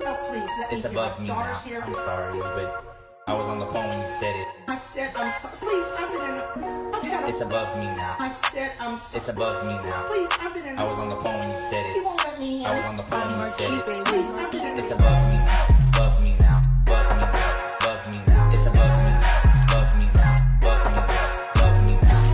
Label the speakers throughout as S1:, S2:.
S1: Oh, please let
S2: It's
S1: me hear
S2: above
S1: my
S2: me now.
S1: daughter's here.
S2: I'm sorry, but I was on the phone when you said it.
S1: I said I'm sorry. Please, I've been in. I've been
S2: It's
S1: in.
S2: above me now.
S1: I said I'm
S2: It's
S1: sorry.
S2: above me now.
S1: Please, I've been in.
S2: I was on the phone when you said
S1: You won't
S2: it.
S1: let me in.
S2: I was on the phone when you said it.
S1: Please, I've been in.
S2: It's above me now, above me now, above me now, above me now. It's above me now, above me now, above me now, above me now.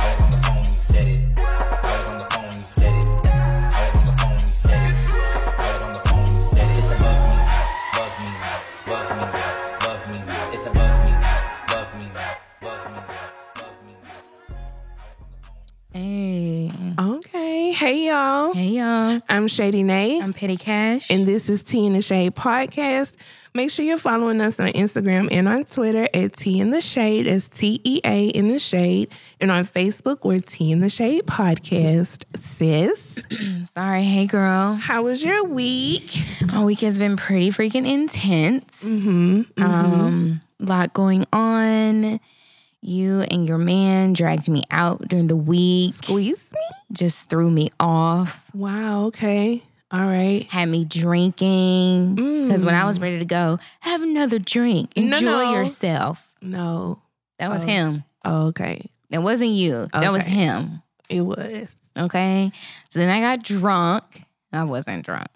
S2: I was on the phone when you said it. I was on the phone when you said it. I was on the phone when you said it. I was on the phone when you said it. It's above me now, above me now, above me now, above me now. It's above me now, above me now, above me now, above me now.
S3: Hey.
S4: Okay. Hey, y'all.
S3: Hey, y'all.
S4: I'm Shady Nay,
S3: I'm Petty Cash.
S4: and this is Tea in the Shade podcast. Make sure you're following us on Instagram and on Twitter at Tea in the Shade, as T E A in the Shade, and on Facebook, we're Tea in the Shade podcast. Sis,
S3: Sorry. Hey, girl.
S4: how was your week?
S3: My week has been pretty freaking intense.
S4: Mm-hmm,
S3: Um, lot going on. You and your man dragged me out during the week,
S4: Squeeze me?
S3: just threw me off,
S4: Wow. Okay. All right.
S3: had me drinking. Because when I was ready to go, have another drink,
S4: Mm. No,
S3: enjoy
S4: no.
S3: yourself.
S4: Mm, No.
S3: That was
S4: Oh.
S3: him.
S4: okay.
S3: That wasn't you. That was
S4: Okay.
S3: him.
S4: It was.
S3: Okay. So then I got drunk. I wasn't drunk.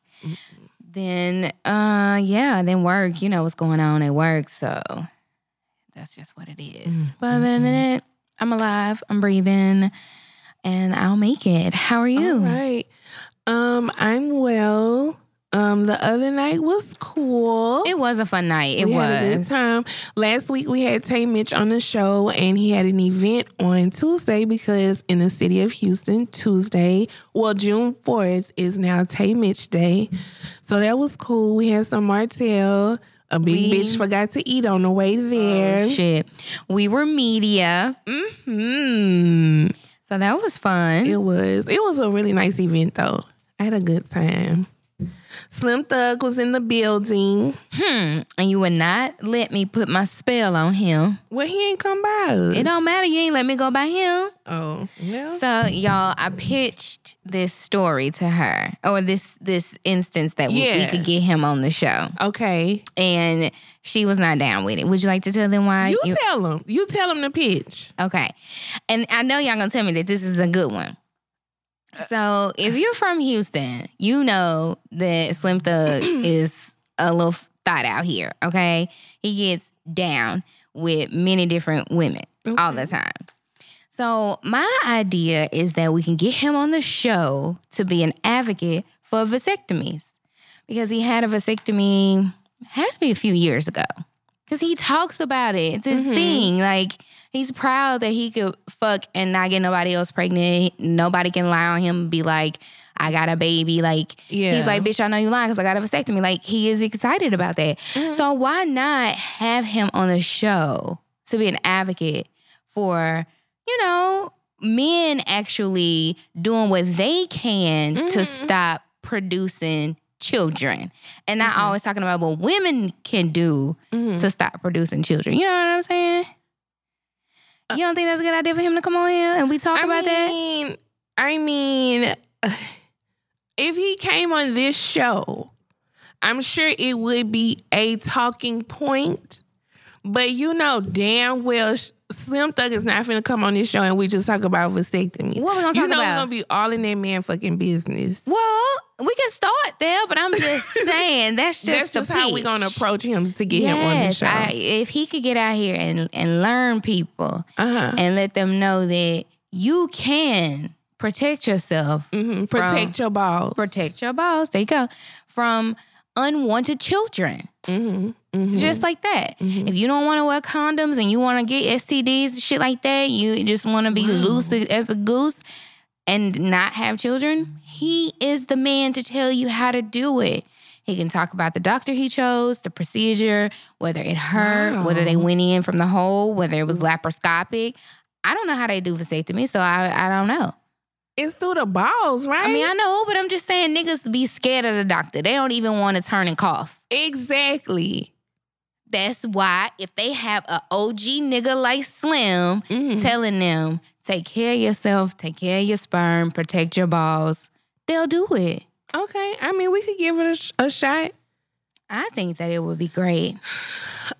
S3: Then uh yeah, then work, you know what's going on at work, so that's just what it
S4: Mm,
S3: is. But other
S4: mm-hmm.
S3: than that, I'm alive, I'm breathing, and I'll make it. How are you?
S4: All right. Um, I'm well. Um, the other night was cool.
S3: It was a fun night. It
S4: we
S3: was.
S4: Had a good time. Last week we had Tay Mitch on the show, and he had an event on Tuesday because in the city of Houston, Tuesday, well, June fourth is now Tay Mitch Day, so that was cool. We had some Martell. A big
S3: We-
S4: bitch forgot to eat on the way there.
S3: Oh, shit. We were media.
S4: hmm
S3: So that was fun.
S4: It was. It was a really nice event though. I had a good time. Slim Thug was in the building.
S3: hmm. And you would not let me put my spell on him.
S4: Well, he ain't come by. us.
S3: It don't matter. You ain't let me go by him.
S4: Oh, well.
S3: So y'all, I pitched this story to her, or this this instance that we- we
S4: Yeah.
S3: could get him on the show,
S4: okay.
S3: and she was not down with it. Would you like to tell them why?
S4: you, tell him. You tell him the pitch.
S3: okay, and I know y'all gonna tell me that this is a good one. So if you're from Houston, you know that Slim Thug is a little thought out here. Okay, he gets down with many different women all the time. So my idea is that we can get him on the show to be an advocate for vasectomies because he had a vasectomy has to be a few years ago because he talks about it. It's his
S4: Mhm.
S3: thing. Like he's proud that he could fuck and not get nobody else pregnant. Nobody can lie on him and be like, "I got a baby." Like
S4: Yeah.
S3: He's like, bitch, I know you lying because I got a vasectomy. Like, he is excited about that. So why not have him on the show to be an advocate for, you know, men actually doing what they can to
S4: Mhm.
S3: stop producing children. And not
S4: Mhm.
S3: always talking about what women can do
S4: Mhm.
S3: to stop producing children. You know what I'm saying? You don't think that's a good idea for him to come on here and we talk
S4: Uh, I
S3: about that?
S4: mean, I mean, if he came on this show, I'm sure it would be a talking point. But you know damn well Sh- Slim Thug is not finna come on this show and we just talk about vasectomy.
S3: What we gonna
S4: you
S3: talk
S4: know
S3: about?
S4: we're gonna be all in that man fucking business.
S3: Well, we can start there, but I'm just saying that's
S4: That's
S3: just
S4: just
S3: the
S4: how we're gonna
S3: pitch.
S4: approach him to get
S3: yes,
S4: him on the show.
S3: I, if he could get out here and and learn people
S4: uh-huh.
S3: and let them know that you can protect yourself,
S4: hmm Protect your balls.
S3: protect your balls. There you go from unwanted children,
S4: hmm
S3: just like that.
S4: Mm-hmm.
S3: If you don't want to wear condoms and you want to get STDs and shit like that, you just want to be loose as a goose and not have children, he is the man to tell you how to do it. He can talk about the doctor he chose, the procedure, whether it hurt,
S4: Wow.
S3: whether they went in from the hole, whether it was laparoscopic. I don't know how they do vasectomy, so I, I don't know.
S4: It's through the balls, right?
S3: I mean, I know, but I'm just saying niggas be scared of the doctor. They don't even want to turn and cough.
S4: exactly.
S3: That's why if they have a OG nigga like Slim
S4: Mhm.
S3: telling them, take care of yourself, take care of your sperm, protect your balls, they'll do it.
S4: Okay, I mean, we could give it a, sh- a shot.
S3: I think that it would be great.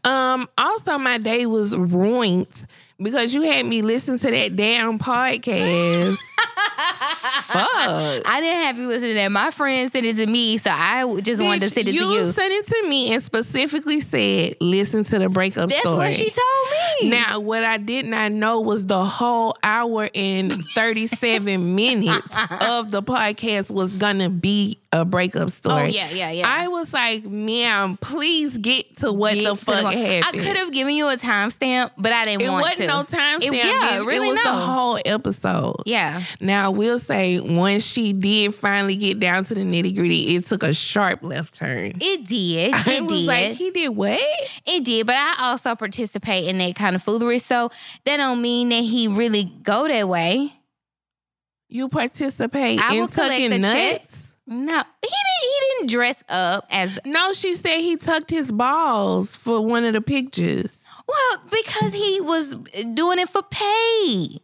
S4: Um, also my day was ruined because you had me listen to that damn podcast. Fuck.
S3: I didn't have you listen to that. My friend sent it to me, so I w- just wanted to
S4: Bitch,
S3: send it
S4: you
S3: to you.
S4: sent it to me and specifically said, listen to the breakup
S3: That's
S4: story.
S3: what she told me.
S4: Now, what I did not know was the whole hour and 37 minutes of the podcast was gonna be a breakup story.
S3: oh yeah, yeah, yeah.
S4: I was like, ma'am, please get to what
S3: Get
S4: the
S3: to
S4: fuck
S3: mo- I
S4: happened.
S3: could have given you a timestamp, but I didn't
S4: It
S3: want
S4: wasn't
S3: to.
S4: no time stamp.
S3: It- yeah,
S4: bitch.
S3: really
S4: It was the
S3: no.
S4: whole episode.
S3: yeah,
S4: Now I will say, once she did finally get down to the nitty gritty, it took a sharp left turn.
S3: it did. It
S4: I was
S3: did.
S4: like, he did what?
S3: It did, but I also participate in that kind of foolery, so that don't mean that he really go that way.
S4: You participate
S3: I will
S4: in
S3: collect
S4: tucking
S3: the
S4: nuts?
S3: checks. No, he didn't. He didn't dress up as
S4: No, she said he tucked his balls for one of the pictures.
S3: well because he was doing it for pay.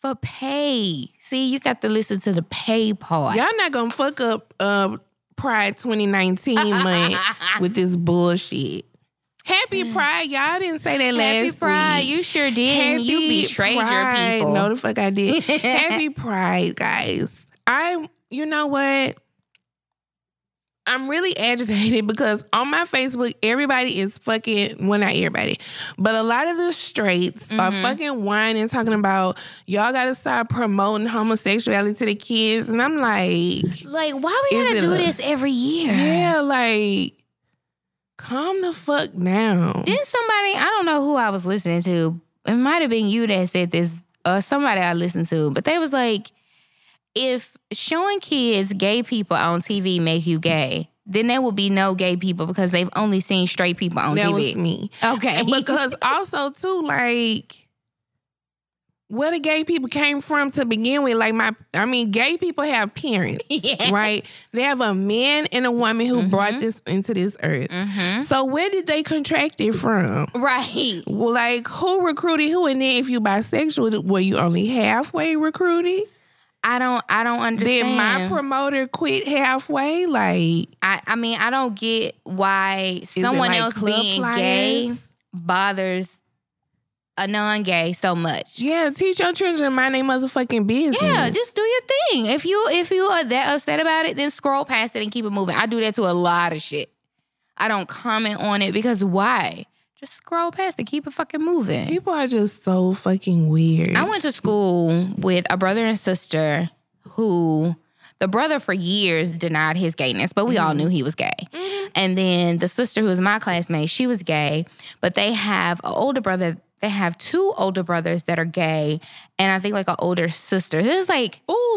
S3: For pay. See, you got to listen to the pay part.
S4: Y'all not gonna fuck up uh Pride 2019 month with this bullshit. Happy Pride, y'all didn't say that
S3: Mm. Happy
S4: last
S3: Pride,
S4: week.
S3: you sure did. and you
S4: Happy
S3: betrayed
S4: Pride.
S3: your people.
S4: No, the fuck I did. Happy Pride, guys. I, you know what? I'm really agitated because on my Facebook, everybody is fucking, well, not everybody, but a lot of the straights are
S3: Mhm.
S4: fucking whining, talking about y'all gotta start promoting homosexuality to the kids. And I'm like,
S3: like, why we
S4: Is
S3: gotta
S4: it
S3: do
S4: a-
S3: this every year?
S4: yeah, like, calm the fuck down.
S3: Then somebody, I don't know who I was listening to. It might have been you that said this, or somebody I listened to, but they was like, if showing kids gay people on TV make you gay, then there will be no gay people because they've only seen straight people on
S4: That was
S3: TV.
S4: me.
S3: okay.
S4: And because also too, like where the gay people came from to begin with, like my I mean, gay people have parents.
S3: yeah.
S4: Right? They have a man and a woman who brought
S3: Mhm.
S4: this into this earth.
S3: hmm
S4: So where did they contract it from?
S3: Right.
S4: Well, like who recruited who? And then if you bisexual, were you only halfway recruited?
S3: I don't. I don't understand.
S4: Did my promoter quit halfway? Like
S3: I, I mean, I don't get why
S4: is it
S3: someone
S4: like
S3: else
S4: club
S3: being gay
S4: flyers?
S3: bothers a non-gay so much.
S4: Yeah, teach your children my name motherfucking business.
S3: Yeah, just do your thing. If you if you are that upset about it, then scroll past it and keep it moving. I do that to a lot of shit. I don't comment on it because why? Just scroll past it, keep it fucking moving.
S4: People are just so fucking weird.
S3: I went to school with a brother and sister who the brother for years denied his gayness, but we all knew he was gay. And then the sister who was my classmate, she was gay, but they have an older brother. They have two older brothers that are gay, and I think like an older sister. This is like
S4: Ooh,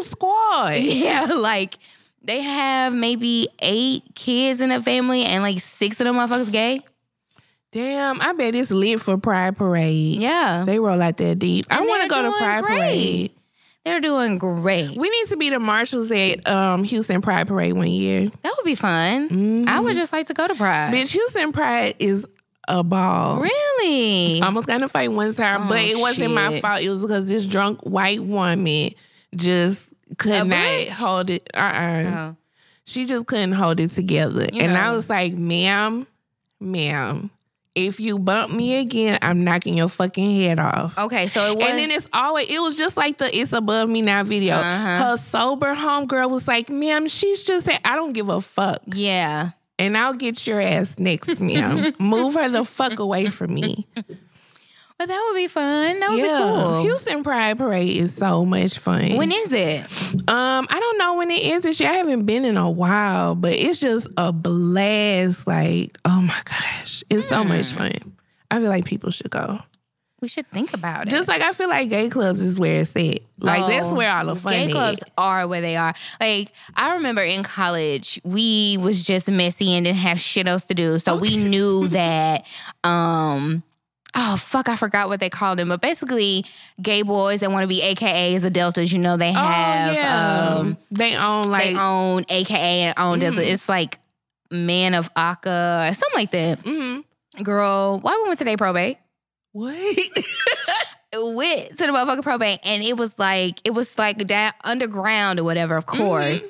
S4: squad.
S3: yeah, like they have maybe eight kids in a family, and like six of them motherfuckers gay.
S4: Damn, I bet it's lit for Pride Parade.
S3: Yeah,
S4: They roll out that deep. I
S3: And they're
S4: want to go to
S3: doing
S4: Pride
S3: great.
S4: Parade.
S3: they're doing great.
S4: We need to be the marshals at um, Houston Pride Parade one year. Mm-hmm.
S3: That would be fun. I would just like to go to Pride.
S4: Bitch, Houston Pride is a ball.
S3: Really?
S4: I almost got in a fight one time,
S3: Oh,
S4: but it wasn't my
S3: shit.
S4: fault. It was because this drunk white woman just could
S3: A
S4: not
S3: bitch?
S4: hold it. uh uh
S3: Oh.
S4: she just couldn't hold it together.
S3: You
S4: and I
S3: know.
S4: was like, ma'am, ma'am, if you bump me again, I'm knocking your fucking head off.
S3: Okay, so it was.
S4: And then it's always, it was just like the It's Above Me Now video.
S3: Uh-huh.
S4: Her sober homegirl was like, ma'am, she's just saying, I don't give a fuck.
S3: yeah.
S4: And I'll get your ass next, ma'am. Move her the fuck away from me.
S3: But that would be fun. That would be cool.
S4: Houston Pride Parade is so much fun.
S3: When is it?
S4: Um, I don't know when it is this year. I haven't been in a while, but it's just a blast. Like, oh my gosh, it's so much fun. I feel like people should go.
S3: We should think about it.
S4: Just like I feel like gay clubs is where it's at. Like that's
S3: Oh,
S4: where all the fun
S3: gay
S4: is.
S3: clubs are where they are. Like I remember in college, we was just messy and didn't have shit else to do, so we knew that. um Oh fuck! I forgot what they called them, but basically, gay boys that want to be AKAs or deltas, you know, they
S4: Oh
S3: have
S4: yeah,
S3: um,
S4: they own like
S3: they own AKA and own delta.
S4: Mhm.
S3: It's like man of Aka or something like that.
S4: mhm.
S3: Girl, why we went to their probate?
S4: what?
S3: went to the motherfucking probate and it was like it was like down underground or whatever, of course.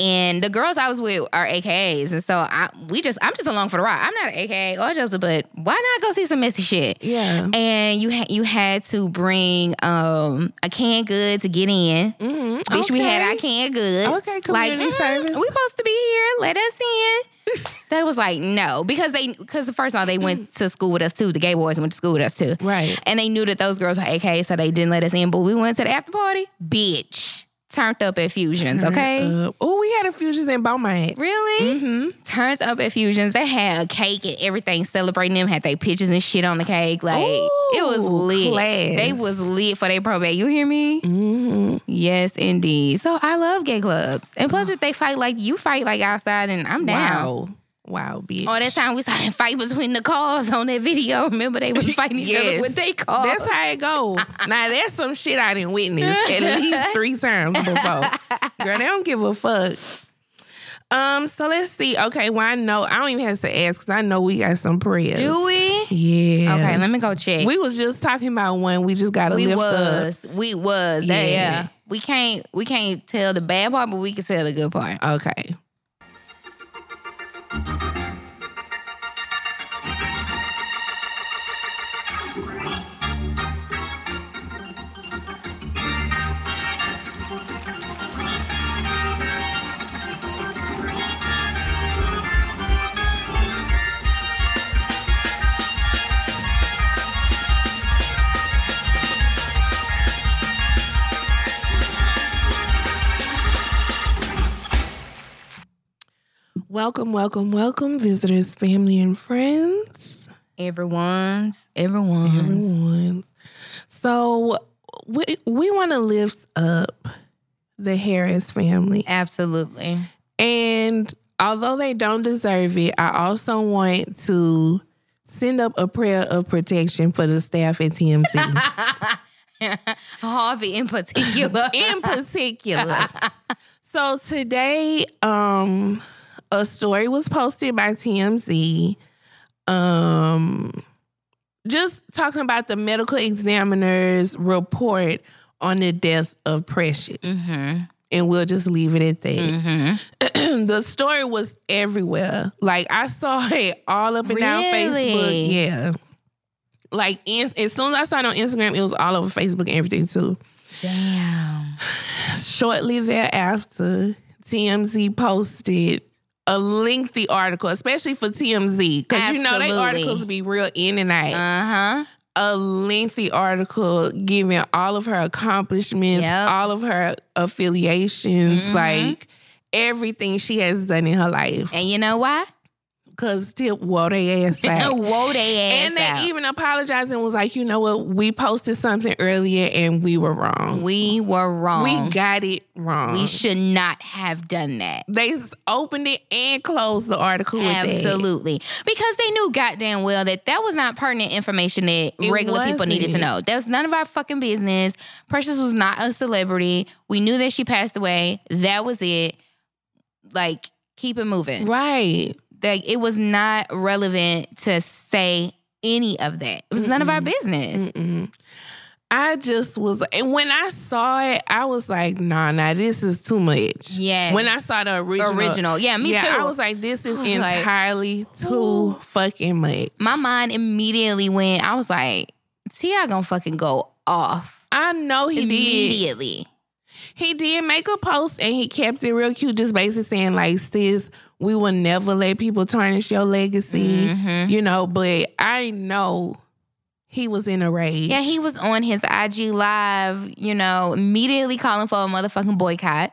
S3: And the girls I was with are AKAs, and so I we just I'm just along for the ride. I'm not an AKA or Joseph, but why not go see some messy shit?
S4: Yeah.
S3: And you ha- you had to bring um a canned good to get in.
S4: Mm-hmm.
S3: Bitch, we had our canned goods.
S4: Okay, community service.
S3: mm, We supposed to be here. Let us in. they was like, no, because they because first of all they went to school with us too. The gay boys went to school with us too,
S4: Right.
S3: And they knew that those girls were AK, so they didn't let us in. But we went to the after party, bitch. Turned up at fusions, okay?
S4: oh, we had a fusions in Beaumont.
S3: Really?
S4: Mm-hmm.
S3: Turns up at fusions. They had a cake and everything celebrating them. Had they pictures and shit on the cake. Like it was
S4: Ooh,
S3: lit.
S4: class.
S3: They was lit for their probate. You hear me?
S4: Mm-hmm.
S3: Yes, indeed. So I love gay clubs. And plus, if they fight like you fight like outside, and I'm down.
S4: Wow. Wow, bitch.
S3: All that time we saw that fight between the cars on that video. Remember they was fighting each
S4: Yes.
S3: other with their cars.
S4: That's how it go. Oh, now that's some shit I didn't witness at least three times before. Girl, they don't give a fuck. Um, so let's see. Okay, well I know I don't even have to ask because I know we got some prayers.
S3: Do we?
S4: Yeah.
S3: Okay, let me go check.
S4: we was just talking about one. We just gotta
S3: We
S4: lift
S3: was, we was, yeah.
S4: Yeah.
S3: yeah. We can't, we can't tell the bad part, but we can tell the good part.
S4: up. Okay. Welcome, welcome, welcome, visitors, family, and friends.
S3: Everyone's, everyone's.
S4: Everyone. So we we want to lift up the Harris family,
S3: Absolutely.
S4: and although they don't deserve it, I also want to send up a prayer of protection for the staff at TMC,
S3: Harvey in particular.
S4: in particular. So today, um, a story was posted by TMZ, um, just talking about the medical examiner's report on the death of Precious,
S3: hmm
S4: and we'll just leave it at that.
S3: hmm
S4: the story was everywhere. Like I saw it all up and down
S3: Really?
S4: Facebook. Yeah. Like in, as soon as I saw it on Instagram, it was all over Facebook and everything too.
S3: Damn.
S4: Shortly thereafter, TMZ posted a lengthy article, especially for TMZ, because you know they
S3: Absolutely.
S4: articles be real in and out.
S3: Uh huh.
S4: a lengthy article giving all of her accomplishments,
S3: Yep.
S4: all of her affiliations,
S3: Mhm.
S4: like everything she has done in her life.
S3: And you know why?
S4: Because Tip wore their ass out.
S3: Whoa, they ass
S4: And they
S3: out.
S4: even apologized and was like, you know what? We posted something earlier and we were wrong.
S3: we were wrong.
S4: We got it wrong.
S3: We should not have done that.
S4: they s- opened it and closed the article with that.
S3: Absolutely. Because they knew goddamn well that that was not pertinent information that
S4: It
S3: regular people needed to
S4: wasn't.
S3: know. That was none of our fucking business. Precious was not a celebrity. We knew that she passed away. That was it. Like, keep it moving.
S4: Right.
S3: Like, it was not relevant to say any of that. It was none of our business.
S4: Mm-mm. I just was, and when I saw it, I was like, nah, nah, this is too much.
S3: Yes.
S4: When I saw the original.
S3: Original. Yeah, me
S4: yeah,
S3: too.
S4: I was like, this is
S3: I was like,
S4: entirely too
S3: ooh.
S4: fucking much.
S3: my mind immediately went, I was like, T.I. gonna fucking go off.
S4: I know he did.
S3: immediately.
S4: He did make a post and he kept it real cute, just basically saying, like, sis, we will never let people tarnish your legacy,
S3: Mhm.
S4: you know, but I know he was in a rage.
S3: Yeah, he was on his IG live, you know, immediately calling for a motherfucking boycott.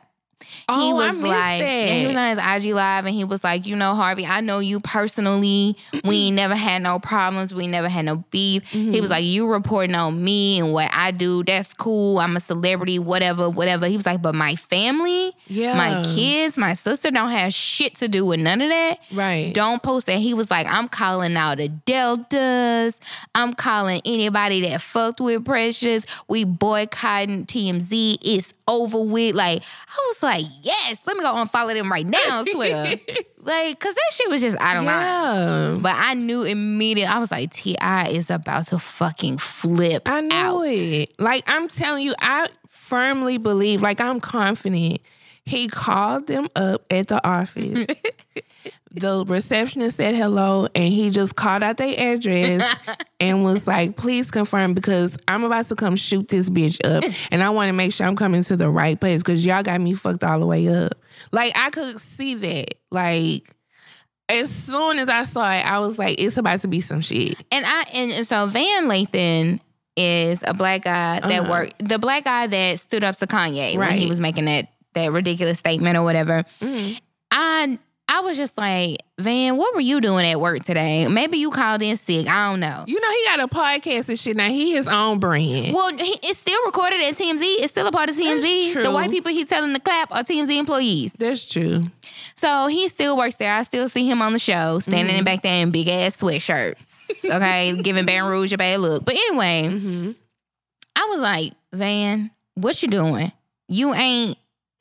S4: oh,
S3: he
S4: I
S3: was
S4: missed
S3: like,
S4: that.
S3: yeah, he was on his IG live and he was like, you know, Harvey, I know you personally. We ain't never had no problems. We never had no beef. He
S4: Hmm.
S3: was like, you reporting on me and what I do. That's cool. I'm a celebrity, whatever, whatever. He was like, but my family,
S4: Mm-hmm. yeah.
S3: my kids, my sister don't have shit to do with none of that.
S4: Right.
S3: Don't post that. He was like, I'm calling out the Deltas. I'm calling anybody that fucked with Precious. We boycotting TMZ. It's over with. Like, I was like, yes, let me go unfollow them right now on Twitter. like, cause that shit was just out of line.
S4: yeah.
S3: But I knew immediately, I was like, T.I. is about to fucking flip
S4: I know
S3: out.
S4: it. Like I'm telling you, I firmly believe, like I'm confident. He called them up at the office. the receptionist said hello and he just called out their address and was like, please confirm because I'm about to come shoot this bitch up and I want to make sure I'm coming to the right place because y'all got me fucked all the way up. Like I could see that. Like as soon as I saw it, I was like, it's about to be some shit.
S3: And I and, and so Van Lathan is a black guy that
S4: Uh-huh.
S3: worked the black guy that stood up to Kanye when he
S4: Right.
S3: was making that that ridiculous statement or whatever. I I was just like, Van, what were you doing at work today? Maybe you called in sick. I don't know.
S4: You know he got a podcast and shit. Now he his own brand.
S3: Well, he, it's still recorded at TMZ. It's still a part of TMZ. The
S4: true.
S3: white people he's telling to clap are TMZ employees.
S4: That's true.
S3: So he still works there. I still see him on the show, standing
S4: Mm-hmm.
S3: in back there in big ass sweatshirts. Okay, giving Baton Rouge a bad look. But anyway,
S4: Mm-hmm.
S3: I was like, Van, what you doing? You ain't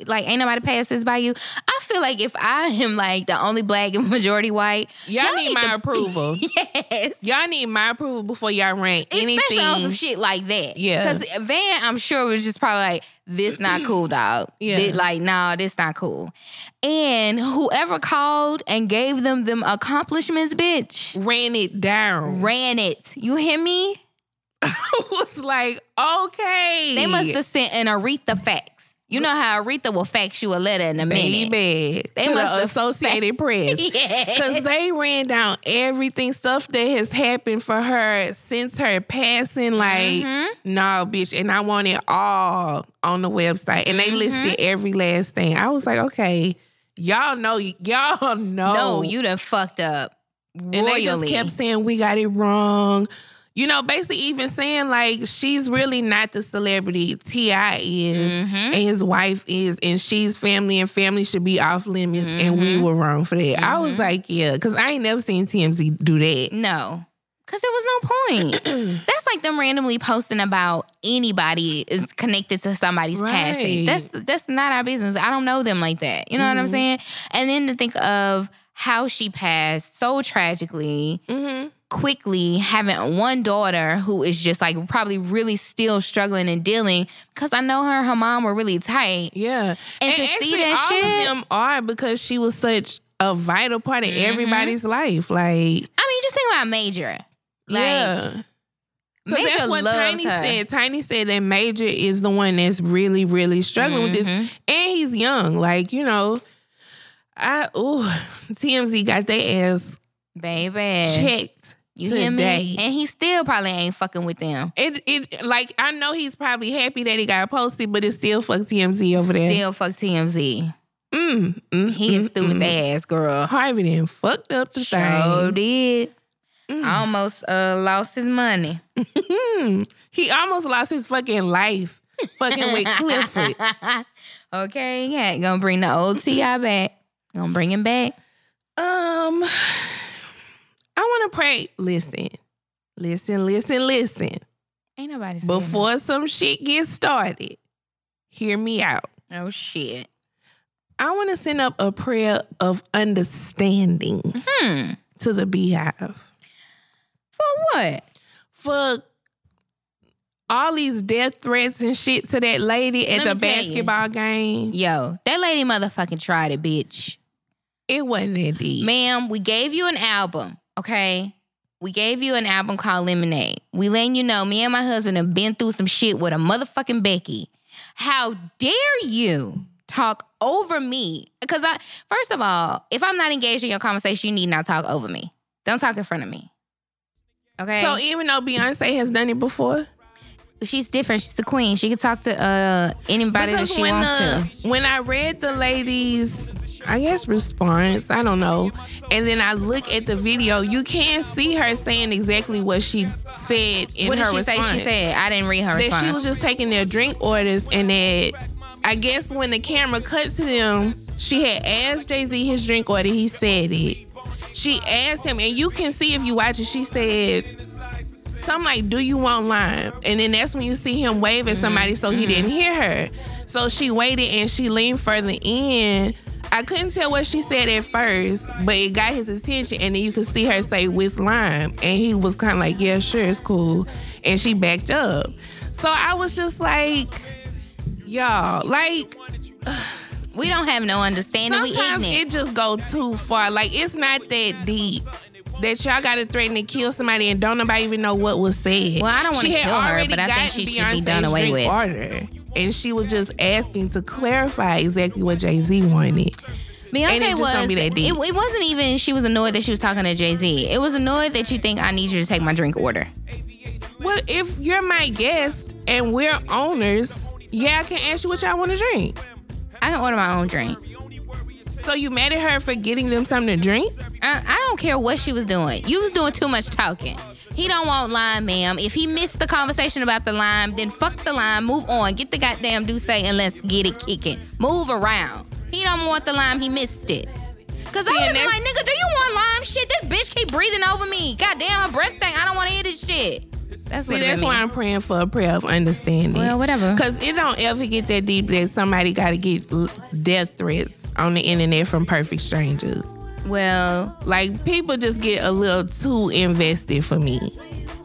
S3: like ain't nobody passes by you. I feel like if I am like the only black and majority white,
S4: Y'all,
S3: Y'all
S4: need,
S3: need
S4: my
S3: to-
S4: approval.
S3: yes.
S4: Y'all need my approval before y'all rank anything.
S3: Especially on some shit like that.
S4: Yeah.
S3: Cause Van, I'm sure, was just probably like, this not cool, dog.
S4: Yeah.
S3: Thi- like, nah, this not cool. And whoever called and gave them them accomplishments, bitch,
S4: Ran it down.
S3: ran it. You hear me?
S4: was like, okay.
S3: They must have sent an Aretha fax. You know how Aretha will fax you a letter in a minute.
S4: baby.
S3: They
S4: to
S3: must
S4: the
S3: have-
S4: Associated Press. Because
S3: Yes.
S4: they ran down everything, stuff that has happened for her since her passing. Like,
S3: Mhm.
S4: no, bitch. And I want it all on the website. And they
S3: Mm-hmm.
S4: listed every last thing. I was like, okay, y'all know, y'all know.
S3: no, you done fucked up
S4: And
S3: royally.
S4: they just kept saying we got it wrong. You know, basically even saying like she's really not the celebrity T.I. is
S3: Mhm.
S4: and his wife is and she's family and family should be off limits and
S3: Mm-hmm.
S4: we were wrong for that. I was like, yeah, cuz I ain't never seen TMZ do that.
S3: No, because there was no point. That's like them randomly posting about anybody is connected to somebody's passing.
S4: Right.
S3: That's that's not our business. I don't know them like that. You know what I'm
S4: Mm-hmm.
S3: saying? And then to think of how she passed so tragically,
S4: Mhm.
S3: quickly, having one daughter who is just like probably really still struggling and dealing. Because I know her, and her mom were really tight.
S4: Yeah.
S3: And to see that
S4: all
S3: shit-
S4: of them are because she was such a vital part of
S3: Mm-hmm.
S4: everybody's life. Like,
S3: I mean, just think about Major. Like,
S4: yeah. 'Cause
S3: Major
S4: that's what
S3: loves
S4: Tiny
S3: her.
S4: said. Tiny said that Major is the one that's really, really struggling with
S3: Mhm.
S4: this, and he's young. Like you know, I ooh, TMZ got their ass
S3: Baby.
S4: checked.
S3: You
S4: today.
S3: hear me? And he still probably ain't fucking with them.
S4: It it like I know he's probably happy that he got posted, but it still fuck TMZ over there.
S3: Still fuck TMZ.
S4: mm, mm,
S3: He is
S4: mm,
S3: stupid
S4: mm.
S3: ass girl.
S4: Harvey then fucked up the
S3: Sure
S4: thing.
S3: did.
S4: Mm.
S3: Almost uh, lost his money.
S4: Mm. He almost lost his fucking life. Fucking with Clifford.
S3: okay, yeah. Gonna bring the old T.I. back. Gonna bring him back.
S4: Um, I want to pray. Listen, listen, listen, listen.
S3: Ain't nobody saying
S4: Before some shit gets started, hear me out.
S3: that. Oh, shit.
S4: I want to send up a prayer of understanding
S3: Hmm.
S4: to the beehive
S3: For what?
S4: for all these death threats and shit to that lady at
S3: Let me
S4: the
S3: tell you.
S4: basketball game.
S3: Yo, that lady motherfucking tried it, bitch.
S4: It wasn't that deep.
S3: ma'am, we gave you an album, okay? We gave you an album called Lemonade. We letting you know, me and my husband have been through some shit with a motherfucking Becky. How dare you talk over me? Because I, first of all, if I'm not engaged in your conversation, you need not talk over me. Don't talk in front of me. Okay.
S4: So even though Beyonce has done it before,
S3: she's different. She's the queen. She can talk to uh anybody that she wants to.
S4: the, When I read the lady's, I guess response, I don't know, and then I look at the video, you can see her saying exactly what she said in
S3: What did
S4: her
S3: she
S4: response.
S3: say? She said, I didn't read her
S4: that
S3: response.
S4: she was just taking their drink orders, and that I guess when the camera cut to them, she had asked Jay Z his drink order. He said it. She asked him, and you can see if you watch it. She said. Something like, do you want lime? And then that's when you see him waving somebody so he didn't hear her. So she waited and she leaned further in. I couldn't tell what she said at first, but it got his attention. And then you could see her say, with lime. And he was kind of like, yeah, sure, it's cool. And she backed up. So I was just like, y'all, like,
S3: We don't have no understanding. We
S4: sometimes
S3: ignorant.
S4: it just go too far. Like it's not that deep that y'all got to threaten to kill somebody and don't nobody even know what was said.
S3: Well, I don't wanna
S4: She had
S3: kill her,
S4: already
S3: but I think
S4: gotten
S3: she should be
S4: Beyonce's
S3: done away
S4: drink
S3: with.
S4: Order, and she was just asking to clarify exactly what Jay Z wanted.
S3: Beyonce
S4: And it just
S3: was.
S4: don't be that
S3: it,
S4: deep.
S3: it wasn't even. She was annoyed that she was talking to Jay Z. It was annoyed that you think I need you to take my drink order.
S4: Well, if you're my guest and we're owners, yeah, I can ask you what y'all want to drink.
S3: I can order my own drink.
S4: So you mad at her for getting them something to drink?
S3: I, I don't care what she was doing. You was doing too much talking. He don't want lime, ma'am. If he missed the conversation about the lime, then fuck the lime. Move on. Get the goddamn Duce and let's get it kicking. Move around. He don't want the lime. He missed it. Cause I
S4: See,
S3: would
S4: and
S3: have been like,
S4: that's-
S3: nigga, do you want lime? Shit, this bitch keep breathing over me. Goddamn, her breath stank. I don't want to hear this shit. That's
S4: See,
S3: what
S4: that's
S3: it
S4: why
S3: why.
S4: I'm praying for a prayer of understanding.
S3: Well, whatever.
S4: Because it don't ever get that deep that somebody got to get l- death threats on the internet from perfect strangers.
S3: Well,
S4: Like, people just get a little too invested for me.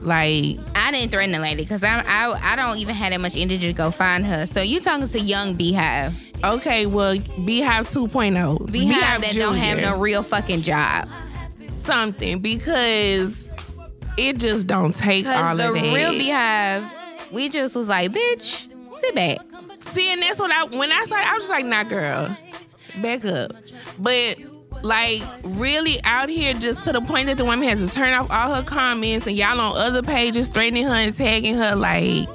S4: Like,
S3: I didn't threaten the lady because I, I I don't even have that much energy to go find her. So you talking to young Beehive.
S4: okay, well, Beehive oh, 2.0.
S3: Beehive, that don't have
S4: Junior.
S3: no real fucking job.
S4: Something, because it just don't take all
S3: Because the
S4: of that.
S3: real Beehive, we just was like, bitch, sit back.
S4: See, and that's what I when I saw it, I was just like, nah, girl, back up. But like really out here just to the point that the woman has to turn off all her comments and y'all on other pages threatening her and tagging her like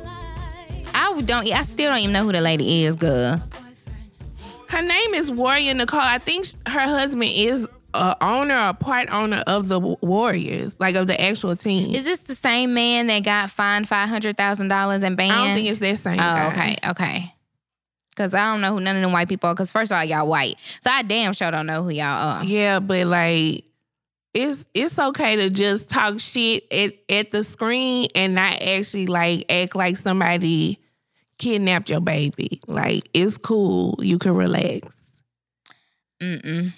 S3: I don't. I still don't even know who the lady is, girl.
S4: her name is Warrior Nicole. I think sh- her husband is a owner or part owner of the Wa- Warriors, like of the actual team.
S3: Is this the same man that got fined five hundred thousand dollars and banned?
S4: I don't think it's that same. guy.
S3: Oh, okay, okay. Cause I don't know who none of them white people are. Cause first of all, y'all white, so I damn sure don't know who y'all are.
S4: Yeah, but like it's it's okay to just talk shit at, at the screen and not actually like act like somebody kidnapped your baby. Like it's cool. You can relax.
S3: Mm mm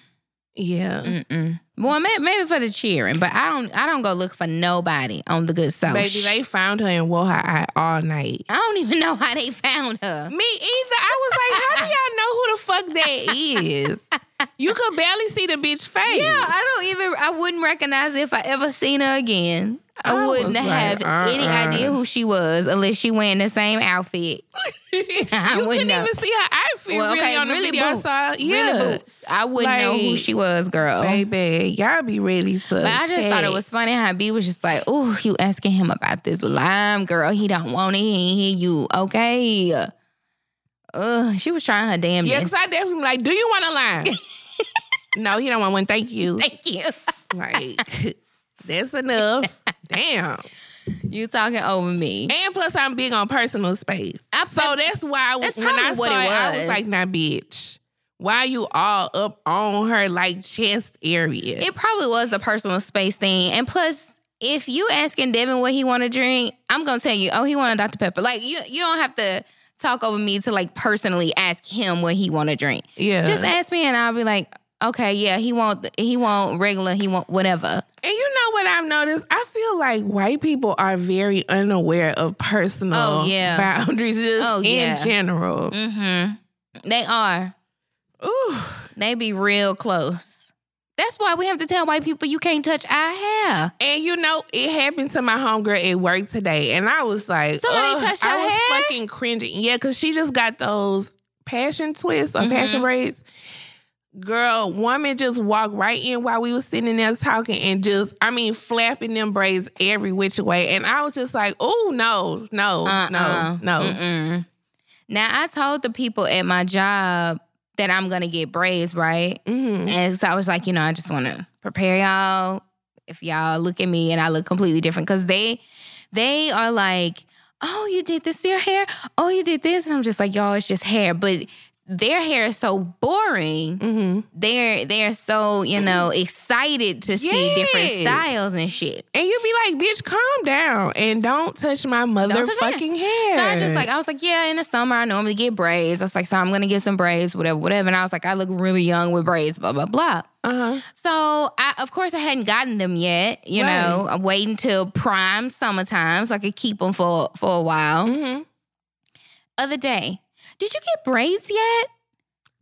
S4: Yeah.
S3: mm mm. Well, may, maybe for the cheering, but I don't. I don't go look for nobody on the good social.
S4: Baby, they found her and wore her out all night.
S3: I don't even know how they found her.
S4: Me either. I was like, how do y'all know who the fuck that is? You could barely see the bitch face.
S3: Yeah, I don't even. I wouldn't recognize her if I ever seen her again. I,
S4: I was
S3: wouldn't
S4: like,
S3: have any
S4: uh-uh.
S3: idea who she was unless she wearing the same outfit. I
S4: you
S3: wouldn't
S4: couldn't
S3: know.
S4: even see her outfit
S3: well,
S4: really
S3: okay,
S4: on the
S3: really
S4: video. I
S3: boots,
S4: saw- yeah.
S3: really boots. I wouldn't know who
S4: Like,
S3: she was,
S4: Oh.
S3: girl.
S4: Baby, y'all be ready to.
S3: But I just thought it was funny how B was just like, "Oh, you asking him about this lime, girl? He don't want it. He ain't hear you, okay?" Ugh, she was trying her damn
S4: Yeah,
S3: best.
S4: because I definitely like, do you want a lime? no, he don't want one. Thank you.
S3: Thank you.
S4: Like, that's enough. Damn.
S3: you talking over me.
S4: And plus, I'm big on personal space.
S3: I-
S4: So that's why I-
S3: That's
S4: when I
S3: probably what
S4: saw
S3: it
S4: it, I
S3: was.
S4: was like, nah, bitch. Why you all up on her like chest area?
S3: It probably was a personal space thing, and plus, if you asking Devin what he want to drink, I'm gonna tell you, oh, he want a Dr Pepper. Like you, you don't have to talk over me to like personally ask him what he want to drink.
S4: yeah.
S3: Just ask me, and I'll be like, okay, yeah, he want he want regular, he want whatever.
S4: and you know what I've noticed? I feel like white people are very unaware of personal
S3: Oh, yeah.
S4: boundaries just
S3: Oh, yeah.
S4: in general.
S3: Mm-hmm. They are. Mm.
S4: Ooh.
S3: They be real close. That's why we have to tell white people you can't touch our hair.
S4: And you know, it happened to my homegirl at work today, and I was like,
S3: Somebody
S4: ugh,
S3: touched
S4: I
S3: her
S4: was
S3: hair?
S4: fucking cringing. Yeah, because she just got those passion twists
S3: Mm-hmm.
S4: or passion braids. Girl, woman just walked right in while we was sitting there talking and just, I mean, flapping them braids every which way. And I was just like, oh, no, no,
S3: Uh-uh.
S4: no, no.
S3: Mm-mm. Now I told the people at my job that I'm gonna get braids, right?
S4: Mhm.
S3: And so I was like, you know, I just want to prepare y'all. If y'all look at me and I look completely different, because they they are like, oh, you did this to your hair. Oh, you did this, and I'm just like, y'all, it's just hair. But their hair is so boring.
S4: Mm-hmm.
S3: They're they're so you know excited to see different
S4: Yes.
S3: styles and shit.
S4: And you be like, bitch, calm down and don't touch my
S3: touch my
S4: motherfucking hair.
S3: So I was just like, I was like, yeah, in the summer I normally get braids. I was like, so I'm gonna get some braids, whatever, whatever. And I was like, I look really young with braids, blah blah blah.
S4: uh huh.
S3: So I, of course, I hadn't gotten them yet. You
S4: Right.
S3: know, I'm waiting till prime summertime so I could keep them for for a while.
S4: Mm-hmm.
S3: Other day, did you get braids yet?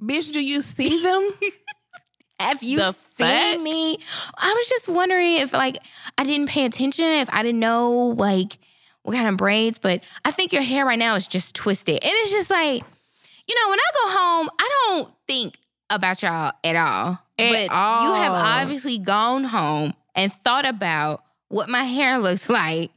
S4: Bitch, do you see them?
S3: Have you
S4: The
S3: seen
S4: fuck?
S3: me? I was just wondering if like I didn't pay attention, if I didn't know like what kind of braids, but I think your hair right now is just twisted. And it's just like, you know, when I go home, I don't think about y'all at all.
S4: At
S3: but you have
S4: all.
S3: obviously gone home and thought about what my hair looks like.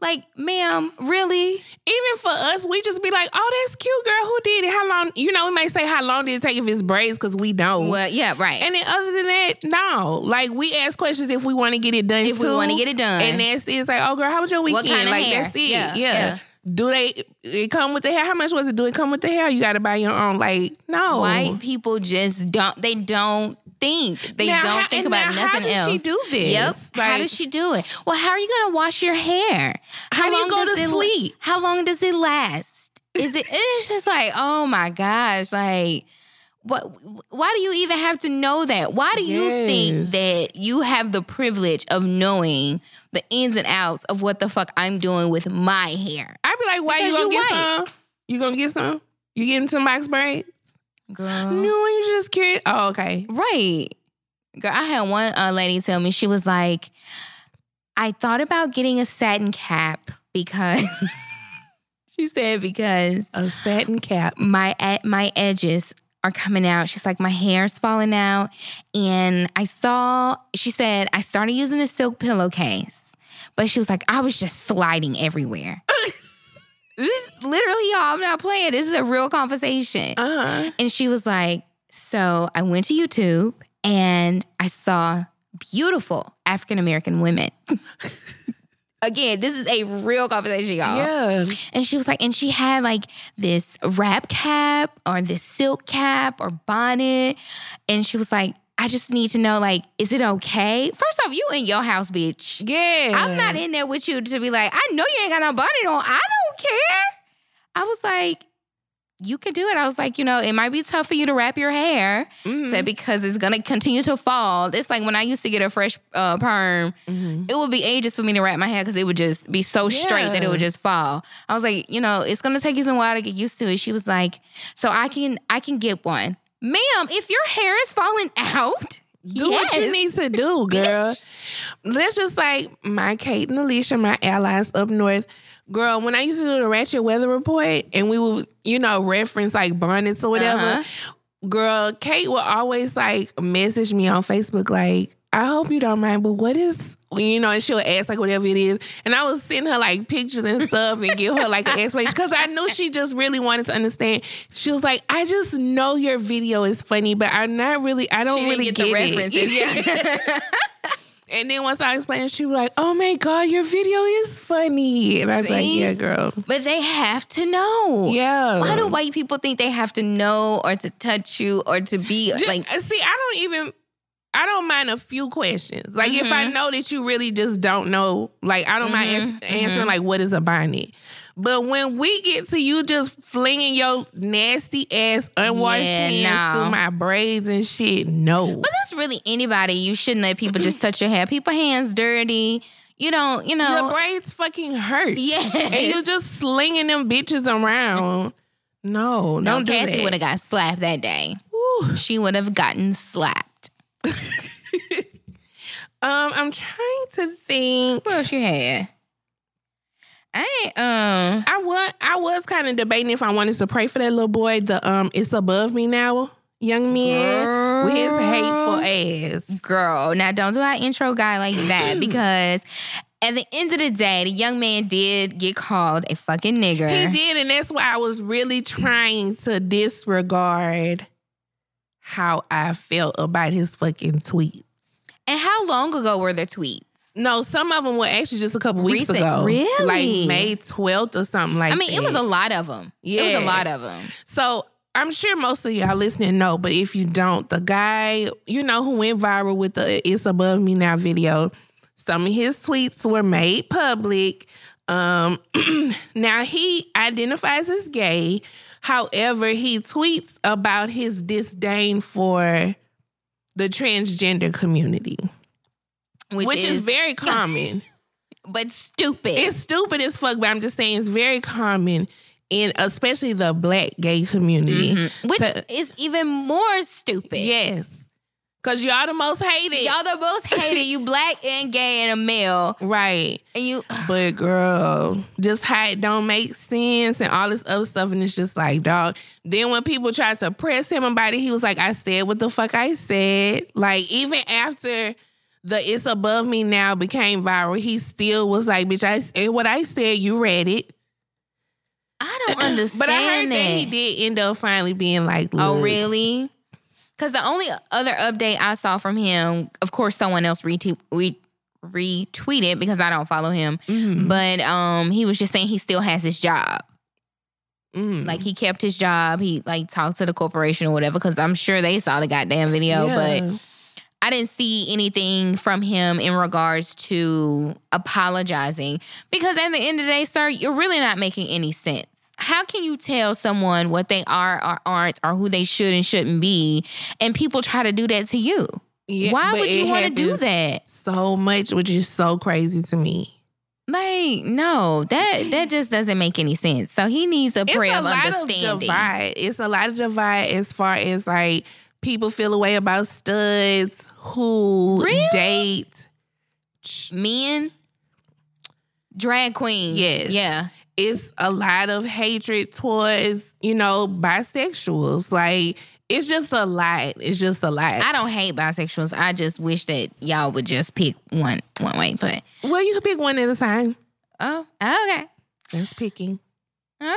S3: Like, ma'am, really?
S4: Even for us, we just be like, oh, that's cute, girl. Who did it? How long? You know, we may say how long did it take if it's braids because we don't.
S3: Well, yeah, right.
S4: Mm. And then other than that, no. Like we ask questions if we want to get it done.
S3: if we
S4: too.
S3: want to get it done.
S4: and that's it. It's like, oh girl, how was your
S3: What
S4: weekend?
S3: kinda
S4: like
S3: hair?
S4: that's it.
S3: Yeah,
S4: Yeah,
S3: yeah.
S4: Do they it come with the hair? How much was it? Do it come with the hair? You gotta buy your own. Like, no.
S3: white people just don't they don't think they
S4: Now,
S3: don't
S4: how-
S3: think
S4: and
S3: about
S4: now,
S3: nothing
S4: how
S3: else
S4: did she do this?
S3: yep how
S4: Like,
S3: does she do it well how are you gonna wash your hair
S4: How do you go
S3: does
S4: to
S3: it-
S4: sleep?
S3: how long does it last is it it's just like oh my gosh like what why do you even have to know that why do you think
S4: Yes.
S3: that you have the privilege of knowing the ins and outs of what the fuck i'm doing with my hair
S4: I'd be like, why you
S3: Because
S4: gonna
S3: you
S4: get
S3: white.
S4: some? You gonna get some? You getting some box braids?
S3: girl
S4: No, you just curious. Oh, okay.
S3: Right. Girl, I had one uh, lady tell me, she was like, I thought about getting a satin cap because she said, because
S4: A satin cap.
S3: my e- my edges are coming out. She's like, my hair's falling out. And I saw, she said, I started using a silk pillowcase, but she was like, I was just sliding everywhere. this is literally, y'all, I'm not playing. This is a real conversation.
S4: Uh-huh.
S3: And she was like, So I went to YouTube and I saw beautiful African American women. Again, this is a real conversation, y'all.
S4: Yeah.
S3: And she was like, and she had like this wrap cap or this silk cap or bonnet. And she was like, I just need to know, like, is it okay? First off, you in your house, bitch.
S4: Yeah.
S3: I'm not in there with you to be like, I know you ain't got no bonnet on. I don't care. I was like, you can do it. I was like, you know, it might be tough for you to wrap your hair
S4: Mhm.
S3: said because it's gonna continue to fall. It's like when I used to get a fresh uh, perm,
S4: Mhm.
S3: it would be ages for me to wrap my hair because it would just be so straight that it
S4: Yeah.
S3: would just fall. I was like, you know, it's gonna take you some while to get used to it. She was like, so I can I can get one, ma'am. If your hair is falling out,
S4: Do what you
S3: yes.
S4: need to do, girl. Let's just like my Kate and Alicia, my allies up north. Girl, when I used to do the Ratchet Weather Report and we would, you know, reference like bonnets or whatever,
S3: Uh-huh.
S4: girl, Kate would always like message me on Facebook, like, I hope you don't mind, but what is, you know, and she'll ask like whatever it is. And I was sending her like pictures and stuff and give her like an explanation because I knew she just really wanted to understand. She was like, I just know your video is funny, but I'm not really, I don't
S3: She
S4: really
S3: didn't get the
S4: it.
S3: references. Yeah.
S4: And then once I explained it, she was like, oh my God, your video is funny. And I was like,
S3: See?
S4: yeah, girl.
S3: but they have to know.
S4: Yeah.
S3: Why do white people think they have to know or to touch you or to be
S4: Ju- uh,
S3: like
S4: see, I don't even, I don't mind a few questions. Like, if
S3: Mm-hmm.
S4: I know that you really just don't know, like, I don't mind ans- answering,
S3: Mm-hmm.
S4: like, what is a bonnet? But when we get to you just flinging your nasty ass unwashed
S3: Yeah,
S4: hands
S3: no.
S4: through my braids and shit, no.
S3: But that's really anybody. You shouldn't let people just touch your hair. People hands dirty. You don't, you
S4: your
S3: know.
S4: braids fucking hurt. And
S3: Yeah.
S4: you just slinging them bitches around. No,
S3: No,
S4: don't do
S3: Kathy
S4: that.
S3: would have got slapped that day.
S4: Whew.
S3: She would have gotten slapped.
S4: Um, I'm trying to think.
S3: What else you had? I ain't, um.
S4: I was I was kind of debating if I wanted to pray for that little boy. The um, it's above me now, young man with his hateful ass.
S3: Girl, now don't do our intro guy like that because at the end of the day, the young man did get called a fucking nigger.
S4: He did, and that's why I was really trying to disregard how I felt about his fucking tweet.
S3: And how long ago were the tweets?
S4: No, some of them were actually just a couple weeks
S3: Recent-
S4: ago,
S3: really?
S4: like May twelfth or something like.
S3: I mean, it was a
S4: that.
S3: lot of them. It was a
S4: Yeah.
S3: lot of them.
S4: So I'm sure most of y'all listening know, but if you don't, the guy, you know, who went viral with the It's Above Me Now video, some of his tweets were made public. Um, now he identifies as gay. However, he tweets about his disdain for the transgender community,
S3: which,
S4: which, is, very common.
S3: but stupid.
S4: it's stupid as fuck, but I'm just saying it's very common in especially the black gay community.
S3: Mhm. Which
S4: So-
S3: is even more stupid.
S4: Yes. Cause y'all the most hated.
S3: Y'all the most hated. You black and gay and a male,
S4: right.
S3: and you
S4: But girl, just how it don't make sense and all this other stuff. And it's just like, dog. Then when people tried to press him about it, he was like, I said what the fuck I said. Like, even after the It's Above Me Now became viral, he still was like, bitch, I said what I said, you read it.
S3: I don't understand.
S4: But I heard that. he
S3: that.
S4: did end up finally being like,
S3: Oh,
S4: look,
S3: really? Because the only other update I saw from him, of course, someone else retweet, re- retweeted because I don't follow him.
S4: mhm,
S3: But um, he was just saying he still has his job.
S4: mhm."
S3: Like he kept his job. He like talked to the corporation or whatever. Because I'm sure they saw the goddamn video, but
S4: Yeah.
S3: I didn't see anything from him in regards to apologizing because at the end of the day, sir, you're really not making any sense. How can you tell someone what they are or aren't or who they should and shouldn't be and people try to do that to you?
S4: Yeah,
S3: Why
S4: but
S3: would you
S4: it
S3: want to do
S4: happens
S3: that?
S4: so much, which is so crazy to me.
S3: Like, no, that that just doesn't make any sense. So he needs a prayer of understanding.
S4: divide. It's a lot of divide as far as like people feel away about studs who
S3: Really?
S4: date.
S3: Men, drag queens.
S4: Yes.
S3: Yeah.
S4: It's a lot of hatred towards you know bisexuals. Like it's just a lot. It's just a lot.
S3: I don't hate bisexuals. I just wish that y'all would just pick one one way. But
S4: well, you can pick one at a time.
S3: oh, okay,
S4: That's picking.
S3: okay,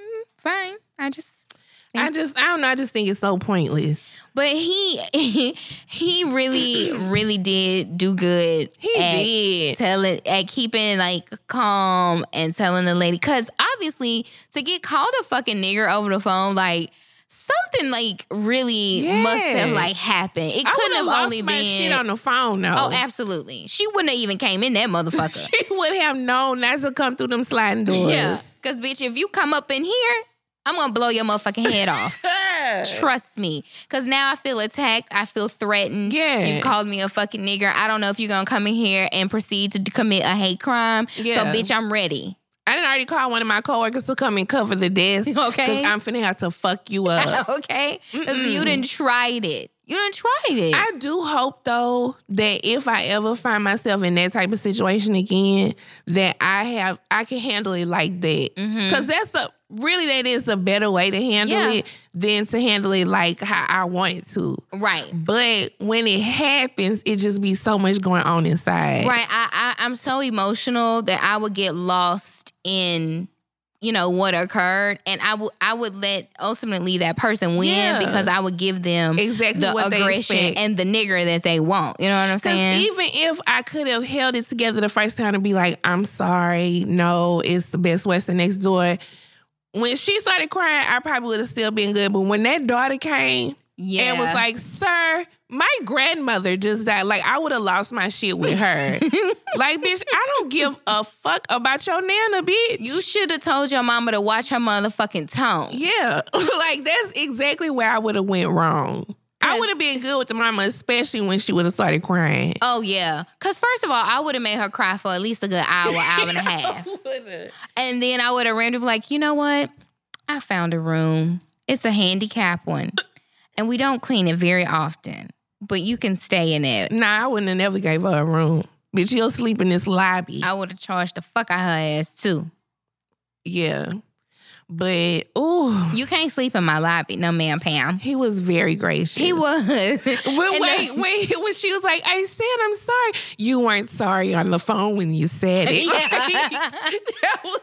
S3: Mm, fine. I just,
S4: I just I don't know. I just think it's so pointless.
S3: but he he really really did do good.
S4: He
S3: at
S4: did.
S3: telling at keeping like calm and telling the lady because obviously to get called a fucking nigger over the phone like. Something like really must have
S4: Yes.
S3: like happened. It
S4: I
S3: couldn't
S4: would
S3: have
S4: have lost
S3: only
S4: my
S3: been.
S4: shit on the phone though.
S3: oh, absolutely. She wouldn't have even came in that motherfucker.
S4: she would have known not to come through them sliding doors.
S3: Yeah. Cause bitch, if you come up in here, I'm gonna blow your motherfucking head off. Trust me. Cause now I feel attacked. I feel threatened.
S4: Yeah.
S3: You've called me a fucking nigger. I don't know if you're gonna come in here and proceed to d- commit a hate crime. So
S4: Yeah.
S3: bitch, I'm ready.
S4: I didn't already call one of my coworkers to come and cover the desk.
S3: Okay.
S4: Because I'm finna have to fuck you up.
S3: okay? Because you
S4: Mm-mm.
S3: didn't tried it. You didn't tried it.
S4: I do hope though that if I ever find myself in that type of situation again, that I have I can handle it like that.
S3: Mhm.
S4: Cause that's the really that is a better way to handle
S3: Yeah.
S4: it than to handle it like how I want it to.
S3: right.
S4: But when it happens, it just be so much going on inside.
S3: Right. I, I I'm so emotional that I would get lost in you know what occurred and I would I would let ultimately that person win
S4: Yeah.
S3: because I would give them
S4: Exactly
S3: the
S4: what they
S3: aggression
S4: expect.
S3: and the nigger that they want. You know what I'm
S4: Because
S3: saying?
S4: even if I could have held it together the first time and be like, I'm sorry, no, it's the best Western next door. When she started crying, I probably would have still been good. But when that daughter came
S3: yeah.
S4: and was like, Sir, my grandmother just died, like I would have lost my shit with her. like, bitch, I don't give a fuck about your nana, bitch.
S3: you should have told your mama to watch her motherfucking tone.
S4: yeah. like, that's exactly where I would have went wrong. I
S3: Yes.
S4: would have been good with the mama, especially when she would have started crying.
S3: Oh yeah, cause first of all, I would have made her cry for at least a good hour, hour and a half,
S4: Would've.
S3: and then I would have randomly like, you know what? I found a room. It's a handicap one, and we don't clean it very often, but you can stay in it.
S4: Nah, I wouldn't have never gave her a room. Bitch, you'll sleep in this lobby.
S3: I would have charged the fuck out her ass too.
S4: yeah. But ooh,
S3: You can't sleep in my lobby, no ma'am, Pam.
S4: he was very gracious.
S3: He was.
S4: But
S3: And
S4: wait,
S3: then-
S4: wait, when she was like, I said I'm sorry. You weren't sorry on the phone when you said it. Like,
S3: Yeah.
S4: that was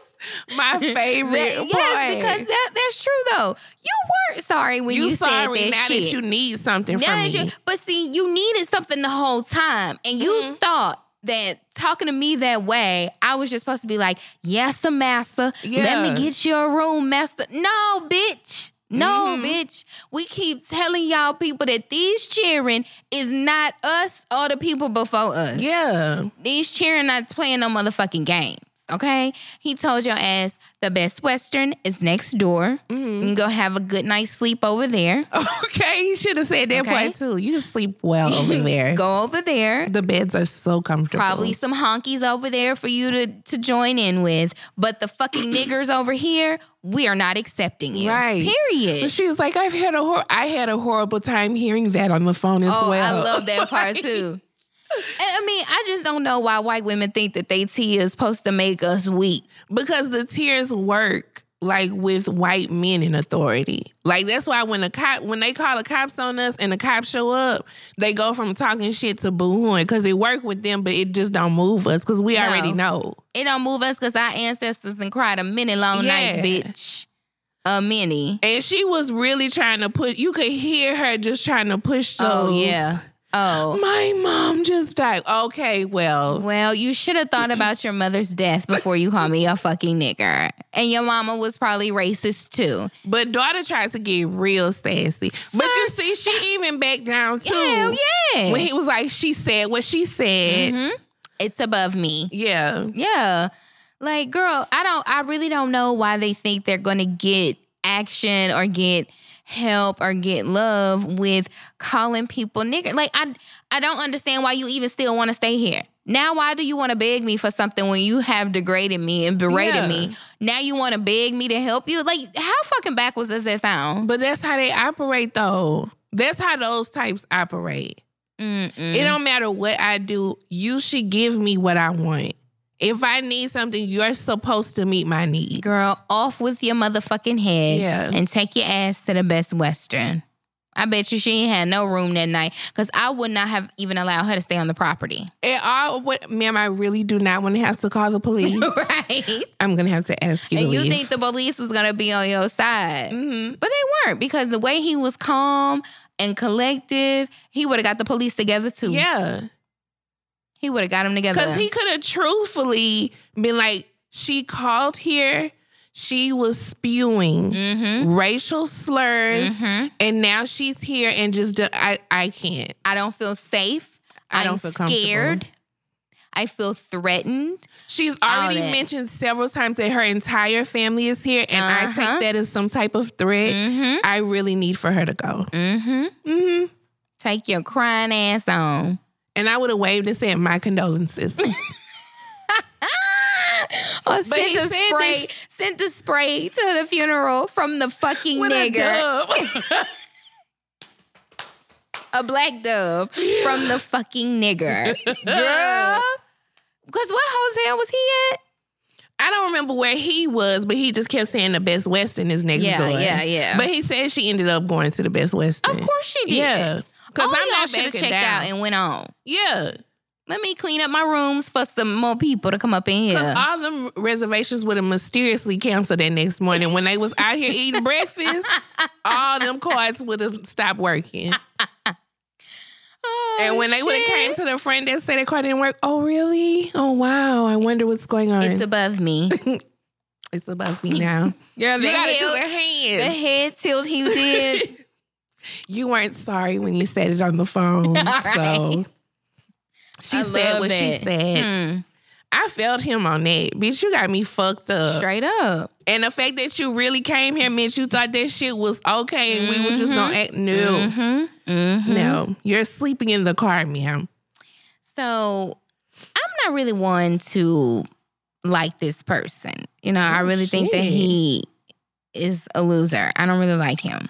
S4: my favorite
S3: That-
S4: part.
S3: yes, because that, that's true though. You weren't sorry when you,
S4: you sorry
S3: said that
S4: now
S3: shit.
S4: that you need something
S3: Now
S4: from
S3: that you-
S4: me.
S3: but see, you needed something the whole time, and you
S4: Mhm.
S3: thought that talking to me that way, I was just supposed to be like, "Yes, sir, master. Let
S4: Yeah.
S3: me get you a room, master." No, bitch. No,
S4: Mm-hmm.
S3: bitch. We keep telling y'all people that these cheering is not us or the people before us.
S4: Yeah.
S3: These cheering not playing no motherfucking games. Okay. He told your ass the best Western is next door.
S4: Mm-hmm.
S3: You can go have a good night's sleep over there.
S4: Okay, he should have said that
S3: Okay.
S4: part too. You can sleep well Uh, over there.
S3: go over there.
S4: The beds are so comfortable.
S3: Probably some honkies over there for you to, to join in with. But the fucking niggers over here, we are not accepting you.
S4: Right.
S3: Period.
S4: But she was like, I've had a hor- I had a horrible time hearing that on the phone as
S3: Oh,
S4: well.
S3: I love that part too. And, I mean, I just don't know why white women think that they tea is supposed to make us weak.
S4: because the tears work like with white men in authority. Like that's why when the cop when they call the cops on us and the cops show up, they go from talking shit to boohooing because it worked with them, but it just don't move us because we
S3: No.
S4: already know.
S3: It don't move us because our ancestors and cried a many long
S4: Yeah.
S3: nights, bitch. A many.
S4: And she was really trying to put. You could hear her just trying to push. Those.
S3: Oh yeah. Oh.
S4: My mom just died. Okay, well,
S3: Well, you should have thought about your mother's death before you called me a fucking nigger. And your mama was probably racist too.
S4: but daughter tries to get real sassy. but you
S3: Sir.
S4: see, she even backed down too.
S3: Hell yeah.
S4: When he was like, she said what she said.
S3: Mhm. It's above me.
S4: Yeah.
S3: Yeah. Like, girl, I don't I really don't know why they think they're gonna get action or get help or get love with calling people nigger. Like I I don't understand why you even still wanna stay here. Now why do you wanna beg me for something when you have degraded me and berated
S4: Yeah.
S3: me? Now you wanna beg me to help you? Like how fucking backwards does that sound?
S4: But that's how they operate, though. That's how those types operate.
S3: Mm-mm.
S4: It don't matter what I do, you should give me what I want. If I need something, you're supposed to meet my need.
S3: Girl, off with your motherfucking head
S4: Yeah.
S3: and take your ass to the best Western. I bet you she ain't had no room that night because I would not have even allowed her to stay on the property.
S4: It all what ma'am, I really do not want to have to call the police.
S3: right.
S4: I'm gonna have to ask you.
S3: And
S4: to
S3: you
S4: leave.
S3: think the police was going to be on your side.
S4: Mhm.
S3: But they weren't because the way he was calm and collective, he would have got the police together too.
S4: Yeah.
S3: He would have got them together.
S4: Because he could have truthfully been like, she called here, she was spewing
S3: Mm-hmm.
S4: racial slurs,
S3: Mm-hmm.
S4: and now she's here and just, do- I, I can't.
S3: I don't feel safe.
S4: I
S3: am
S4: don't feel comfortable.
S3: scared. I feel threatened.
S4: She's
S3: All
S4: already
S3: that.
S4: mentioned several times that her entire family is here, and I
S3: Uh-huh.
S4: take that as some type of threat.
S3: Mm-hmm.
S4: I really need for her to go.
S3: Mm-hmm.
S4: hmm
S3: Take your crying ass on.
S4: And I would have waved and said, My condolences.
S3: Ah! Or
S4: he
S3: sent a
S4: said that
S3: spray,
S4: she-
S3: sent a spray to the funeral from the fucking
S4: With a
S3: nigger,
S4: dub.
S3: a, black dove from the fucking nigger, girl. Because what hotel was he at?
S4: I don't remember where he was, but he just kept saying the Best Western is next
S3: Yeah,
S4: door.
S3: yeah, yeah.
S4: But he said she ended up going to the Best Western.
S3: Of course she did.
S4: Yeah. Because
S3: All
S4: I'm
S3: y'all
S4: not
S3: should have
S4: backing
S3: checked
S4: down.
S3: out and went on.
S4: yeah.
S3: Let me clean up my rooms for some more people to come up in
S4: Because
S3: here.
S4: all them reservations would have mysteriously canceled that next morning. When they was out here eating breakfast, all them cards would have stopped working.
S3: Oh,
S4: And when they would have
S3: shit.
S4: came to the friend that said their card didn't work, oh really? Oh wow. I wonder what's going on.
S3: it's above me.
S4: It's above me now.
S3: Girl,
S4: you
S3: the,
S4: gotta do
S3: head,
S4: their
S3: the
S4: hands.
S3: head tilt he did.
S4: You weren't sorry when you said it on the phone. So
S3: right.
S4: she
S3: I
S4: said
S3: love
S4: what she
S3: that.
S4: said.
S3: Hmm.
S4: I felt him on that. Bitch, you got me fucked up.
S3: Straight up.
S4: And the fact that you really came here meant you thought that shit was okay and we was just gonna act new.
S3: Mm-hmm. Mm-hmm.
S4: No, you're sleeping in the car, ma'am.
S3: So I'm not really one to like this person. You know, I
S4: Oh,
S3: really think that
S4: shit.
S3: he is a loser. I don't really like him.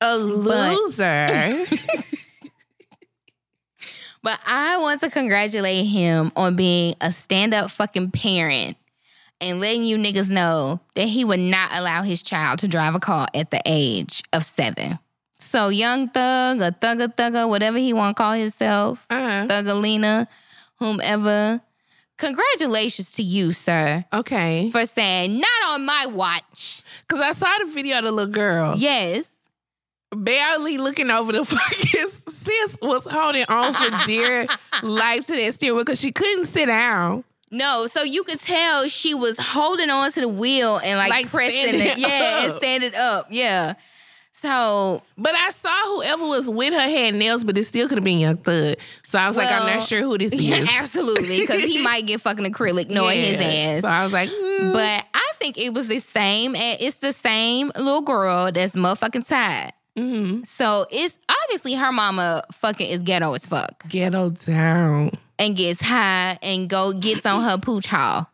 S4: A
S3: But-
S4: loser.
S3: But I want to congratulate him on being a stand up fucking parent and letting you niggas know that he would not allow his child to drive a car at the age of seven. So, young thug or thugger thugger, whatever he want to call himself,
S4: uh-huh.
S3: Thugalina, whomever. Congratulations to you, sir,
S4: Okay.
S3: for saying, not on my watch.
S4: Because I saw the video of the little girl
S3: Yes.
S4: barely looking over the fucking sis was holding on for dear life to that steering wheel because she couldn't sit down.
S3: No, so you could tell she was holding on to the wheel and like,
S4: Like
S3: pressing
S4: standing
S3: it. Yeah, and
S4: up.
S3: standing up. Yeah. So
S4: But I saw whoever was with her had nails, but it still could have been Young Thug. So I was like, I'm
S3: Well,
S4: not sure who this
S3: yeah,
S4: is.
S3: absolutely, because he might get fucking acrylic knowing his
S4: Yeah.
S3: ass.
S4: So I was like, mm.
S3: But I think it was the same. and It's the same little girl that's motherfucking tied.
S4: Mhm.
S3: So it's obviously her mama fucking is ghetto as fuck
S4: ghetto down.
S3: and gets high and go gets on her pooch haul.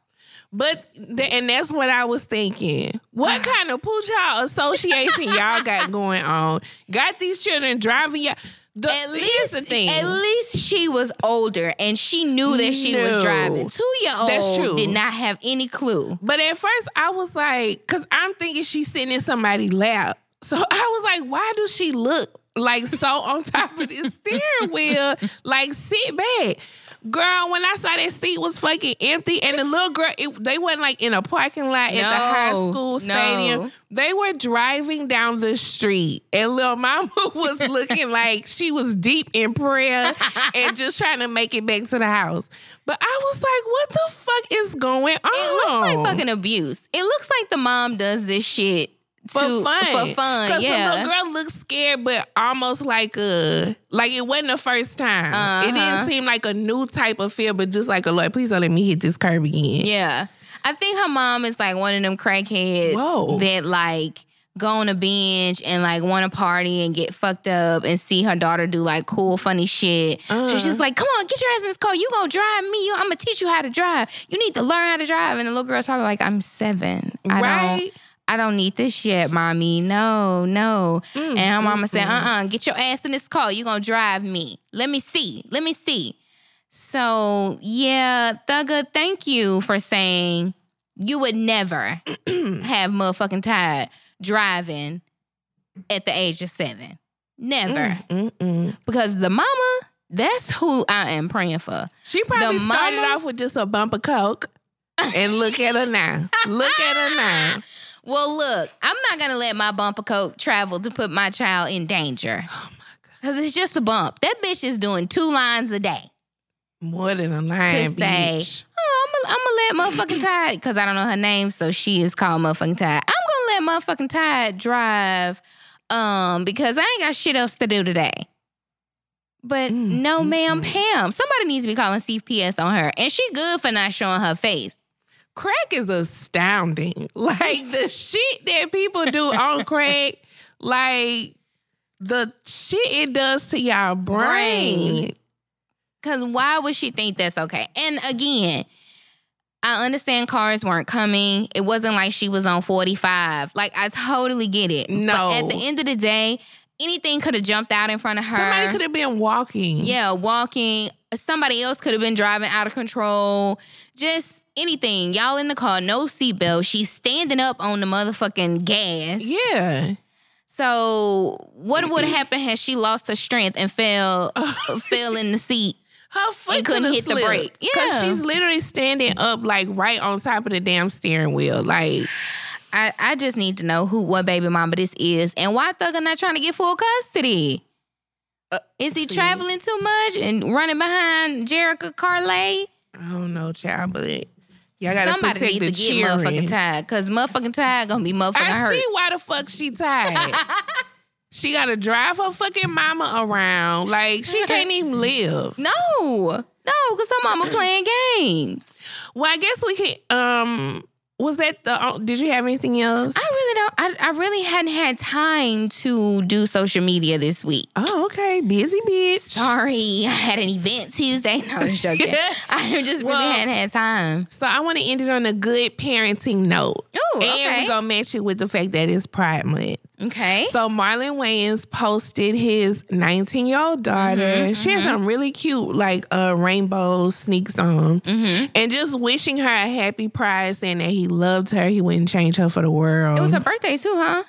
S4: But th- and that's what I was thinking. What kind of pooch hall association y'all got going on? Got these children driving y'all. The,
S3: At
S4: here's
S3: least,
S4: the thing.
S3: at least she was older and she knew that she
S4: No.
S3: was driving. Two year
S4: That's true.
S3: old did not have any clue.
S4: But at first, I was like, because I'm thinking she's sitting in somebody's lap. So I was like, why does she look like so on top of this steering wheel? Like, sit back. Girl, when I saw that seat was fucking empty, and the little girl, it, they wasn't like in a parking lot at the high
S3: No,
S4: school
S3: no.
S4: stadium. They were driving down the street, and little mama was looking like she was deep in prayer and just trying to make it back to the house. But I was like, what the fuck is going on?
S3: It looks
S4: Oh.
S3: like fucking abuse. It looks like the mom does this shit
S4: for
S3: to-
S4: fun.
S3: For fun,
S4: the
S3: yeah.
S4: little girl looked scared, but almost like a like it wasn't the first time. It didn't
S3: Uh-huh.
S4: seem like a new type of fear, but just like a Lord, please don't let me hit this curb again.
S3: Yeah. I think her mom is like one of them crackheads
S4: Whoa.
S3: that like go on a binge and like want to party and get fucked up and see her daughter do like cool funny shit. So
S4: Uh.
S3: she's just like, "Come on, get your ass in this car. You gonna drive me? You- I'm gonna teach you how to drive. You need to learn how to drive." And the little girl's probably like, "I'm seven. I don't."
S4: right?
S3: I don't need this yet, mommy. No, no.
S4: Mm,
S3: and her mama said,
S4: Mm-hmm.
S3: uh uh get your ass in this car. you going to drive me. Let me see. Let me see. So, yeah, Thugger, thank you for saying you would never have motherfucking tired driving at the age of seven. Never.
S4: Mm, mm, mm.
S3: Because the mama, that's who I am praying for.
S4: She probably
S3: The
S4: started
S3: mama-
S4: off with just a bump of coke, and look at her now. Look at her now.
S3: Well, look, I'm not gonna let my bumper coat travel to put my child in danger.
S4: Oh my god,
S3: Cause it's just a bump. That bitch is doing two lines a day.
S4: more than a lion,
S3: To say-
S4: bitch.
S3: Oh, I'm gonna let motherfucking Tide, because I don't know her name, so she is called motherfucking Tide. I'm gonna let motherfucking Tide drive, um, because I ain't got shit else to do today. But
S4: Mm,
S3: no,
S4: mm,
S3: ma'am,
S4: mm.
S3: Pam, somebody needs to be calling CPS on her, and she good for not showing her face.
S4: crack is astounding. Like the shit that people do on crack, like the shit it does to y'all brain.
S3: Brain. Cause why would she think that's okay? And again, I understand cars weren't coming. It wasn't like she was on 45. Like I totally get it.
S4: No.
S3: But at the end of the day, anything could have jumped out in front of her.
S4: Somebody could have been walking.
S3: yeah, walking. Somebody else could have been driving out of control. Just anything. Y'all in the car, no seatbelt. She's standing up on the motherfucking gas.
S4: Yeah.
S3: So what would happen had she lost her strength and fell fell in the seat?
S4: Her foot
S3: And couldn't
S4: coulda
S3: hit the
S4: slipped.
S3: brake. Yeah.
S4: Cause she's literally standing up like right on top of the damn steering wheel. Like
S3: I, I just need to know who what baby mama this is and why Thugger not trying to get full custody. Uh, is he
S4: see.
S3: traveling too much and running behind Jerica Carlay?
S4: I don't know, child, but y'all gotta
S3: Somebody
S4: protect
S3: needs
S4: the
S3: to get motherfucking
S4: cheering.
S3: tired because motherfucking tired gonna be motherfucking
S4: I
S3: hurt.
S4: see why the fuck she tired. she gotta drive her fucking mama around. Like she can't even live.
S3: No, no, because her mama playing games.
S4: Well, I guess we can. Um, was that the? Uh, did you have anything else?
S3: I really don't. I, I really hadn't had time to do social media this week.
S4: oh, okay. Busy bitch.
S3: Sorry, I had an event Tuesday. No, I'm just joking. I just really
S4: Well-
S3: hadn't had time.
S4: So I want to end it on a good parenting note.
S3: Oh,
S4: And
S3: okay.
S4: we're gonna match it with the fact that it's Pride Month.
S3: okay.
S4: So Marlon Wayans posted his 19 year old daughter.
S3: Mm-hmm,
S4: she has some really cute, like uh, rainbow sneaks on,
S3: mm-hmm.
S4: and just wishing her a happy Pride, saying that he loved her, he wouldn't change her for the world.
S3: It was her birthday too, huh?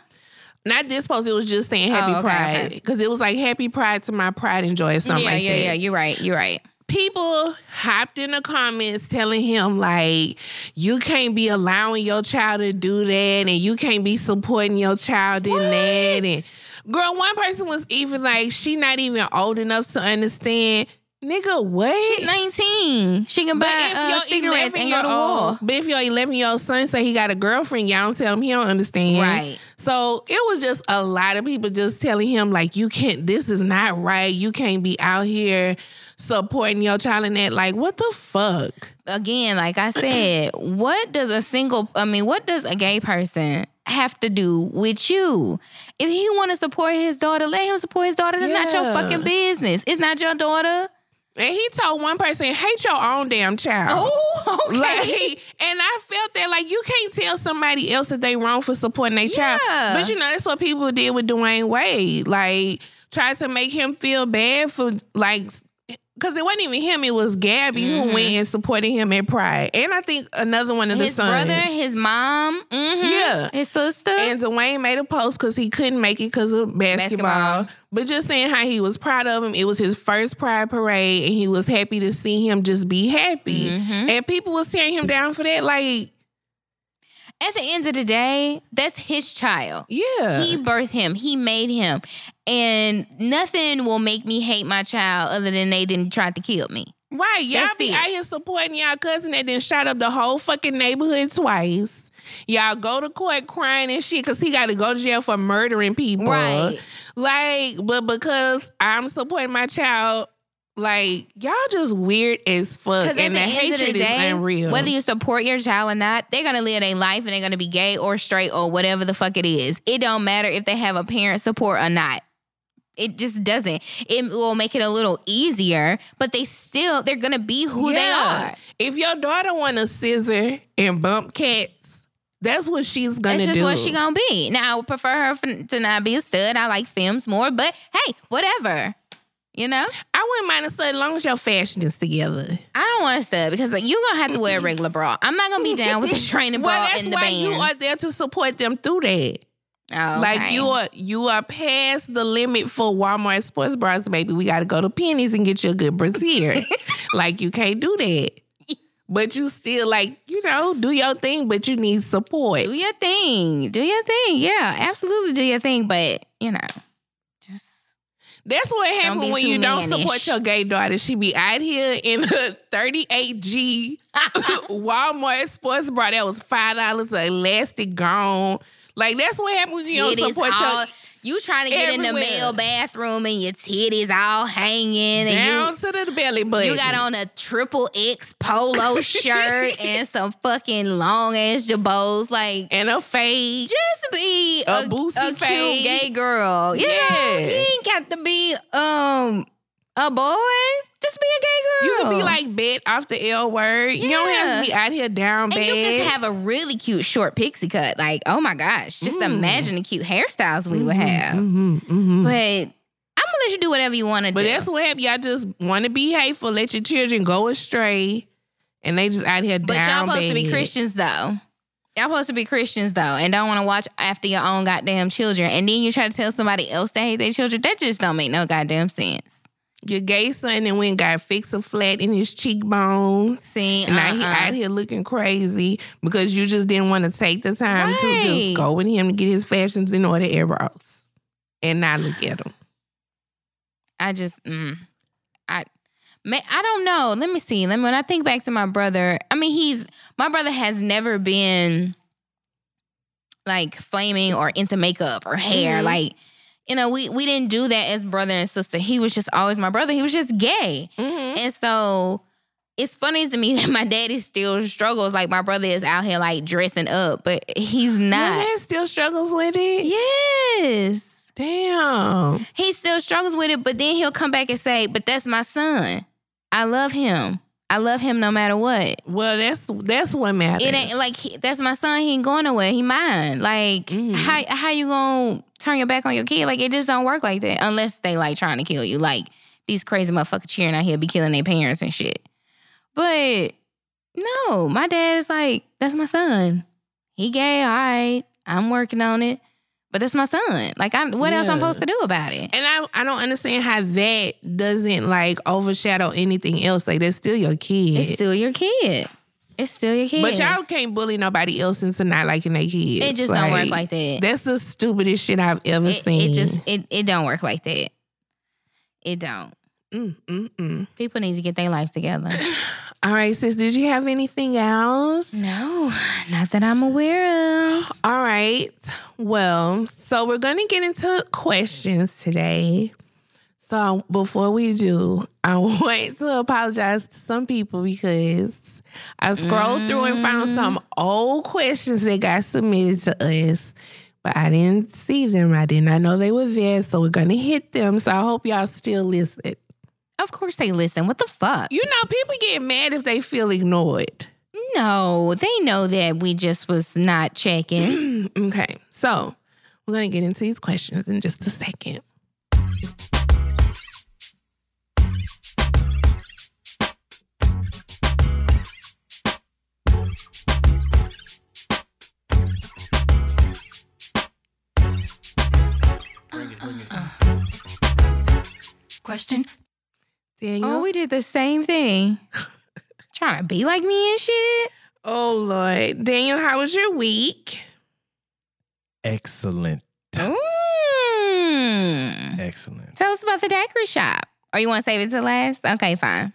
S4: Not this post. It was just saying Happy
S3: Oh, okay,
S4: Pride
S3: okay.
S4: because it was like Happy Pride to my Pride and Joy, or something
S3: yeah,
S4: like
S3: yeah,
S4: that.
S3: yeah. You're right. You're right.
S4: People hopped in the comments telling him like, you can't be allowing your child to do that, and you can't be supporting your child in that. And girl, one person was even like, she not even old enough to understand. Nigga, what?
S3: She's 19. She can buy uh, cigarettes and go to war.
S4: But if your 11 year old son say he got a girlfriend, y'all don't tell him he don't understand.
S3: Right.
S4: So it was just a lot of people just telling him, like, you can't, this is not right. You can't be out here supporting your child in that. Like, what the fuck?
S3: Again, like I said, what does a single, I mean, what does a gay person have to do with you? If he want to support his daughter, let him support his daughter. That's not your
S4: Yeah.
S3: fucking business. It's not your daughter.
S4: And he told one person, hate your own damn child.
S3: Oh,
S4: Like, he- and I felt that like you can't tell somebody else that they wrong for supporting their child.
S3: Yeah.
S4: But you know that's what people did with Dwayne Wade. Like tried to make him feel bad for like because it wasn't even him. It was Gabby
S3: Mm-hmm.
S4: who went and supported him at Pride, and I think another one of the
S3: his
S4: sons.
S3: brother, his mom, mhm,
S4: Yeah.
S3: his sister.
S4: And Dwayne made a post because he couldn't make it because of basketball.
S3: Basketball.
S4: But just saying how he was proud of him. It was his first Pride Parade, and he was happy to see him just be happy.
S3: Mhm.
S4: And people was tearing him down for that. Like,
S3: At the end of the day, that's his child.
S4: yeah.
S3: He birthed him. He made him. And nothing will make me hate my child other than they didn't try to kill me.
S4: Right, y'all
S3: That's
S4: be
S3: it.
S4: out here supporting y'all cousin that then shot up the whole fucking neighborhood twice. Y'all go to court crying and shit because he got to go to jail for murdering people.
S3: Right.
S4: Like, but because I'm supporting my child, like y'all just weird as fuck.
S3: Because
S4: And
S3: at the, end of the
S4: hatred
S3: day,
S4: is unreal.
S3: whether you support your child or not, they're gonna live their life and they're gonna be gay or straight or whatever the fuck it is. It don't matter if they have a parent support or not. It just doesn't. It will make it a little easier, but they still they're gonna be who
S4: Yeah.
S3: they are.
S4: if your daughter want to scissor and bump cats, that's what she's gonna
S3: That's just
S4: do.
S3: what she gonna be. Now I would prefer her f- to not be a stud. I like films more, but hey, whatever. You know,
S4: I wouldn't mind a stud as long as your fashion is together.
S3: I don't want a stud because like you gonna have to wear a regular bra. I'm not gonna be down with the training
S4: well,
S3: bra
S4: that's
S3: and the
S4: why
S3: bands.
S4: you are there to support them through that.
S3: Oh,
S4: Like
S3: okay.
S4: you are you are past the limit for Walmart sports bras, baby. We gotta go to Penny's and get you a good brassiere. like you can't do that. But you still like, you know, do your thing, but you need support.
S3: do your thing. Do your thing. Yeah, absolutely do your thing. But you know, just
S4: That's what happened
S3: be
S4: when
S3: too
S4: you don't
S3: mannish.
S4: support your gay daughter. She be out here in her 38G Walmart sports bra that was five dollars elastic gone. Like that's what happens when you don't
S3: titties
S4: support
S3: all.
S4: your
S3: You trying to get in the
S4: everywhere.
S3: male bathroom and your titties all hanging and you
S4: down to the belly button.
S3: You got on a triple X polo shirt and some fucking long ass jabos. Like,
S4: and a fade.
S3: just be
S4: A
S3: a,
S4: boosie
S3: a cute
S4: fade.
S3: gay girl. You know,
S4: Yeah.
S3: you ain't got to be um a boy. Just be a gay
S4: You
S3: girl.
S4: could be like bit off the L word. You don't have to be out here down
S3: and
S4: bad.
S3: you just have a really cute short pixie cut. Like, oh my gosh, just
S4: Mm.
S3: imagine the cute hairstyles we would have.
S4: Mhm, mhm.
S3: But I'm gonna let you do whatever you want to do.
S4: But that's what happened. Y'all just want to be hateful. Let your children go astray, and they just out here
S3: But
S4: down
S3: y'all supposed to be
S4: bad.
S3: Christians though. Y'all supposed to be Christians though, and don't want to watch after your own goddamn children, and then you try to tell somebody else to hate their children. That just don't make no goddamn sense.
S4: Your gay son and went and got fix a flat in his cheekbones.
S3: See,
S4: And now he
S3: uh-uh.
S4: out here looking crazy because you just didn't want to take the time to
S3: Right.
S4: just go with him to get his fashions in order, eros, and not look at him.
S3: I just, mm, I, ma I don't know. Let me see. Let me when I think back to my brother. I mean, he's my brother has never been like flaming or into makeup or hair.
S4: Mhm.
S3: Like, you know, we we didn't do that as brother and sister. He was just always my brother. He was just gay. Mm-hmm.
S4: Mm-hmm.
S3: And so it's funny to me that my daddy still struggles. Like my brother is out here like dressing up, but he's
S4: Your
S3: not.
S4: man still struggles with it.
S3: Yes.
S4: Damn.
S3: He still struggles with it, but then he'll come back and say, But that's my son. I love him. I love him no matter what.
S4: Well, that's that's what matters.
S3: It ain't like he, that's my son. He ain't going nowhere. He mine. Like
S4: Mhm.
S3: how how you gonna turn your back on your kid? Like it just don't work like that unless they like trying to kill you. Like these crazy motherfuckers cheering out here be killing their parents and shit. But no, my dad is like that's my son. He gay. All right, I'm working on it. But that's my son. Like I, what else I'm
S4: Yeah.
S3: supposed to do about it?
S4: and I, I don't understand how that doesn't like overshadow anything else. Like that's still your kid.
S3: It's still your kid. It's still your kid.
S4: But y'all can't bully nobody else into not liking their kids.
S3: it just don't work like that.
S4: That's the stupidest shit I've ever
S3: it,
S4: seen.
S3: it just it, it don't work like that. It don't.
S4: Mm, mm, mm.
S3: People need to get their life together.
S4: All right, sis, did you have anything else?
S3: no, not that I'm aware of.
S4: All right. Well, so we're going to get into questions today. So before we do, I want to apologize to some people because I scrolled through and found
S3: Mm.
S4: some old questions that got submitted to us, but I didn't see them. I did not know they were there. So we're going to hit them. So I hope y'all still listen.
S3: Of course they listen. What the fuck?
S4: You know, people get mad if they feel ignored.
S3: No, they know that we just was not checking.
S4: okay, so we're gonna get into these questions in just a second.
S5: Question
S4: Daniel,
S3: oh, we did the same thing. Trying to be like me and shit.
S4: oh Lord, Daniel, how was your week?
S6: Excellent.
S3: Mm.
S6: Excellent.
S3: Tell us about the daiquiri shop. Or you want to save it to last? Okay, fine.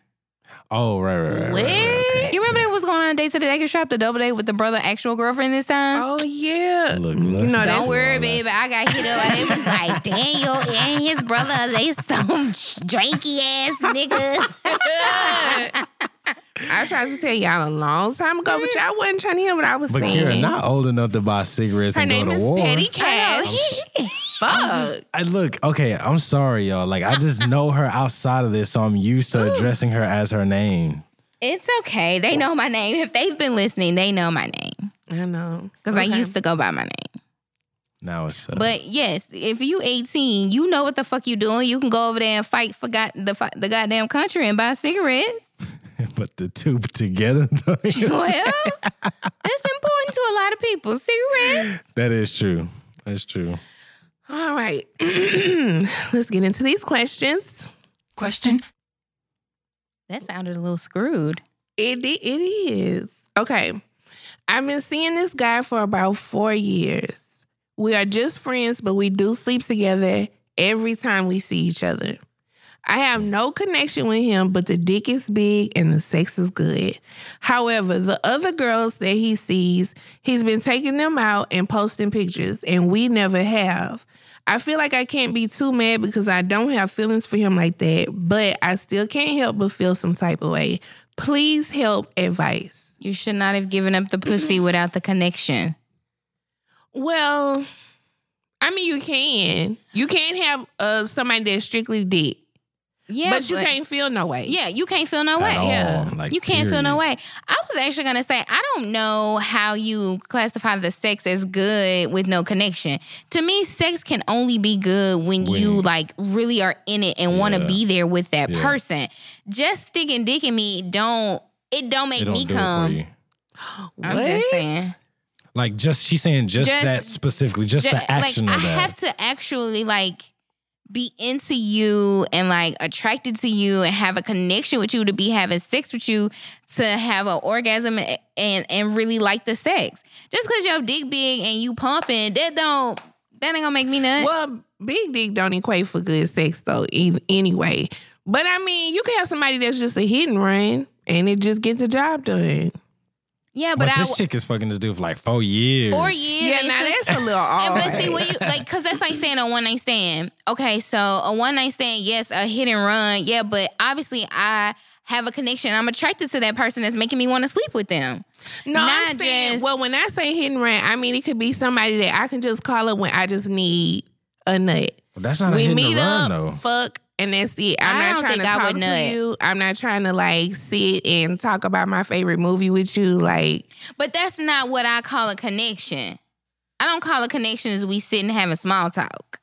S6: Oh, right, right, right. right, right, okay.
S3: You remember that was going on a date to the daiquiri shop, the double date with the brother actual girlfriend this time?
S4: Oh yeah,
S6: Look,
S4: you
S6: listen. Don't
S4: know that's
S3: Don't
S6: That's
S3: worry,
S6: wild, man.
S3: baby. I got hit up. and It was like Daniel and his brother. They some drinky ass niggas.
S4: I tried to tell y'all a long time ago, but y'all wasn't trying to hear what I was
S6: But
S4: saying.
S6: Kira, not old enough to buy cigarettes
S4: Her
S6: and go
S4: name
S6: to
S4: is
S6: war.
S4: Petty
S3: I know.
S4: Cash. Fuck.
S6: I look okay. I'm sorry, y'all. Like I just know her outside of this, so I'm used to addressing her as her name.
S3: it's okay. They know my name. If they've been listening, they know my name
S4: I know
S3: because I
S4: Okay.
S3: used to go by my name.
S6: Now it's uh,
S3: But yes, if you 18, you know what the fuck you doing. You can go over there and fight for got the fi- the goddamn country and buy cigarettes.
S6: but the two together though,
S3: well, that's important to a lot of people. Cigarettes.
S6: that is true. That's true.
S4: All right, let's get into these questions.
S5: Question
S3: That sounded a little screwed.
S4: It i- it is. Okay. I've been seeing this guy for about four years. We are just friends, but we do sleep together every time we see each other. I have no connection with him, but the dick is big and the sex is good. However, the other girls that he sees, he's been taking them out and posting pictures, and we never have. I feel like I can't be too mad because I don't have feelings for him like that, but I still can't help but feel some type of way. Please help advice.
S3: You should not have given up the pussy without the connection.
S4: Well, I mean, you can. You can't have uh, somebody that's strictly dick,
S3: Yeah,
S4: but you can't feel no way.
S3: Yeah, you can't feel no way.
S6: At all,
S4: yeah.
S6: like,
S3: you can't feel no
S6: period.
S3: way. I was actually gonna say I don't know how you classify the sex as good with no connection. To me, sex can only be good when,
S6: When-
S3: you like really are in it and want to
S6: Yeah.
S3: be there with that
S6: Yeah.
S3: person. Just sticking dick in me don't it don't make
S6: It don't
S3: me
S6: do it
S3: come.
S6: for you.
S3: I'm just
S4: What?
S3: saying.
S6: Like just she's saying just,
S3: Just-
S6: that specifically, just,
S3: Ju-
S6: the action
S3: like,
S6: of
S3: I
S6: that.
S3: have to actually like be into you and like attracted to you and have a connection with you to be having sex with you to have an orgasm and and really like the sex. Just cause your dick big and you pumping, that don't that ain't gonna make me nut.
S4: Well, big dick don't equate for good sex though. e- Anyway, but I mean, you can have somebody that's just a hit and run, and it just gets the job done.
S3: Yeah,
S6: but
S3: but, I
S6: this chick is fucking this dude for like four years.
S3: four years.
S4: Yeah,
S3: and
S4: now
S3: still-
S4: that's a little
S3: And,
S4: odd.
S3: but see, when you like, cause that's like saying a one night stand. Okay, so a one night stand, yes, a hit and run, yeah, but obviously I have a connection. I'm attracted to that person that's making me want to sleep with them.
S4: no, I'm
S3: not
S4: saying,
S3: just-
S4: well, when I say hit and run, I mean it could be somebody that I can just call up when I just need a nut.
S6: Well, that's not a
S4: we
S6: hit and
S4: meet
S6: run
S4: up,
S6: though.
S4: fuck, and that's it. I'm
S3: I
S4: not
S3: don't
S4: trying
S3: think
S4: to
S3: I
S4: talk
S3: would
S4: to
S3: nut.
S4: you. I'm not trying to like sit and talk about my favorite movie with you. Like,
S3: But that's not what I call a connection. I don't call a connection as we sitting having small talk.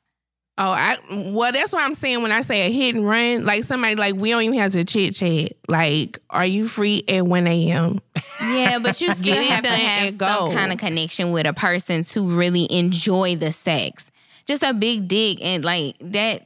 S4: oh, I well, that's what I'm saying when I say a hit and run. Like somebody like we don't even have to chit chat. Like, are you free at 1 a.m.?
S3: Yeah, but you still
S4: Get it
S3: have to
S4: done
S3: have
S4: and
S3: some
S4: go.
S3: kind of connection with a person to really enjoy the sex. Just a big dick and like that,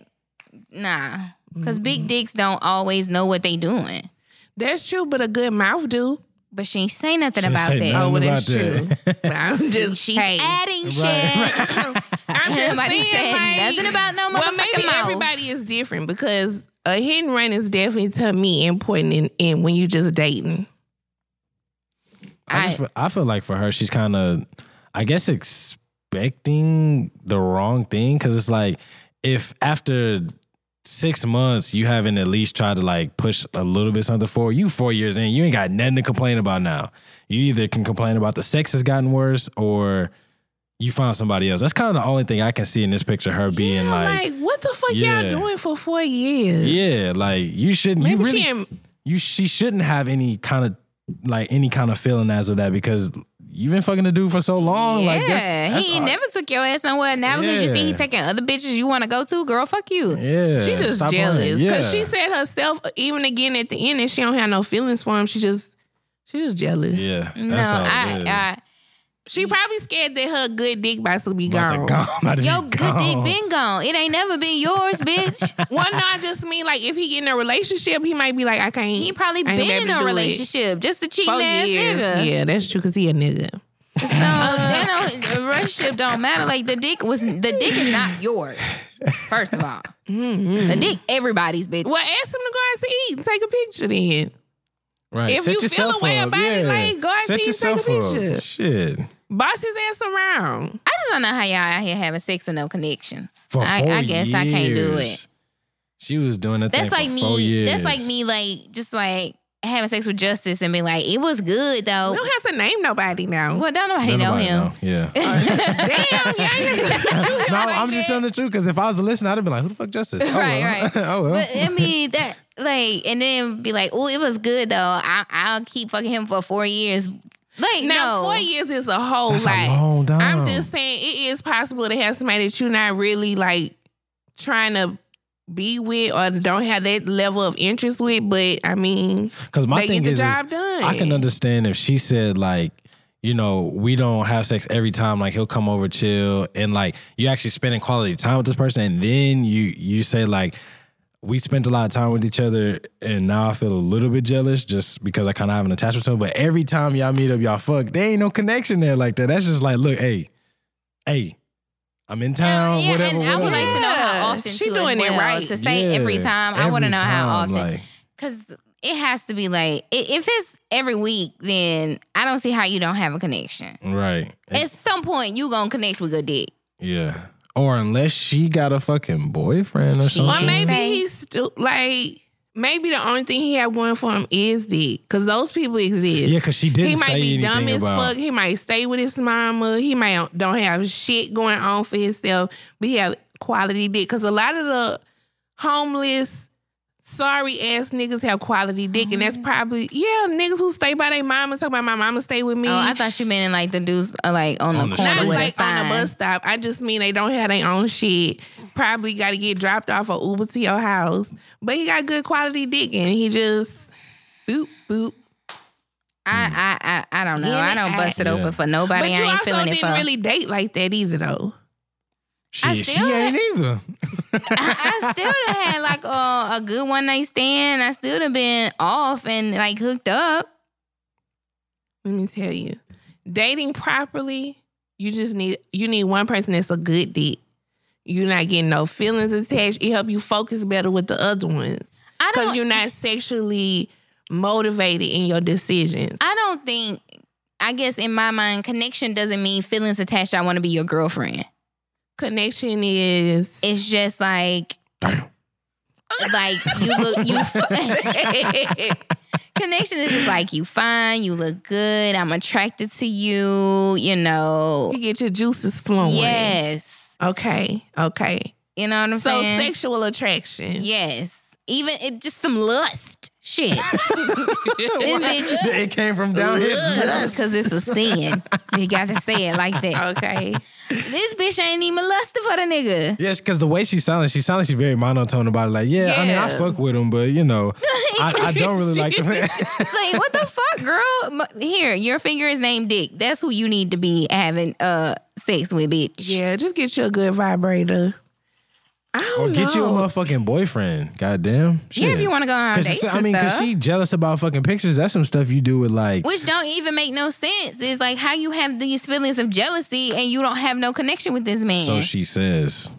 S3: nah. Because big dicks don't always know what they doing.
S4: That's true, but a good mouth do.
S3: But she ain't say nothing
S6: She didn't
S3: about
S6: say
S3: that.
S6: nothing
S3: Oh,
S4: Oh, well,
S6: about
S4: that's true.
S6: that.
S4: But I'm just
S3: She's
S4: hey.
S3: adding shit.
S4: I'm just
S3: Nobody said
S4: saying, like,
S3: nothing about no
S4: well,
S3: motherfucking
S4: maybe
S3: mouth.
S4: everybody is different because a hit and run is definitely to me important in, in when you just dating.
S6: I, just
S3: I-
S6: feel, I feel like for her, she's kind of, I guess, expecting the wrong thing because it's like if after six months you haven't at least tried to like push a little bit something forward, you four years in, you ain't got nothing to complain about now. You either can complain about the sex has gotten worse or you found somebody else. That's kind of the only thing I can see in this picture. Her being
S4: Yeah,
S6: like,
S4: like, what the fuck
S6: Yeah.
S4: y'all doing for four years?
S6: yeah, like you shouldn't.
S4: Maybe
S6: you really,
S4: she didn't.
S6: you she shouldn't have any kind of like any kind of feeling as of that because you've been fucking the dude for so long.
S3: yeah,
S6: Oh, like that's, that's
S3: he ain't
S6: odd.
S3: never took your ass nowhere. Now because you see he
S6: Yeah.
S3: taking other bitches you want to go to, girl, fuck you.
S6: Yeah,
S4: She just
S6: stop
S4: jealous
S6: lying.
S4: because
S6: Yeah.
S4: she said herself. Even again at the end, and she don't have no feelings for him. She just, she just jealous.
S6: yeah,
S3: No,
S6: that's all
S3: I,
S6: good.
S3: I,
S4: She probably scared that her good dick about to be
S6: About to
S4: gone.
S6: go- about to be
S3: Yo, good dick
S6: gone.
S3: been gone. It ain't never been yours, bitch.
S4: Well, no, I just mean like if he get in a relationship, he might be like, I can't.
S3: He probably
S4: I ain't
S3: been in a
S4: about to do it.
S3: relationship, just a cheating
S4: Four
S3: ass
S4: years.
S3: nigga.
S4: Yeah, that's true because he a nigga.
S3: So that don't, the relationship don't matter. Like the dick was, the dick is not yours. First of all, the dick everybody's bitch.
S4: Mm-hmm. Well, ask him to go out to eat and take a picture then.
S6: Right,
S4: If
S6: set
S4: you feel
S6: yourself
S4: a way
S6: up.
S4: about
S6: yeah.
S4: it, like, go out
S6: set
S4: to eat, take a
S6: yourself up.
S4: picture.
S6: Shit,
S4: Boss his ass around.
S3: I just don't know how y'all out here having sex with no connections.
S6: for
S3: I,
S6: four
S3: I guess I can't do it.
S6: years. She was doing that
S3: That's
S6: thing
S3: like
S6: for
S3: me.
S6: four years.
S3: That's like me. Like just like having sex with Justice and be like, it was good
S4: We
S3: though.
S4: don't have to name nobody now.
S3: Well, don't nobody
S6: Don't
S3: know
S6: nobody
S3: him.
S6: Yeah.
S4: Damn, yeah.
S6: no, I'm just telling the truth because if I was a listener, I'd have been like, "Who the fuck justice?" Oh,
S3: Right,
S6: well.
S3: right.
S6: oh well.
S3: But I mean that like, and then be like, oh, it was good though. I, I'll keep fucking him for four years. Like no,
S4: Now, four years is a whole
S6: That's a
S4: lot.
S6: long time.
S4: I'm just saying it is possible to have somebody that you're not really like trying to be with or don't have that level of interest with, but I mean,
S6: Because my
S4: they
S6: thing
S4: get the
S6: is, is
S4: job done.
S6: I can understand if she said like, you know, we don't have sex every time. Like he'll come over, chill, and like you actually spending quality time with this person, and then you you say like, we spent a lot of time with each other, and now I feel a little bit jealous just because I kind of have an attachment to him. But every time y'all meet up, y'all fuck. There ain't no connection there like that. That's just like, look, hey, hey, I'm in town,
S3: yeah,
S6: whatever.
S3: and I would
S6: whatever.
S3: like to know
S4: Yeah.
S3: how often
S4: She
S3: too,
S4: doing
S3: as
S4: it
S3: well.
S4: right.
S3: To say
S6: Yeah,
S3: every time, I want
S6: every
S3: to know how
S6: time,
S3: often.
S6: like-
S3: Cause it has to be like i- if it's every week, then I don't see how you don't have a connection.
S6: right.
S3: At some point, you gonna connect with good dick.
S6: Yeah. Or unless she got a fucking boyfriend or
S3: She-
S6: something.
S4: or
S3: Okay.
S4: maybe
S3: Say.
S4: he's still like, maybe the only thing he had going for him is dick, because those people exist.
S6: Yeah, because she didn't
S4: he might
S6: say
S4: be
S6: anything
S4: dumb as
S6: about.
S4: fuck. He might stay with his mama. He might don't have shit going on for himself, but he have quality dick. Cause a lot of the homeless, sorry ass niggas have quality dick, and that's
S3: Oh.
S4: probably yeah niggas who stay by their mama. Talk about my mama stay with me.
S3: Oh, I thought you meant like the dudes uh, like on,
S6: On
S3: the
S6: the
S3: corner
S4: not
S6: street.
S3: with a
S4: like
S3: sign.
S4: on a bus stop. I just mean they don't have their own shit. Probably got to get dropped off or Uber to your house. But he got good quality dick, and he just boop boop.
S3: I, I I I don't know.
S4: Yeah,
S3: I don't
S4: I-
S3: bust it
S6: Yeah.
S3: open for nobody.
S4: but you
S3: I ain't
S4: also
S3: feeling
S4: didn't
S3: it for.
S4: really date like that either, though.
S3: I
S6: Shit, she
S3: still-
S6: ain't either.
S3: I, I still done had like a, a good one night stand. I still done been off and like hooked up.
S4: let me tell you dating properly you just need you need one person that's a good dick you're not getting no feelings attached it help you focus better with the other ones
S3: I don't.
S4: because you're not sexually motivated in your decisions
S3: I don't think. I guess in my mind, connection doesn't mean feelings attached. I want to be your girlfriend.
S4: connection is
S3: It's just like, like you look, you. F- connection is just like you fine, you look good. I'm attracted to you. You know.
S4: you get your juices flowing
S3: Yes.
S4: okay okay
S3: You know what I'm
S4: so
S3: saying.
S4: sexual attraction
S3: Yes. Even it just some lust shit. Them bitch
S6: It came from down here.
S3: because it's a sin. You got to say it like that.
S4: okay
S3: This bitch ain't even lusting for the nigga.
S6: Yes, because the way she sounded, she sounded she very monotone about it. Like, yeah, I mean, I
S4: Yeah.
S6: fuck with him, but you know, I, I don't really like the.
S3: like what the fuck, girl? M- Here, your finger is named Dick. That's who you need to be having uh sex with, bitch.
S4: yeah just get you a good vibrator I don't
S6: Or
S4: know.
S6: get you a motherfucking boyfriend. Goddamn.
S3: Yeah, if you want to go on dates
S6: Cause I mean,
S3: and
S6: cause
S3: stuff.
S6: she jealous about fucking pictures. That's some stuff you do with like.
S3: which don't even make no sense. It's like how you have these feelings of jealousy and you don't have no connection with this man. Hmm.
S6: So she says.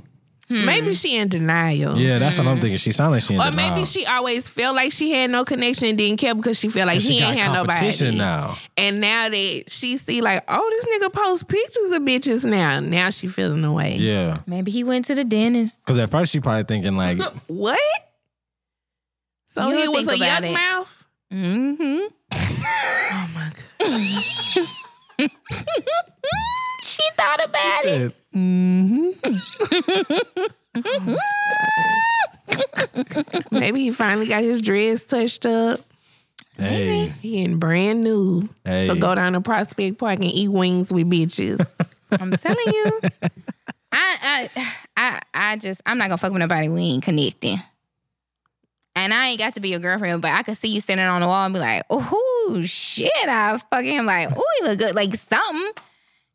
S4: Maybe
S3: Mm.
S4: she in denial.
S6: Yeah, that's what I'm thinking. She sound like she. In
S4: Mm-hmm. Or
S6: denial.
S4: maybe she always felt like she had no connection and didn't care because she felt like
S6: But
S4: he
S6: she got
S4: ain't had
S6: competition
S4: nobody.
S6: now.
S4: And now that she see like, oh, this nigga posts pictures of bitches now. Now she feeling away.
S6: Yeah,
S3: Maybe he went to the dentist.
S6: because at first she probably thinking like,
S4: What? So
S3: You
S4: he
S3: don't
S4: was a
S3: think about
S4: yuck
S3: it.
S4: mouth.
S3: Mm-hmm.
S4: Oh my god.
S3: She thought about it.
S4: Maybe he finally got his dreads touched up.
S6: hey,
S4: He in brand new.
S6: hey,
S4: So go down to Prospect Park and eat wings with bitches.
S3: I'm telling you. I, I I I just I'm not gonna fuck with nobody we ain't connecting. And I ain't got to be your girlfriend, but I could see you standing on the wall and be like, oh shit, I fucking am like, oh, he look good, like something.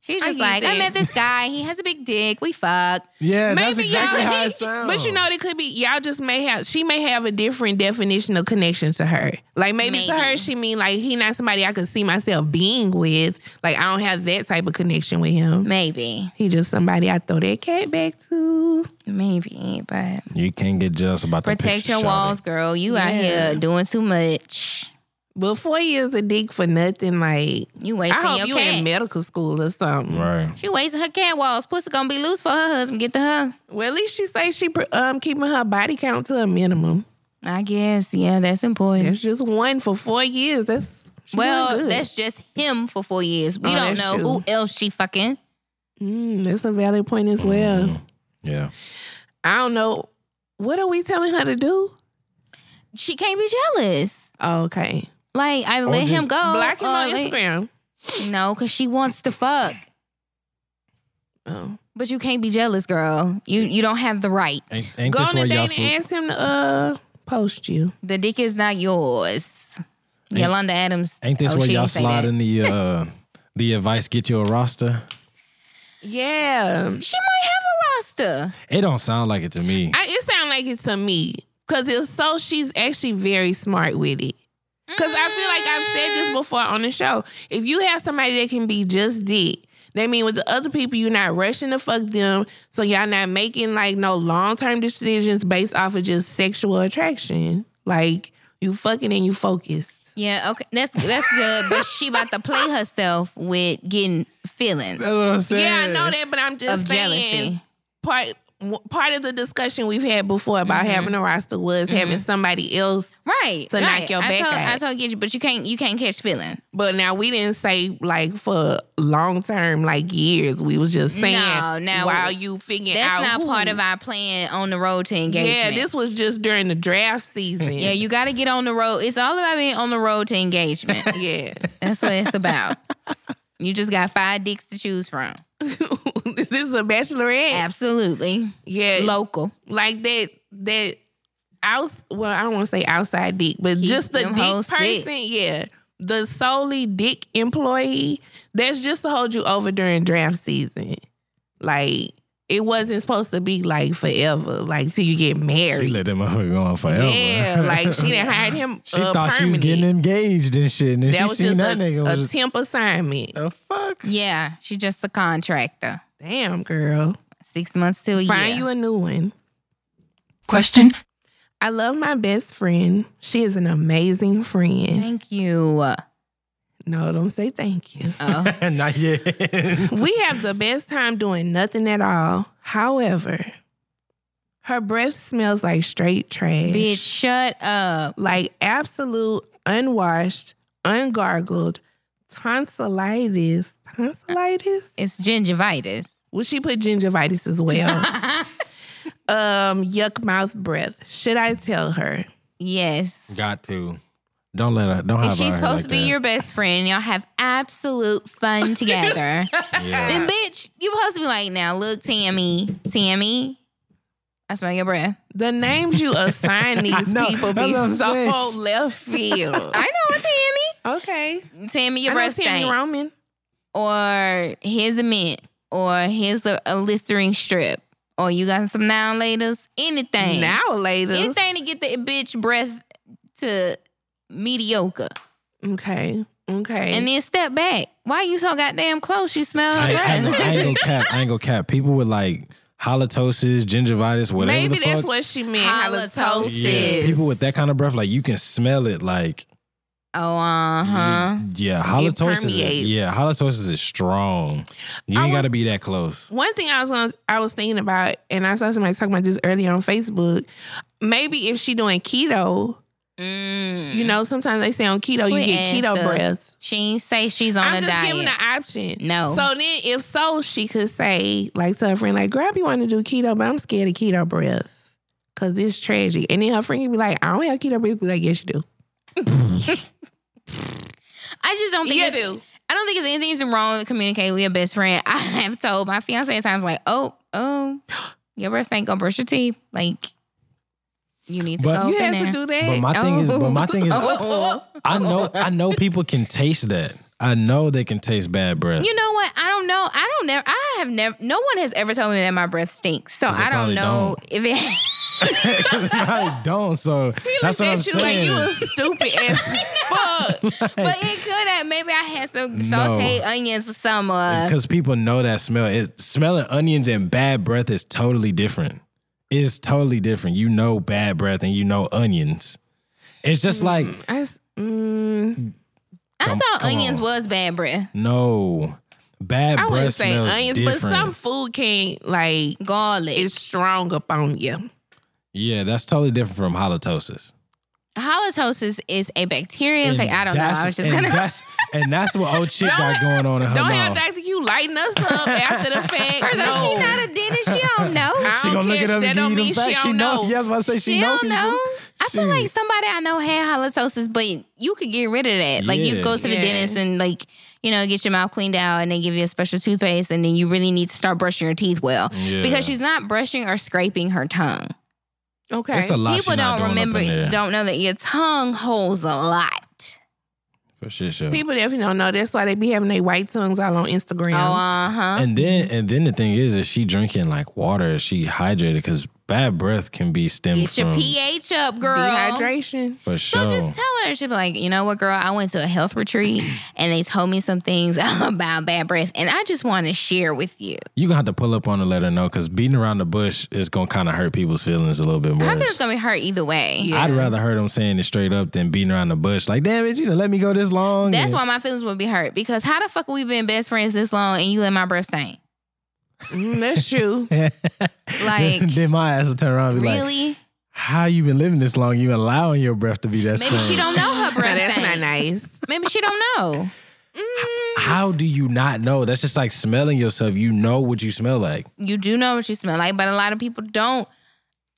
S3: She's
S4: I
S3: just
S4: get
S3: like, I
S4: that.
S3: met this guy, he has a big dick, we fuck.
S6: yeah, that's
S4: Maybe
S6: exactly
S4: y'all-
S6: how it sounds.
S4: But you know, it could be y'all just may have she may have a different definition of connection to her. Like maybe, to
S3: Maybe.
S4: her she mean like he not somebody I could see myself being with. Like I don't have that type of connection with him.
S3: Maybe,
S4: He just somebody I throw that cat back to.
S3: maybe, but
S6: you can't get jealous about the
S3: protect
S6: picture,
S3: your
S6: shawty.
S3: walls, girl. You out
S4: Yeah.
S3: here doing too much.
S4: But four years a dick for nothing. Like
S3: You
S4: I
S3: wasting
S4: hope
S3: your
S4: you
S3: cat.
S4: in medical school or something.
S6: Right.
S3: she wasting her cat walls. Pussy gonna be loose for her husband. Get to her.
S4: Well, at least she say she um keeping her body count to a minimum.
S3: I guess. Yeah, that's important.
S4: That's just one for four years. That's she doing
S3: Well,
S4: good.
S3: that's just him for four years. We
S4: Oh,
S3: don't
S4: that's
S3: know
S4: true.
S3: who else she fucking.
S4: Mm, that's a valid point as well.
S6: Yeah.
S4: I don't know. What are we telling her to do?
S3: She can't be jealous.
S4: okay.
S3: Like I let
S6: just
S3: him go.
S4: Black him
S3: or
S4: on
S3: let-
S4: Instagram.
S3: No, because she wants to fuck.
S4: Oh.
S3: But you can't be jealous, girl. You you don't have the right.
S6: Ain't, ain't
S4: Go
S6: this
S4: on
S6: where
S4: a
S6: y'all?
S4: date
S6: Su-
S4: and ask him to uh post you.
S3: The dick is not yours. Yolanda Adams.
S6: ain't this
S3: oh,
S6: where
S3: she
S6: y'all
S3: didn't say
S6: slide
S3: that.
S6: in the uh, the advice? Get you a roster.
S4: Yeah.
S3: She might have a roster.
S6: It don't sound like it to me.
S4: I, it sound like it to me. Cause it's so she's actually very smart with it. Cause I feel like I've said
S3: Mm.
S4: this before on the show. If you have somebody that can be just dick, that mean with the other people you're not rushing to fuck them. So y'all not making like no long term decisions based off of just sexual attraction. Like you fucking and you focused.
S3: Yeah, okay. That's that's good. but she about to play herself with getting feelings
S6: that's what I'm saying.
S4: Yeah, I know that, but I'm just
S3: of
S4: saying
S3: jealousy.
S4: part w- part of the discussion we've had before
S3: Mm-hmm.
S4: about having a roster was having somebody else
S3: Right.
S4: To
S3: right.
S4: knock your
S3: I
S4: back
S3: told,
S4: out.
S3: I told you, but you can't you can't catch feelings.
S4: But now we didn't say like for long term, like years. We was just saying
S3: No, no.
S4: while you figure out
S3: That's not
S4: who.
S3: part of our plan on the road to engagement.
S4: Yeah, this was just during the draft season.
S3: Yeah, you got to get on the road. It's all about being on the road to engagement.
S4: yeah.
S3: That's what it's about. You just got five dicks to choose from.
S4: this is a bachelorette.
S3: Absolutely.
S4: Yeah,
S3: Local.
S4: like that. That out. Well, I don't want to say outside dick, but
S3: Keep
S4: just the
S3: them
S4: dick person.
S3: hoes sick.
S4: Yeah, the solely dick employee. That's just to hold you over during draft season. Like it wasn't supposed to be like forever. Like till you get married.
S6: She let that motherfucker go on forever.
S4: Yeah, like she didn't hire him.
S6: She
S4: uh,
S6: thought she was
S4: permanent.
S6: getting engaged and shit, and then
S4: That
S6: she
S4: was
S6: seen
S4: just
S6: that
S4: a,
S6: nigga
S4: a
S6: was just,
S4: temp assignment.
S6: the fuck.
S3: Yeah, she just a contractor.
S4: Damn, girl,
S3: Six months to a
S4: find
S3: year.
S4: you a new one.
S5: Question.
S4: I love my best friend. She is an amazing friend.
S3: Thank you.
S4: No, don't say thank you.
S3: Oh,
S6: Not yet.
S4: we have the best time doing nothing at all. However, her breath smells like straight trash.
S3: bitch, shut up.
S4: like absolute unwashed, ungargled tonsillitis. Tonsillitis.
S3: It's gingivitis.
S4: Well, she put gingivitis as well. um, yuck mouth breath. Should I tell her?
S3: yes.
S6: Got to. Don't let her. Don't have
S3: If she's
S6: her
S3: supposed
S6: like
S3: to be
S6: that.
S3: your best friend, y'all have absolute fun together.
S6: Yeah.
S3: Then, bitch, you supposed to be like, now look, Tammy, Tammy, I smell your breath.
S4: The names you assign these
S6: know,
S4: people
S6: that's
S4: be
S6: what I'm
S4: so
S6: saying.
S4: left field.
S3: I know, Tammy.
S4: okay,
S3: Tammy, your
S4: I know
S3: breath
S4: Tammy
S3: stink.
S4: Roman.
S3: Or here's a mint. Or here's a, a Listerine strip. or you got some now laters, anything.
S4: Now, ladies.
S3: anything to get the bitch breath to mediocre.
S4: Okay. Okay.
S3: And then step back. Why you so goddamn close? You smell
S6: I, I, know,
S3: breath.
S6: I ain't gonna cap. I ain't gonna cap. People with like halitosis, gingivitis, whatever
S4: Maybe
S6: the
S4: that's
S6: fuck.
S4: what she meant.
S3: Halitosis.
S4: Halitosis.
S6: yeah, people with that kind of breath, like you can smell it. Like,
S3: oh, uh huh.
S6: yeah, halitosis. Is,
S4: Uh-huh. permeates.
S6: yeah, halitosis is strong. You
S4: I
S6: ain't gotta
S4: was-
S6: be that close.
S4: One thing I was gonna, I was thinking about, and I saw somebody talking about this earlier on Facebook. Maybe if she doing keto,
S6: Mm-hmm.
S3: Mm.
S4: you know, sometimes they say on keto
S3: Quit
S4: you get
S3: adding
S4: keto
S3: stuff.
S4: breath.
S3: she ain't say she's on
S4: I'm
S3: a
S4: just
S3: diet.
S4: giving an option.
S3: No.
S4: So then, if so, she could say like to her friend, like, "Girl, I be wanting to do keto, but I'm scared of keto breath, cause it's tragic." And then her friend could be like, "I don't have keto breath," be like, "Yes, you do.
S3: I just don't think
S4: You
S3: it's-
S4: do.
S3: I don't think it's anything wrong with communicating with your best friend. I have told my fiance at times like, oh, oh, your breast ain't gonna brush your teeth. Like, you need to
S6: But-
S3: go.
S4: You
S3: up in
S4: have
S3: there.
S4: to do that."
S6: But my thing is, but my thing is,
S3: Oh.
S6: I know, I know people can taste that. I know they can taste bad breath.
S3: You know what? I don't know. I don't never. I have never. No one has ever told me that my breath stinks. So
S6: 'Cause they
S3: I don't
S6: probably
S3: know if it.
S6: 'Cause I don't. So that's what
S4: Looked
S6: I'm
S4: at you like
S6: saying.
S4: you was stupid as fuck.
S3: but it could have. Maybe I had some
S6: No.
S3: sauteed onions or some. Uh,
S6: because people know that smell. It smelling onions and bad breath is totally different. It's totally different. You know bad breath and you know onions. It's just like
S4: I s- mm,
S3: I
S6: come-
S3: thought
S6: come
S3: onions
S6: on.
S3: was bad breath.
S6: no bad
S4: I
S6: breath
S4: wouldn't say
S6: smells
S4: onions,
S6: different.
S4: but some food can't like
S3: Garlic.
S4: it's strong up on you.
S6: yeah, that's totally different from halitosis.
S3: Halitosis is a bacteria
S6: And
S3: infection. I don't know.
S6: that's-
S3: I was just
S6: and
S3: gonna.
S6: That's, and that's what old chick got going on in her
S4: Don't have
S6: mouth.
S4: Dr. Q lighten us up after the fact.
S3: First
S4: no.
S3: of all, she not a dentist. She don't know.
S4: I
S6: she
S4: don't
S6: gonna look
S4: care.
S6: it up and
S4: That
S6: give
S4: don't
S6: you them
S4: mean she
S6: facts. She
S4: don't
S6: know.
S4: know.
S6: That's what I say. She,
S3: She
S6: know
S3: don't
S6: people.
S3: know. I feel
S6: Shoot.
S3: like somebody I know had halitosis, but you could get rid of that. Like
S6: Yeah.
S3: you go to the
S4: Yeah.
S3: dentist and like you know get your mouth cleaned out, and they give you a special toothpaste, and then you really need to start brushing your teeth well
S6: Yeah.
S3: because she's not brushing or scraping her tongue.
S4: okay.
S6: It's a lot.
S3: People
S6: she not
S3: don't
S6: doing up in
S3: remember,
S6: there.
S3: don't know that your tongue holds a lot.
S6: for sure, sure.
S4: People definitely don't know. That's why they be having their white tongues all on Instagram.
S3: Oh, uh huh.
S6: And then and then the thing is, is she drinking like water? Is she hydrated? Because bad breath can be stemmed
S3: Get
S6: from
S3: your pH up, girl.
S4: Dehydration.
S6: for
S3: So
S6: sure.
S3: just tell her. She'll be like, you know what, girl? I went to a health retreat and they told me some things about bad breath, and I just want to share with you.
S6: you gonna have to pull up on her, let her know, because beating around the bush is gonna kind of hurt people's feelings a little bit more.
S3: I feel it's gonna be hurt either way.
S6: I'd rather hurt them saying it straight up than beating around the bush. Like, damn it, you done let me go this long. and-
S3: That's why my feelings would be hurt because how the fuck we been best friends this long and you let my breath stink?
S4: Mm, that's true.
S3: Like
S6: then my ass will turn around and be like,
S3: really?
S6: "How you been living this long? You allowing your breath to be that
S3: Maybe she
S6: strong?
S3: don't know her
S4: Now,
S3: breath
S4: that's not
S3: stink.
S4: nice.
S3: Maybe she don't know.
S6: How do you not know? That's just like smelling yourself. You know what you smell like.
S3: You do know what you smell like, but a lot of people don't.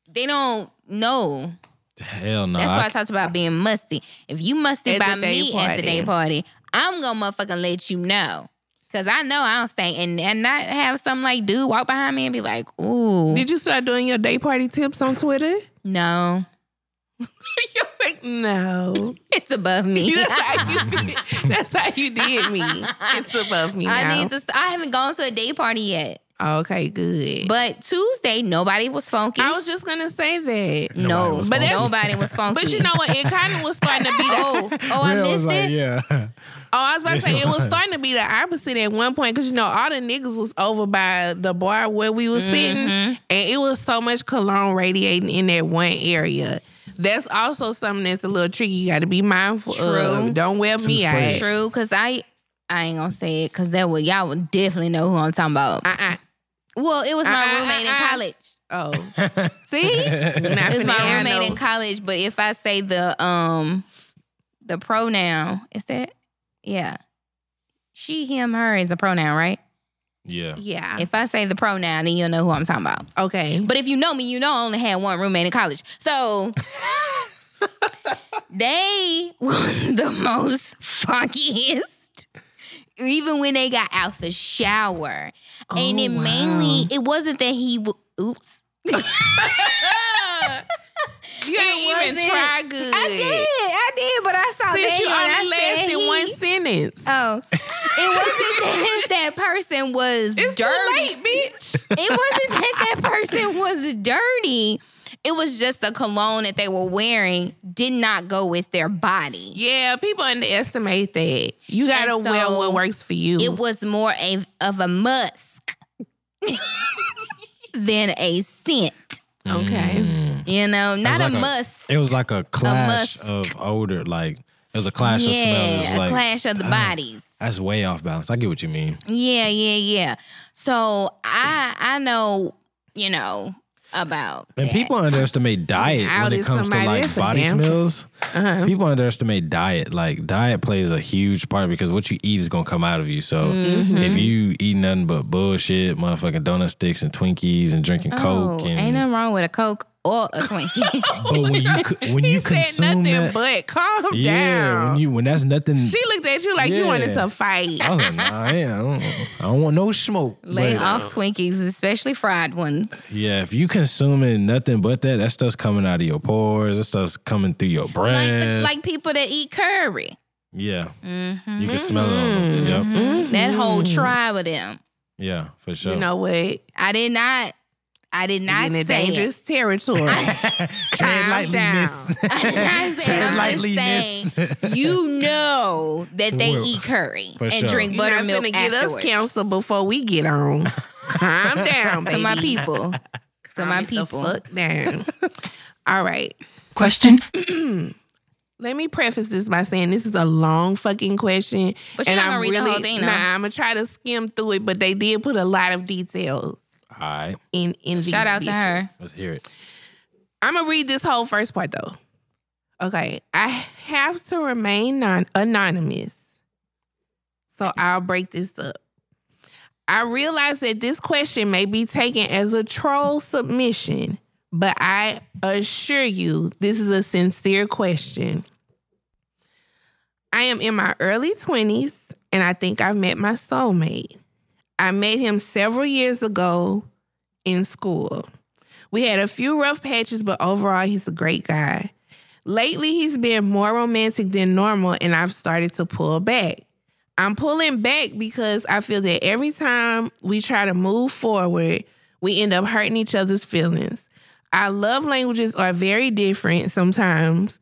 S3: They don't know.
S6: Hell no.
S3: That's
S6: I
S3: why I talked about being musty. If you musty
S4: At the
S3: by
S4: day
S3: me at the
S4: party.
S3: day party, I'm gonna motherfucking let you know. Cause I know I don't stink and, and not have some like dude walk behind me and be like, ooh.
S4: Did you start doing your day party tips on Twitter?
S3: no.
S4: You're like, no.
S3: It's above me.
S4: That's how you did. That's how you did me. It's above me now.
S3: I need to. St- I haven't gone to a day party yet.
S4: Okay, good.
S3: But Tuesday, nobody was funky.
S4: I was just gonna say that.
S6: Nobody
S3: no,
S6: was
S3: but
S6: funky.
S3: nobody was funky.
S4: But you know what? It kind of was starting to be the.
S3: oh, oh, I
S6: Real was
S3: missed
S6: like,
S3: it.
S6: Yeah.
S4: Oh, I was about to say
S6: Yes,
S4: it was
S6: it was.
S4: starting to be the opposite at one point because you know all the niggas was over by the bar where we was sitting, and it was so much cologne radiating in that one area. That's also something that's a little tricky. You got to be mindful
S3: True.
S4: of. Don't wear me out.
S6: Toothpaste.
S3: True, cause I, I ain't gonna say it, cause that would y'all would definitely know who I'm talking about.
S4: Uh-uh.
S3: well, it was my
S4: Uh-uh,
S3: roommate in
S4: uh-uh.
S3: college.
S4: Oh,
S3: See,
S4: Not
S3: it was
S4: finna-
S3: my
S4: I
S3: roommate
S4: know.
S3: in college. But if I say the um, the pronoun is that yeah, she, him, her is a pronoun, right?
S6: Yeah.
S4: Yeah.
S3: If I say the pronoun, then you'll know who I'm talking about.
S4: okay.
S3: But if you know me, you know I only had one roommate in college. So they was the most funkiest. Even when they got out the shower. and
S4: Oh,
S3: it
S4: wow.
S3: mainly, it wasn't that he, w- oops.
S4: You ain't even
S3: wasn't-
S4: try good.
S3: I did, I did, but I saw
S4: Since
S3: that
S4: you
S3: and I
S4: only
S3: said
S4: lasted
S3: he-
S4: one sentence.
S3: Oh, it wasn't that that person was
S4: it's
S3: dirty.
S4: too late, bitch.
S3: It wasn't that that person was dirty. It was just the cologne that they were wearing did not go with their body.
S4: yeah, people underestimate that. You gotta
S3: And
S4: wear
S3: so
S4: what works for you.
S3: It was more a, of a musk than a scent.
S6: Mm.
S4: okay.
S3: You know, not
S6: like
S3: a
S6: a-
S3: musk.
S6: It was like a clash
S3: musk.
S6: of odor. Like it was a clash of smells. It
S3: yeah,
S6: was
S3: a
S6: like,
S3: clash of the
S6: "Damn,
S3: bodies.
S6: That's way off balance. I get what you mean.
S3: Yeah, yeah, yeah. So I I know, you know, about
S6: And
S3: that.
S6: people underestimate diet when
S4: outed
S6: it comes to like
S4: somebody, that's a
S6: body
S4: damn tr-
S6: smells.
S4: Uh-huh.
S6: People underestimate diet. Like diet plays a huge part because what you eat is gonna come out of you. So
S4: Mm-hmm.
S6: if you eat nothing but bullshit, motherfucking donut sticks and Twinkies and drinking
S3: oh,
S6: Coke, and
S3: ain't nothing wrong with a Coke or a Twinkie.
S6: but when you co- when
S4: He
S6: you
S4: said
S6: consume
S4: nothing
S6: that,
S4: but calm
S6: yeah,
S4: down.
S6: when you when that's nothing,
S4: she looked at you like you
S6: Yeah.
S4: wanted to fight.
S6: I was like, nah, I ain't- I don't, I don't want no smoke.
S3: Lay
S6: But,
S3: off Twinkies, especially fried ones.
S6: Yeah, if you consuming nothing but that, that stuff's coming out of your pores. That stuff's coming through your
S3: Like,
S6: breath.
S3: the, like people that eat curry.
S6: yeah,
S3: Mm-hmm.
S6: you can smell it. On them. Yep.
S4: Mm-hmm.
S3: That whole
S4: Mm.
S3: tribe of them.
S6: Yeah, for sure.
S4: You know what?
S3: I did not. I did not
S4: in a
S3: say it.
S4: dangerous territory.
S6: Tread
S4: Calm
S6: lightly,
S4: down.
S6: miss.
S3: I'm not saying-
S6: Tread
S3: I'm
S6: lightly,
S3: just
S6: miss.
S3: saying, you know that they
S6: Well,
S3: eat curry
S6: for
S3: and
S6: sure.
S3: drink
S4: You're not
S3: buttermilk
S4: finna get us
S3: afterwards.
S4: canceled before we get on. Calm down,
S3: to
S4: baby.
S3: my people. To
S4: Calm
S3: my
S4: the
S3: people.
S4: fuck down. All right.
S5: Question.
S4: Let me preface this by saying this is a long fucking question.
S3: But you're not gonna read the whole thing, though.
S4: Nah, I'm gonna try to skim through it, but they did put a lot of details
S6: All right,
S4: in in these
S3: Shout out to
S4: bitches.
S3: her.
S6: let's hear it.
S4: I'm gonna read this whole first part though. Okay, I have to remain non- anonymous, so I'll break this up. I realize that this question may be taken as a troll submission, but I assure you this is a sincere question. I am in my early 20s and I think I've met my soulmate. I met him several years ago in school. We had a few rough patches, but overall, he's a great guy. Lately, he's been more romantic than normal, and I've started to pull back. I'm pulling back because I feel that every time we try to move forward, we end up hurting each other's feelings. Our love languages are very different sometimes.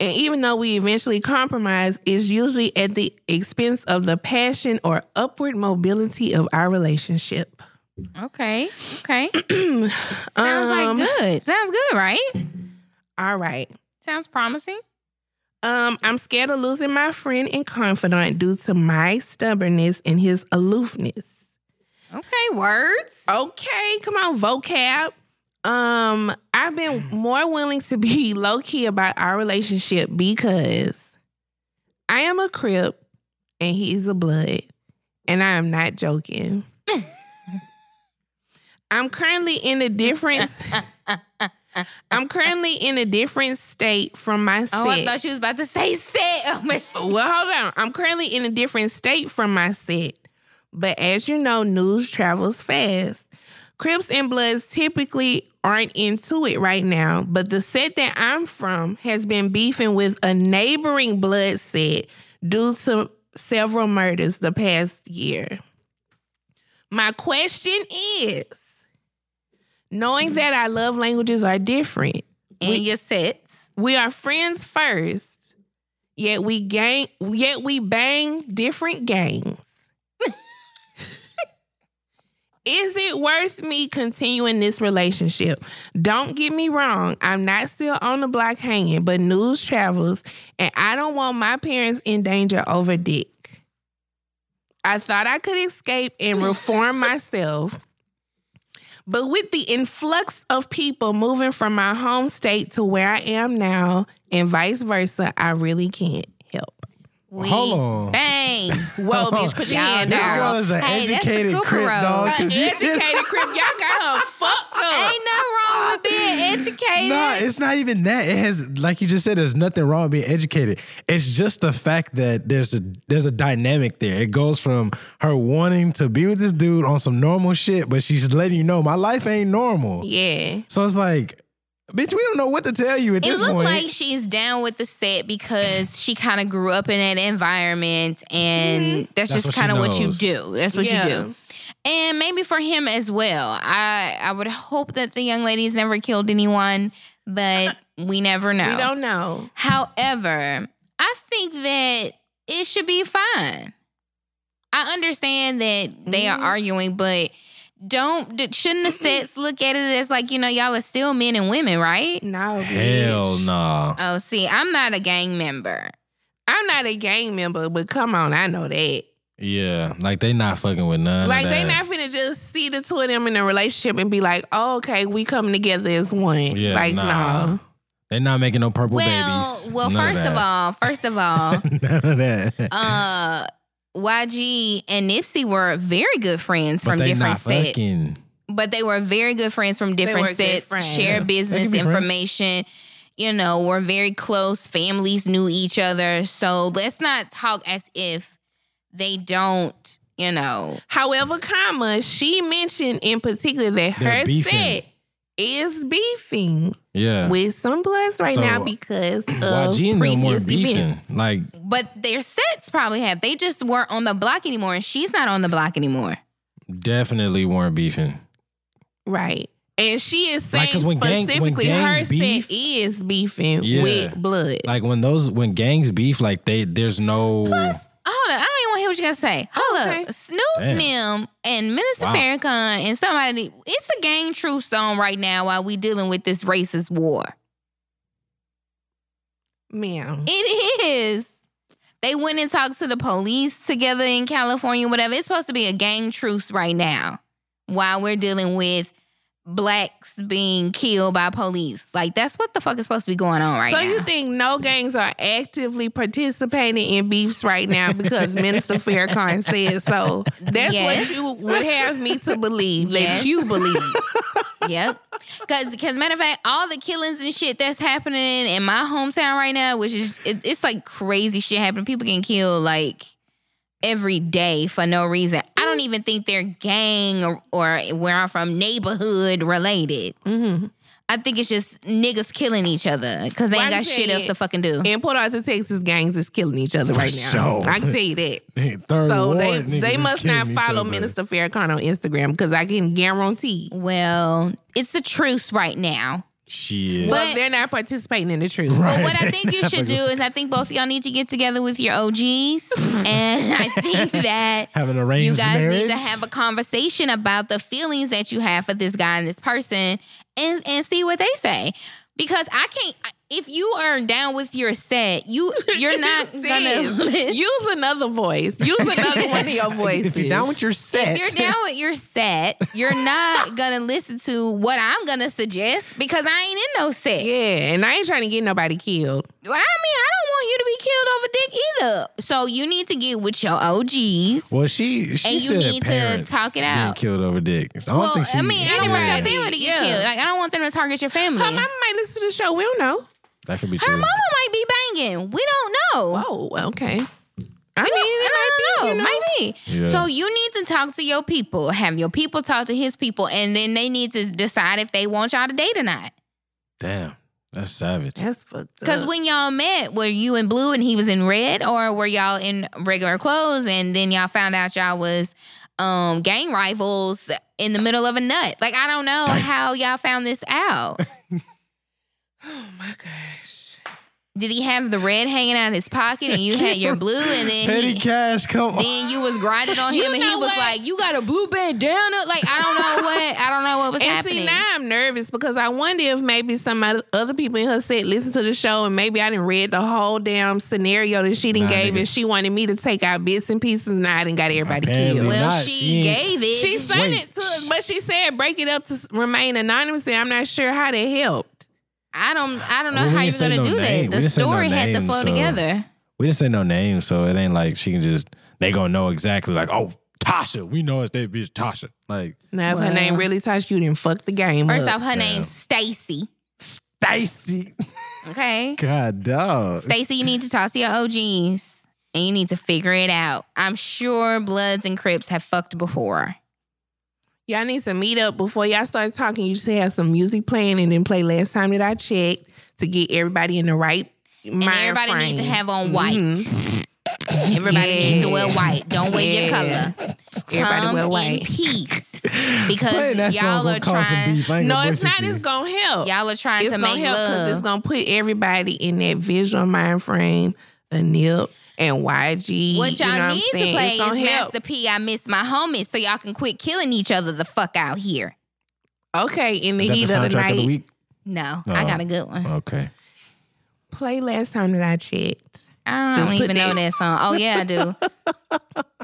S4: And even though we eventually compromise, it's usually at the expense of the passion or upward mobility of our relationship.
S3: Okay. Okay.
S4: Sounds
S3: Sounds
S4: Um,
S3: like good. Sounds good, right?
S4: All right.
S3: Sounds promising.
S4: Um, I'm scared of losing my friend and confidant due to my stubbornness and his aloofness.
S3: Okay. Words.
S4: Oh, Okay, come on, vocab. Um, I've been more willing to be low key about our relationship because I am a Crip and he's a Blood, and I am not joking. I'm currently in a different. I'm currently in a different state from my set.
S3: Oh, I thought she was about to say set. Oh, my sh-
S4: Well, hold on. I'm currently in a different state from my set. But as you know, news travels fast. Crips and Bloods typically aren't into it right now, but the set that I'm from has been beefing with a neighboring Blood set due to several murders the past year. My question is knowing that our love languages are different,
S3: Mm-hmm. And your sets.
S4: we are friends first, yet we gang yet we bang different gangs. Is it worth me continuing this relationship? Don't get me wrong, I'm not still on the block hanging, but news travels and I don't want my parents in danger over dick. I thought I could escape and reform myself, but with the influx of people moving from my home state to where I am now and vice versa, I really can't help.
S3: We
S6: Hold on.
S3: Bang.
S4: Whoa,
S3: Oh,
S4: bitch, put your hand
S3: This
S4: down.
S3: girl is an Hey, that's the educated Cooper crip, road. dog,
S4: An educated crip, y'all got her fucked up.
S3: Ain't nothing wrong with being educated.
S6: Nah, it's not even that. It has, like you just said, there's nothing wrong with being educated. It's just the fact that there's a there's a dynamic there. It goes from her wanting to be with this dude on some normal shit, but she's letting you know my life ain't normal.
S4: Yeah.
S6: So it's like, Bitch, we don't know what to tell you at
S3: It
S6: this
S3: looked
S6: point.
S3: like she's down with the set because she kind of grew up in that environment, and
S6: That's
S3: that's, just
S6: what she
S3: kind of what you
S6: knows.
S3: do. That's what
S4: Yeah.
S3: you do, and maybe for him as well. I I would hope that the young lady's never killed anyone, but we never know.
S4: We don't know.
S3: However, I think that it should be fine. I understand that they are
S4: Mhm.
S3: arguing, but don't d- shouldn't the sets look at it as like you know y'all are still men and women, right?
S4: No.
S6: Hell
S4: bitch.
S6: nah.
S3: Oh, see, I'm not a gang member.
S4: I'm not a gang member, but come on, I know that.
S6: Yeah, like they not fucking with none.
S4: like
S6: of
S4: they
S6: that.
S4: not finna just see the two of them in a relationship and be like, oh, okay, we coming together as one.
S6: Yeah,
S4: like
S6: nah.
S4: no.
S6: They not making no purple
S3: well,
S6: babies.
S3: well,
S6: None
S3: first of,
S6: that.
S3: all, first of all,
S6: none of that.
S3: uh, YG and Nipsey were very good friends
S6: but
S3: from
S6: they
S3: different
S6: not
S3: sets.
S6: fucking.
S3: but they were very good friends from different
S4: were good
S3: sets,
S4: friends.
S3: shared
S6: Yeah. They
S3: business
S6: could be friends.
S3: information. You know, were very close. Families knew each other, so let's not talk as if they don't. You know,
S4: However, comma, she mentioned in particular that
S6: They're
S4: her
S6: beefing.
S4: set is beefing
S6: Yeah.
S4: with some bloods right
S6: So,
S4: now because of
S6: YG and them were
S4: previous
S6: beefing.
S4: events.
S6: Like
S3: but their sets probably have. They just weren't on the block anymore, and she's not on the block anymore.
S6: definitely weren't beefing.
S4: Right. And she is
S6: Like,
S4: saying
S6: 'cause when gang- when
S4: specifically her
S6: gangs beef-
S4: set is beefing
S6: Yeah.
S4: with blood.
S6: Like when those when gangs beef, like they there's no
S3: Plus, hold up, I don't even want to hear what you got to say. Hold
S4: Oh, Okay.
S3: up, Snoop
S6: Damn.
S3: Nim and Minister
S6: Wow.
S3: Farrakhan and somebody. It's a gang truce song right now while we dealing with this racist war.
S4: Ma'am.
S3: It is. They went and talked to the police together in California, whatever. It's supposed to be a gang truce right now while we're dealing with blacks being killed by police. Like, that's what the fuck is supposed to be going on right
S4: so
S3: now.
S4: you think no gangs are actively participating in beefs right now because Minister Farrakhan said so? That's
S3: Yes.
S4: what you would have me to believe
S3: Yes.
S4: that you believe.
S3: yep. Because, matter of fact, all the killings and shit that's happening in my hometown right now, which is, it, it's like crazy shit happening. People getting killed like every day for no reason. I don't even think they're gang or, or where I'm from, neighborhood related.
S4: hmm
S3: I think it's just niggas killing each other because they
S4: Well,
S3: ain't
S4: I'm
S3: got shit
S4: saying-
S3: else to fucking do.
S4: In Port Arthur, Texas, gangs is killing each other right now.
S6: sure.
S4: I can tell you that.
S6: third
S4: so
S6: ward
S4: they
S6: niggas
S4: they
S6: is
S4: must
S6: killing
S4: not
S6: each
S4: follow
S6: other.
S4: Minister Farrakhan on Instagram because I can guarantee.
S3: Well, it's a truce right now.
S6: Shit.
S4: But
S3: But-
S4: they're not participating in the truth.
S6: Right.
S3: But what I think you should do is, I think both of y'all need to get together with your OGs, and I think that
S6: Have an arranged
S3: you guys
S6: marriage.
S3: need to have a conversation about the feelings that you have for this guy and this person, and and see what they say. Because I can't. If you are down with your set, you you're not gonna.
S4: use another voice. Use another one of your
S7: If
S4: voices.
S7: you're down with your set,
S3: if you're down with your set, you're not gonna listen to what I'm gonna suggest because I ain't in no set.
S4: yeah, and I ain't trying to get nobody killed.
S3: I mean, I don't want you to be killed over dick either. So you need to get with your OGs.
S6: well, she she
S3: And you
S6: said
S3: need
S6: her
S3: to
S6: parents
S3: talk it
S6: being
S3: out.
S6: killed over dick. I don't
S3: well,
S6: think she.
S3: I mean, I don't want your
S6: Yeah,
S3: family to get
S4: Yeah.
S3: killed. Like, I don't want them to target your family.
S4: Her mama might listen to the show. We don't know.
S6: That could be
S3: Her
S6: true.
S3: mama might be banging. We don't know.
S4: Oh,
S3: We
S4: okay. I mean,
S3: don't-
S4: it
S3: I
S4: might
S3: don't
S4: be. You
S3: know.
S4: know,
S3: Might be.
S6: Yeah.
S3: So you need to talk to your people. Have your people talk to his people, and then they need to decide if they want y'all to date or not.
S6: Damn, that's savage.
S4: That's fucked up.
S3: Because when y'all met, were you in blue and he was in red, or were y'all in regular clothes and then y'all found out y'all was um, gang rivals in the middle of a nut? Like I don't know how y'all found this out.
S4: oh my gosh.
S3: Did he have the red hanging out of his pocket and you had your blue, and then
S6: Petty
S3: he,
S6: cash, come on.
S3: then you was grinding on him and he
S4: know
S3: was
S4: what?
S3: like, "You got a blue bandana." Like I don't know what I don't know what was
S4: and
S3: happening.
S4: see, now I'm nervous because I wonder if maybe some oth- other people in her set listened to the show and maybe I didn't read the whole damn scenario that she didn't
S6: Nah,
S4: gave
S6: nigga.
S4: and she wanted me to take out bits and pieces and I didn't got everybody
S6: Apparently
S4: killed.
S6: not.
S3: well,
S6: she
S3: she,
S6: ain't-
S3: gave it.
S4: She sent
S6: Wait.
S4: it to us, but she said break it up to s- remain anonymous and I'm not sure how that helped.
S3: I don't. I don't know
S6: Well, we
S3: how
S6: didn't
S3: you're
S6: say
S3: gonna
S6: no name.
S3: do
S6: We
S3: that. The
S6: didn't say no
S3: story had to
S6: name,
S3: flow
S6: so-
S3: together.
S6: We didn't say no names, so it ain't like she can just they gonna know exactly like, oh, Tasha, we know it's that bitch Tasha. Like
S4: Now, if
S3: Well.
S4: her name really touched you, then fuck the game
S3: First
S4: up.
S3: off, her
S6: Damn.
S3: name's Stacy.
S6: Stacy.
S3: Okay.
S7: God, dog.
S3: Stacy, you need to talk to your OGs and you need to figure it out. I'm sure Bloods and Crips have fucked before.
S4: Y'all need to meet up before y'all start talking. You should have some music playing and then play last time that I checked to get everybody in the right
S3: And
S4: mind
S3: everybody
S4: frame. Mm-hmm.
S3: needs to have on white. Everybody
S4: Yeah.
S3: needs to wear white. Don't wear your
S4: Yeah.
S3: color.
S4: Everybody
S3: Come
S4: wear
S3: in
S4: white.
S3: peace
S6: Playing that
S3: because
S6: song
S3: y'all
S6: gonna
S3: are
S6: cause some
S3: trying.
S6: beef. I ain't
S4: No,
S6: gonna
S4: it's
S6: bullshit
S4: not.
S6: you.
S4: It's gonna help.
S3: Y'all are trying
S4: it's
S3: to
S4: gonna
S3: make
S4: help
S3: love.
S4: it's gonna put everybody in that visual mind frame. A nip and YG.
S3: What
S4: you
S3: y'all
S4: know I'm
S3: need to
S4: saying?
S3: play
S4: It's
S3: is
S4: gonna help.
S3: Master P. I miss my homies, so y'all can quit killing each other the fuck out here.
S4: Okay, in the
S6: Is that
S4: heat of the
S6: soundtrack
S4: night.
S6: of the week?
S3: No,
S6: No. Uh,
S3: I got a good one.
S6: Okay.
S4: Play last time that I checked.
S3: I
S4: Just
S3: don't
S4: put
S3: even know
S4: that-
S3: that song. Oh yeah, I do.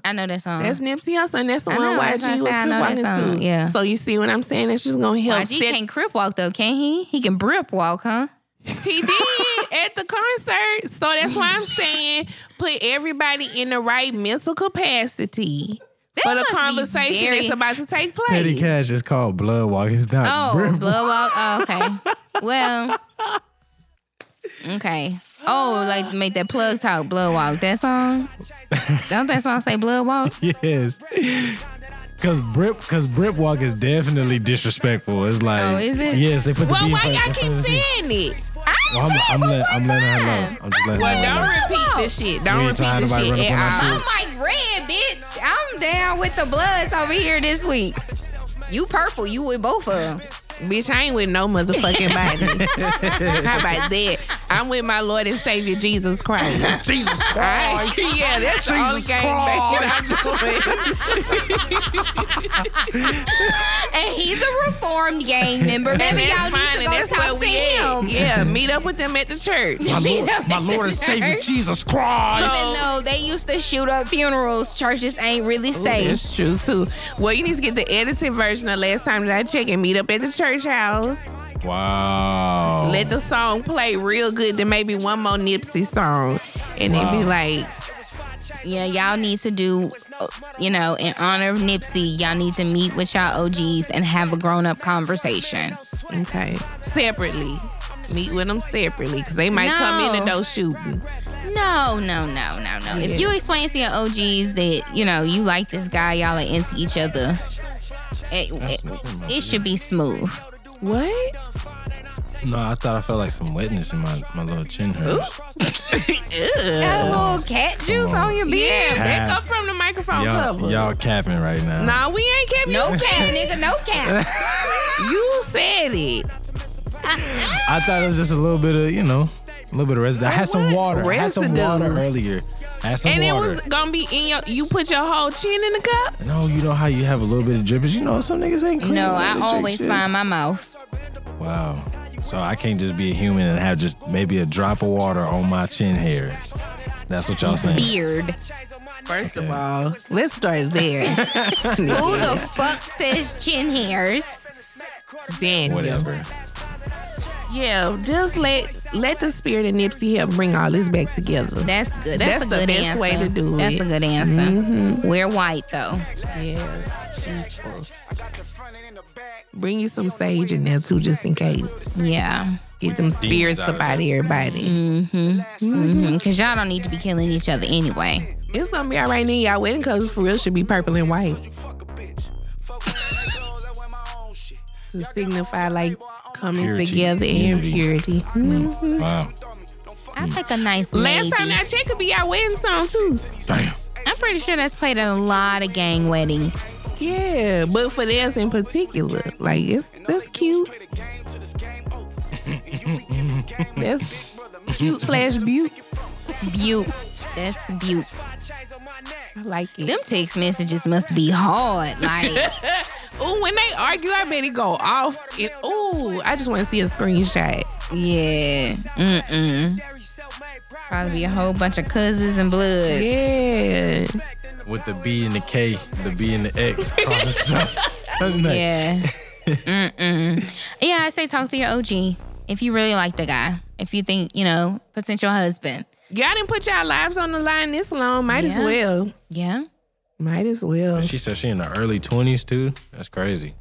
S3: I know that song.
S4: That's Nipsey Hussle, and that's the
S3: Uh-huh. I
S4: one
S3: know,
S4: YG
S3: that's
S4: was
S3: what I said, I know that
S4: walking
S3: song,
S4: to.
S3: yeah.
S4: So you see what I'm saying? That's just gonna help.
S3: YG
S4: set-
S3: can't crip walk though, can he? He can brip walk, huh?
S4: He did at the concert. So that's why I'm saying put everybody in the right mental capacity
S3: That
S4: for the
S3: must be
S4: conversation
S3: very-
S4: that's about to take place.
S6: Petty Cash is called Blood Walk. It's not.
S3: Oh,
S6: Brim-
S3: blow walk. Oh, okay. Well, okay. Oh, like make that plug talk blow walk. That song. Don't that song say blood walk?
S6: yes. Cause Brip, cause Brip Walk is definitely disrespectful. It's like,
S3: Oh, is it?
S6: Yes, they put the
S4: Well,
S6: B
S4: why
S6: in front-
S4: y'all
S6: in
S4: keep
S6: front of the C.
S4: saying it?
S6: Well, I'm, I'm, let, I'm letting her know. I'm just letting her know.
S4: Well, don't repeat this shit.
S6: We
S4: Don't
S6: ain't
S4: repeat
S6: tired of
S4: this
S6: nobody
S4: shit
S6: running up on
S4: at
S6: our
S4: all.
S6: shit.
S3: I'm like red, bitch. I'm down with the bloods over here this week. You purple, you with both of them.
S4: Bitch, I ain't with no motherfucking body. How about that? I'm with my Lord and Savior Jesus Christ.
S6: Jesus
S4: Alright? Yeah, that's the only
S6: Jesus
S4: game that I'm doing.
S3: And he's a reformed gang member. Maybe
S4: And
S3: y'all
S4: that's fine,
S3: need to
S4: and
S3: go
S4: that's where
S3: talk to
S4: we at.
S3: him.
S4: Yeah, meet up with them at the church.
S6: My Lord,
S3: She
S6: my
S3: knows
S6: Lord and
S3: the
S6: Savior
S3: church.
S6: Jesus Christ.
S4: So-
S3: Even though they used to shoot up funerals, churches ain't really safe.
S4: That's true too. Well, you need to get the edited version of last time that I checked and meet up at the church house.
S6: Wow.
S4: Let the song play real good. Then maybe one more Nipsey song, and then be like,
S3: Yeah, y'all need to do, uh, you know, in honor of Nipsey, y'all need to meet with y'all OGs and have a grown up conversation.
S4: okay, separately. Meet with them separately because they might come in and
S3: No.
S4: go shooting.
S3: No, no, no, no, no. If you explain to your OGs that, you know, you like this guy, y'all are into each other, it, it, it should be smooth.
S4: What?
S6: No, I thought I felt like some wetness in my, my little chin hurts.
S3: Got a little cat juice
S6: on.
S3: on your
S4: Yeah,
S3: beard.
S4: back up from the microphone
S6: Y'all,
S4: cover.
S6: y'all capping right now.
S4: Nah, we ain't kept
S3: No
S4: you.
S3: cap, nigga, no cap.
S4: You said it.
S6: I thought it was just a little bit of, you know, a little bit of residue. I had some
S4: What?
S6: water. I had some water
S4: Residue.
S6: earlier. I had some
S4: And
S6: water.
S4: it was gonna be in your. You put your whole chin in the cup.
S6: No, you know how you have a little bit of drippage. You know some niggas ain't clean.
S3: No,
S6: when they
S3: I
S6: drink
S3: always
S6: shit.
S3: find my mouth.
S6: Wow. So I can't just be a human and have just maybe a drop of water on my chin hairs. That's what y'all saying.
S3: Beard.
S4: First of all, let's start there.
S3: Who the fuck says chin hairs?
S4: Daniel.
S6: Whatever.
S4: Yeah, just let let the spirit of Nipsey help bring all this back together.
S3: That's good. That's,
S4: That's
S3: a
S4: the
S3: good
S4: best
S3: answer.
S4: way to do
S3: That's
S4: it. Mm-hmm.
S3: a good answer. We're white though.
S4: yeah, people. Bring you some sage in there too, just in case.
S3: Yeah.
S4: Get them spirits
S6: out of
S4: up out of everybody. Mm.
S3: Mm-hmm. Cause y'all don't need to be killing each other anyway.
S4: It's gonna be all right now. Y'all wedding colors for real should be purple and white to signify like coming
S6: Purity,
S4: together and
S6: unity.
S4: purity. Mhm.
S6: Wow.
S3: I like a nice
S4: Mm. Last
S3: lady.
S4: time I checked, could be our wedding song too.
S6: Damn.
S3: I'm pretty sure that's played at a lot of gang weddings.
S4: Yeah, but for theirs in particular, like it's that's cute. that's cute slash beaut.
S3: Butte. That's Butte.
S4: I like it.
S3: Them text messages must be hard. Like
S4: Oh, when they argue, I bet it go off. And ooh, I just want to see a screenshot.
S3: Yeah. Mm-mm. Probably be a whole bunch of cousins and bloods.
S4: Yeah,
S6: With the B and the K, the B and the X crossed out.
S3: Yeah. Mm-mm. Yeah, I say talk to your OG if you really like the guy. If you think, you know, potential husband.
S4: y'all didn't put y'all lives on the line this long. Might as
S3: Yeah.
S4: well.
S3: Yeah.
S4: Might as well.
S6: She said she in the early twenties too. That's crazy.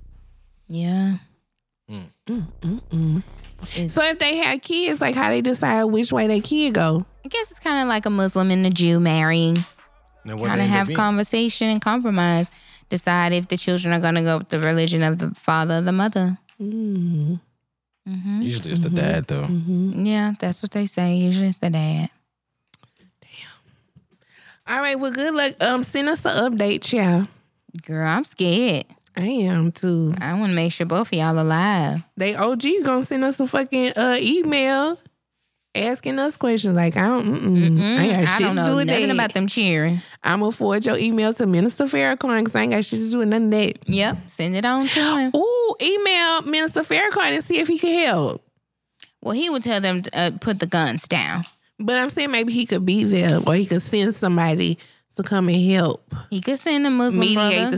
S3: Yeah.
S4: So if they had kids, like how they decide which way their kid go?
S3: I guess it's kind of like a Muslim and a Jew marrying.
S6: Now, what
S3: kind of
S6: they
S3: have
S6: intervene?
S3: conversation and compromise. Decide if the children are going to go with the religion of the father or the mother.
S4: Mm.
S3: hmm
S6: Usually it's the
S4: Mhm.
S6: dad though.
S4: Mhm.
S3: Yeah, that's what they say. Usually it's the dad.
S4: All right. Well, good luck. Um, send us an update, child.
S3: Girl, I'm scared.
S4: I am too.
S3: I want to make sure both of y'all alive.
S4: They OG gonna send us a fucking uh email asking us questions. Like I don't. Mm-mm.
S3: Mm,
S4: I ain't got
S3: I
S4: shit
S3: don't
S4: to do
S3: know
S4: with
S3: nothing
S4: that.
S3: about them cheering.
S4: I'm gonna forward your email to Minister Farrakhan because I ain't got shit to do with none of that.
S3: Yep, send it on to him.
S4: Ooh, email Minister Farrakhan and see if he could help.
S3: Well, he would tell them to uh, put the guns down.
S4: But I'm saying maybe he could be there or he could send somebody to come and help
S3: He could send a Muslim
S4: mediate
S3: brother. Mm-hmm.
S4: the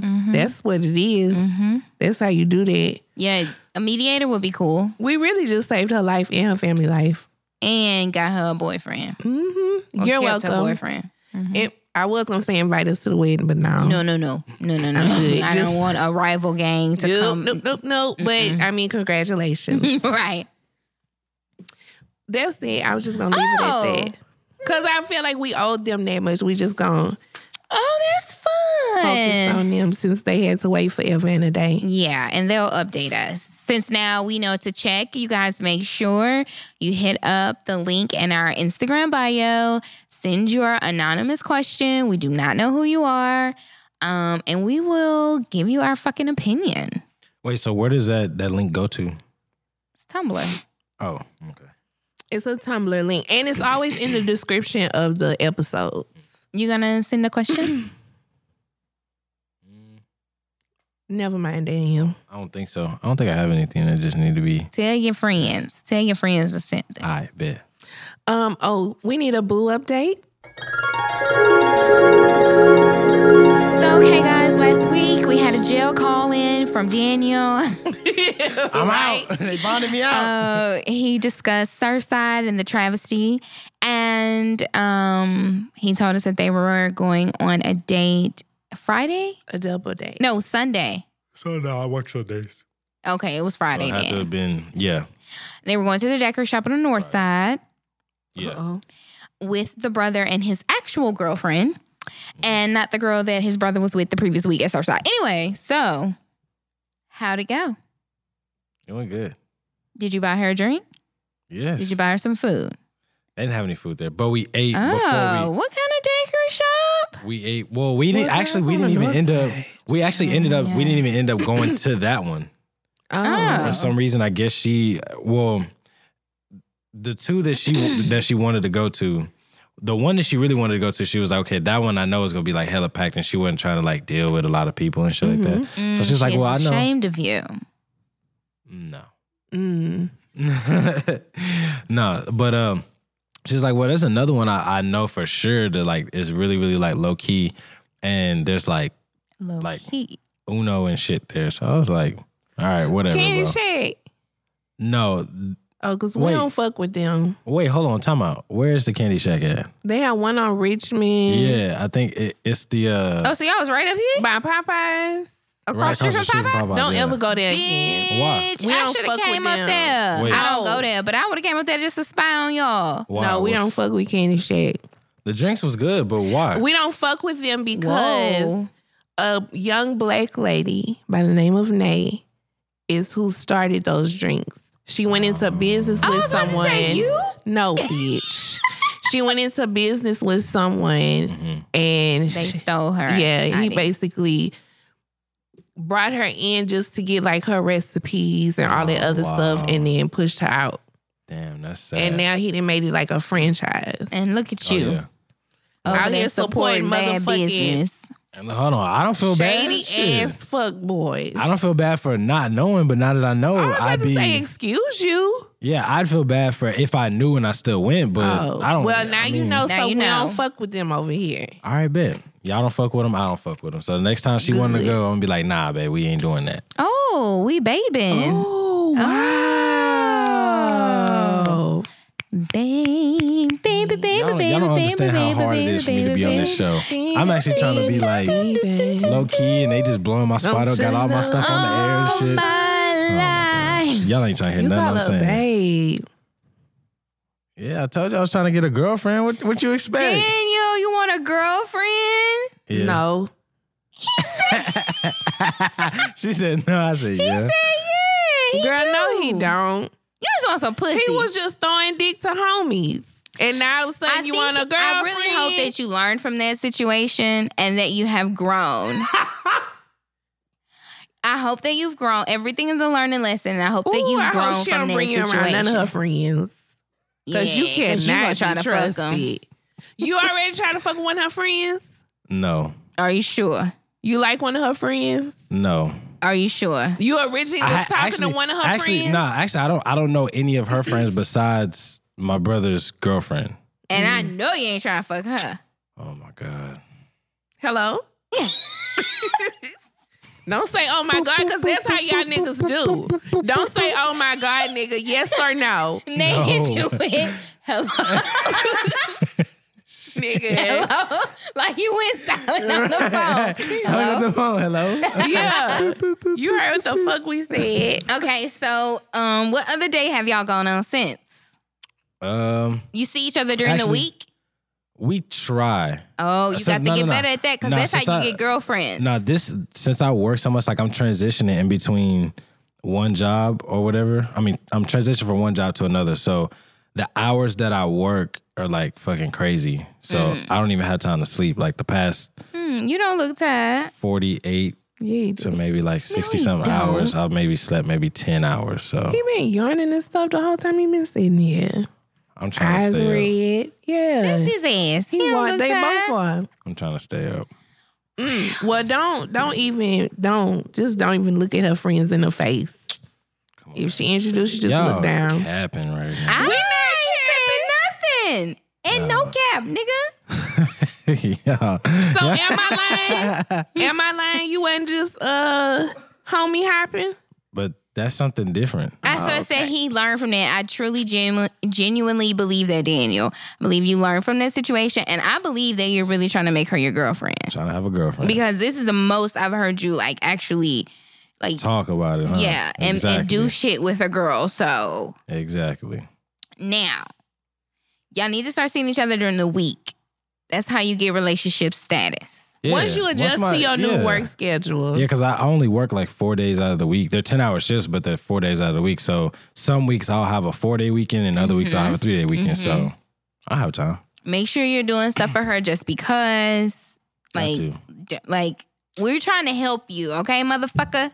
S3: Mhm, mhm,
S4: That's what it is.
S3: mhm.
S4: That's how you do that.
S3: Yeah, a mediator would be cool,
S4: We really just saved her life and her family life.
S3: and got her a boyfriend.
S4: Mm-hmm.
S3: Or
S4: You're
S3: kept Her
S4: welcome.
S3: boyfriend. Mhm.
S4: It, I was gonna say invite us to the wedding, but no.
S3: No, no, no, no, no, no.
S4: I'm good.
S3: I
S4: Just-
S3: don't want a rival gang to
S4: Nope,
S3: come.
S4: nope, nope, nope. But I mean, congratulations.
S3: right.
S4: That's it. I was just gonna leave it
S3: Oh.
S4: at that. Cause I feel like we owed them that much. We just gonna
S3: Oh, that's
S4: focus
S3: fun.
S4: on them since they had to wait forever and a day.
S3: Yeah, and they'll update us. Since now we know to check, you guys make sure you hit up the link in our Instagram bio, send your anonymous question. We do not know who you are. Um, and we will give you our fucking opinion.
S6: Wait, so where does that that link go to?
S3: It's Tumblr.
S6: Oh, okay.
S4: It's a Tumblr link, and it's always in the description of the episodes.
S3: You gonna send a question?
S4: Never mind, Daniel.
S6: I don't think so. I don't think I have anything. I just need to be.
S3: Tell your friends. Tell your friends to send it.
S6: I bet.
S4: Um. Oh, we need a boo update.
S3: So, okay, guys, last week we had a jail call in from Daniel.
S6: I'm out. they bonded me
S8: Oh.
S6: out.
S3: Uh, he discussed Surfside and the travesty, and um, he told us that they were going on a date Friday.
S4: A double date.
S3: No, Sunday.
S8: So now I work Sundays.
S3: Okay, it was
S6: So it
S3: Friday
S6: had to
S3: then.
S6: have been. Yeah,
S3: They were going to the decorative shop on the north side
S6: yeah.
S4: Uh-oh.
S3: with the brother and his actual girlfriend, and not the girl that his brother was with the previous week at Surfside. Anyway, so how'd it go?
S6: It went good.
S3: Did you buy her a drink?
S6: Yes.
S3: Did you buy her some food?
S6: They didn't have any food there, but we ate
S3: Oh,
S6: before
S3: what kind of decorative shop?
S6: we. We ate. Well, we didn't
S4: Well,
S6: actually.
S4: that's
S6: We
S4: on
S6: didn't
S4: the
S6: even
S4: north
S6: end up.
S4: side.
S6: We actually ended up. We
S3: yeah.
S6: didn't even end up going to that one.
S4: Oh.
S6: For
S3: Ah.
S6: some reason, I guess she. Well, the two that she that she wanted to go to, the one that she really wanted to go to, she was like, okay, that one I know is gonna be like hella packed, and she wasn't trying to like deal with a lot of people and shit like that.
S3: Mm,
S6: So she's like,
S3: she
S6: well, I
S3: is
S6: know.
S3: ashamed of you.
S6: No.
S4: Mm.
S6: no, but um, she's like, well, there's another one I, I know for sure that like is really really like low key, and there's like
S3: Low
S6: Like-
S3: key.
S6: Uno and shit there. So I was like, all right, whatever,
S4: Can you
S6: bro.
S4: check?
S6: no,
S4: Oh, cause we
S6: Wait.
S4: don't fuck with them.
S6: wait, hold on, time out. Where's the Candy Shack at?
S4: They have one on Richmond.
S6: Yeah, I think it, it's the uh,
S3: Oh, so y'all was right up here
S4: By Popeyes.
S6: right
S3: across the
S6: across the
S3: street
S6: street
S3: from Popeye.
S6: from Popeyes.
S4: Don't
S6: yeah.
S4: ever go there again.
S6: Why?
S3: Bitch,
S4: We
S3: I
S4: don't
S3: should
S4: fuck
S3: have
S4: with
S3: came up
S4: them.
S3: there.
S6: Wait.
S3: I don't
S4: No.
S3: go there, but I would have came up there just to spy on y'all.
S6: Why?
S4: no, we
S6: What's-
S4: don't fuck with Candy Shack.
S6: The drinks was good, but why?
S4: We don't fuck with them because
S3: Whoa.
S4: a young black lady by the name of Nay is who started those drinks. She went into
S6: Oh.
S4: business
S3: I
S4: with
S3: was about
S4: someone.
S3: to say you.
S4: No, bitch. she went into business with someone
S6: Mhm.
S4: and
S3: They
S4: she-
S3: stole her.
S4: yeah, he
S3: Got it.
S4: basically brought her in just to get like her recipes and all that
S6: Oh,
S4: other stuff
S6: wow.
S4: and then pushed her out.
S6: Damn, that's sad.
S4: And now he done made it like a franchise.
S3: And look at
S6: Oh,
S3: you.
S6: yeah.
S3: Over
S4: Out
S3: there
S4: here supporting
S3: supporting bad
S4: motherfucking
S3: business.
S6: And hold on, I don't feel
S4: Shady
S6: bad. Shit.
S4: ass fuck boys.
S6: I don't feel bad for not knowing, but now that I know,
S4: I was about
S6: I'd
S4: to
S6: be
S4: say, excuse you.
S6: yeah, I'd feel bad for if I knew and I still went, but
S4: oh,
S6: I don't.
S4: well, now
S6: I
S4: you
S6: mean,
S4: know,
S3: Now
S4: so
S3: you
S4: we
S3: know.
S4: don't fuck with them over here.
S6: All right, bet y'all don't fuck with them. I don't fuck with them. So the next time she want to
S4: Good.
S6: go, I'm gonna be like, nah, babe, we ain't doing that.
S3: Oh, we babying.
S4: Oh,
S3: Oh.
S4: wow.
S3: Baby, baby, baby,
S6: y'all, don't-
S3: baby,
S6: y'all don't
S3: baby,
S6: understand how
S3: baby,
S6: hard
S3: baby,
S6: it is for me to be on this show. I'm actually trying to be like
S4: Baby.
S6: low key, and they just blowing my spot up, got all my stuff on the air and
S3: Oh,
S6: shit.
S3: my life.
S6: Y'all ain't trying to hear
S4: You
S6: nothing I'm
S4: got a
S6: saying.
S4: babe.
S6: Yeah, I told you I was trying to get a girlfriend. What what you expect?
S3: Daniel, you want want a girlfriend?
S6: Yeah.
S4: No.
S6: she said no. I said
S3: He
S6: yeah.
S3: said, yeah. He
S4: Girl,
S3: do.
S4: no, he don't.
S3: You just want some pussy.
S4: He was just throwing dick to homies. And now all of a sudden you
S3: think-
S4: want a girl.
S3: I really hope that you learned from that situation and that you have grown. I hope that you've grown. Everything is a learning lesson. And I hope that
S4: Ooh,
S3: you've
S4: I
S3: grown
S4: hope she
S3: from
S4: don't
S3: that
S4: bring you
S3: situation.
S4: around none of her friends. Because you
S3: Yeah, 'cause you
S4: cannot
S3: gonna try
S4: be
S3: to fuck 'em.
S4: trusted. You already trying to fuck one of her friends?
S6: No,
S3: Are you sure?
S4: You like one of her friends?
S6: no.
S3: Are you sure?
S4: You originally was
S6: I-
S4: talking to one of her
S6: actually,
S4: friends?
S6: Nah, actually, I don't. I don't know any of her friends besides my brother's girlfriend.
S3: And I
S4: Mm.
S3: know you ain't trying to fuck her.
S6: Oh my god.
S4: Hello? Don't say, oh my God, because that's how y'all niggas do. Don't say, oh my God, nigga, yes or no,
S3: And they hit
S6: No.
S3: you with hello,
S4: nigga.
S3: hello. Like you went silent on the phone. Hello?
S6: Hung up the phone. Hello.
S4: Yeah. You heard what the fuck we said.
S3: Okay, so um, what other day have y'all gone on since?
S6: um,
S3: You see each other during the
S6: Actually-
S3: week?
S6: we try.
S3: Oh, you
S6: Since-
S3: got to
S6: no,
S3: get
S6: no, no.
S3: better at that because
S6: No,
S3: that's
S6: since
S3: how you
S6: I-
S3: get girlfriends.
S6: Now this since I work so much, like I'm transitioning in between one job or whatever. I mean, I'm transitioning from one job to another. So the hours that I work are like fucking crazy. So
S4: Mm.
S6: I don't even have time to sleep. Like the past
S3: Hmm, you don't look tired.
S6: 48
S4: Yeah,
S6: to maybe like 60
S4: you
S6: some
S4: don't.
S6: hours. I've maybe slept maybe 10 hours. So
S4: He been yawning and stuff the whole time he been sitting here.
S6: I'm trying to
S4: Eyes
S6: stay up.
S4: red. Yeah.
S3: That's his ass. He,
S4: He
S3: don't
S4: want
S3: look
S4: they
S3: tired.
S4: both are.
S6: I'm trying to stay up.
S4: Mm, well, don't don't even don't just don't even look at her friends in the face. If she introduced, you just
S6: Y'all
S4: look down.
S6: capping right now.
S3: I ain't sipping nothing. And no cap, nigga.
S6: yeah.
S4: So am I lying? am I lying? You wasn't just uh homie hopping?
S6: But that's something different.
S3: I sort of said he learned from that. I truly genu- genuinely believe that, Daniel. I believe you learned from that situation. And I believe that you're really trying to make her your girlfriend.
S6: I'm trying to have a girlfriend.
S3: Because this is the most I've heard you like actually like
S6: Talk about it. Huh?
S3: yeah, and, and do shit with a girl. So
S6: Exactly.
S3: Now, y'all need to start seeing each other during the week. That's how you get relationship status.
S6: Yeah.
S4: Once you adjust
S6: my-
S4: to your new
S6: yeah.
S4: work schedule,
S6: Yeah, because I only work like four days out of the week. They're 10 hour shifts, but they're four days out of the week. So some weeks I'll have a four day weekend and other weeks I'll
S4: Mm-hmm.
S6: have a three day weekend. So I have time.
S3: Make sure you're doing stuff for her just because.
S6: Got
S3: Like,
S6: to.
S3: j- like we're trying to help you, okay, motherfucker.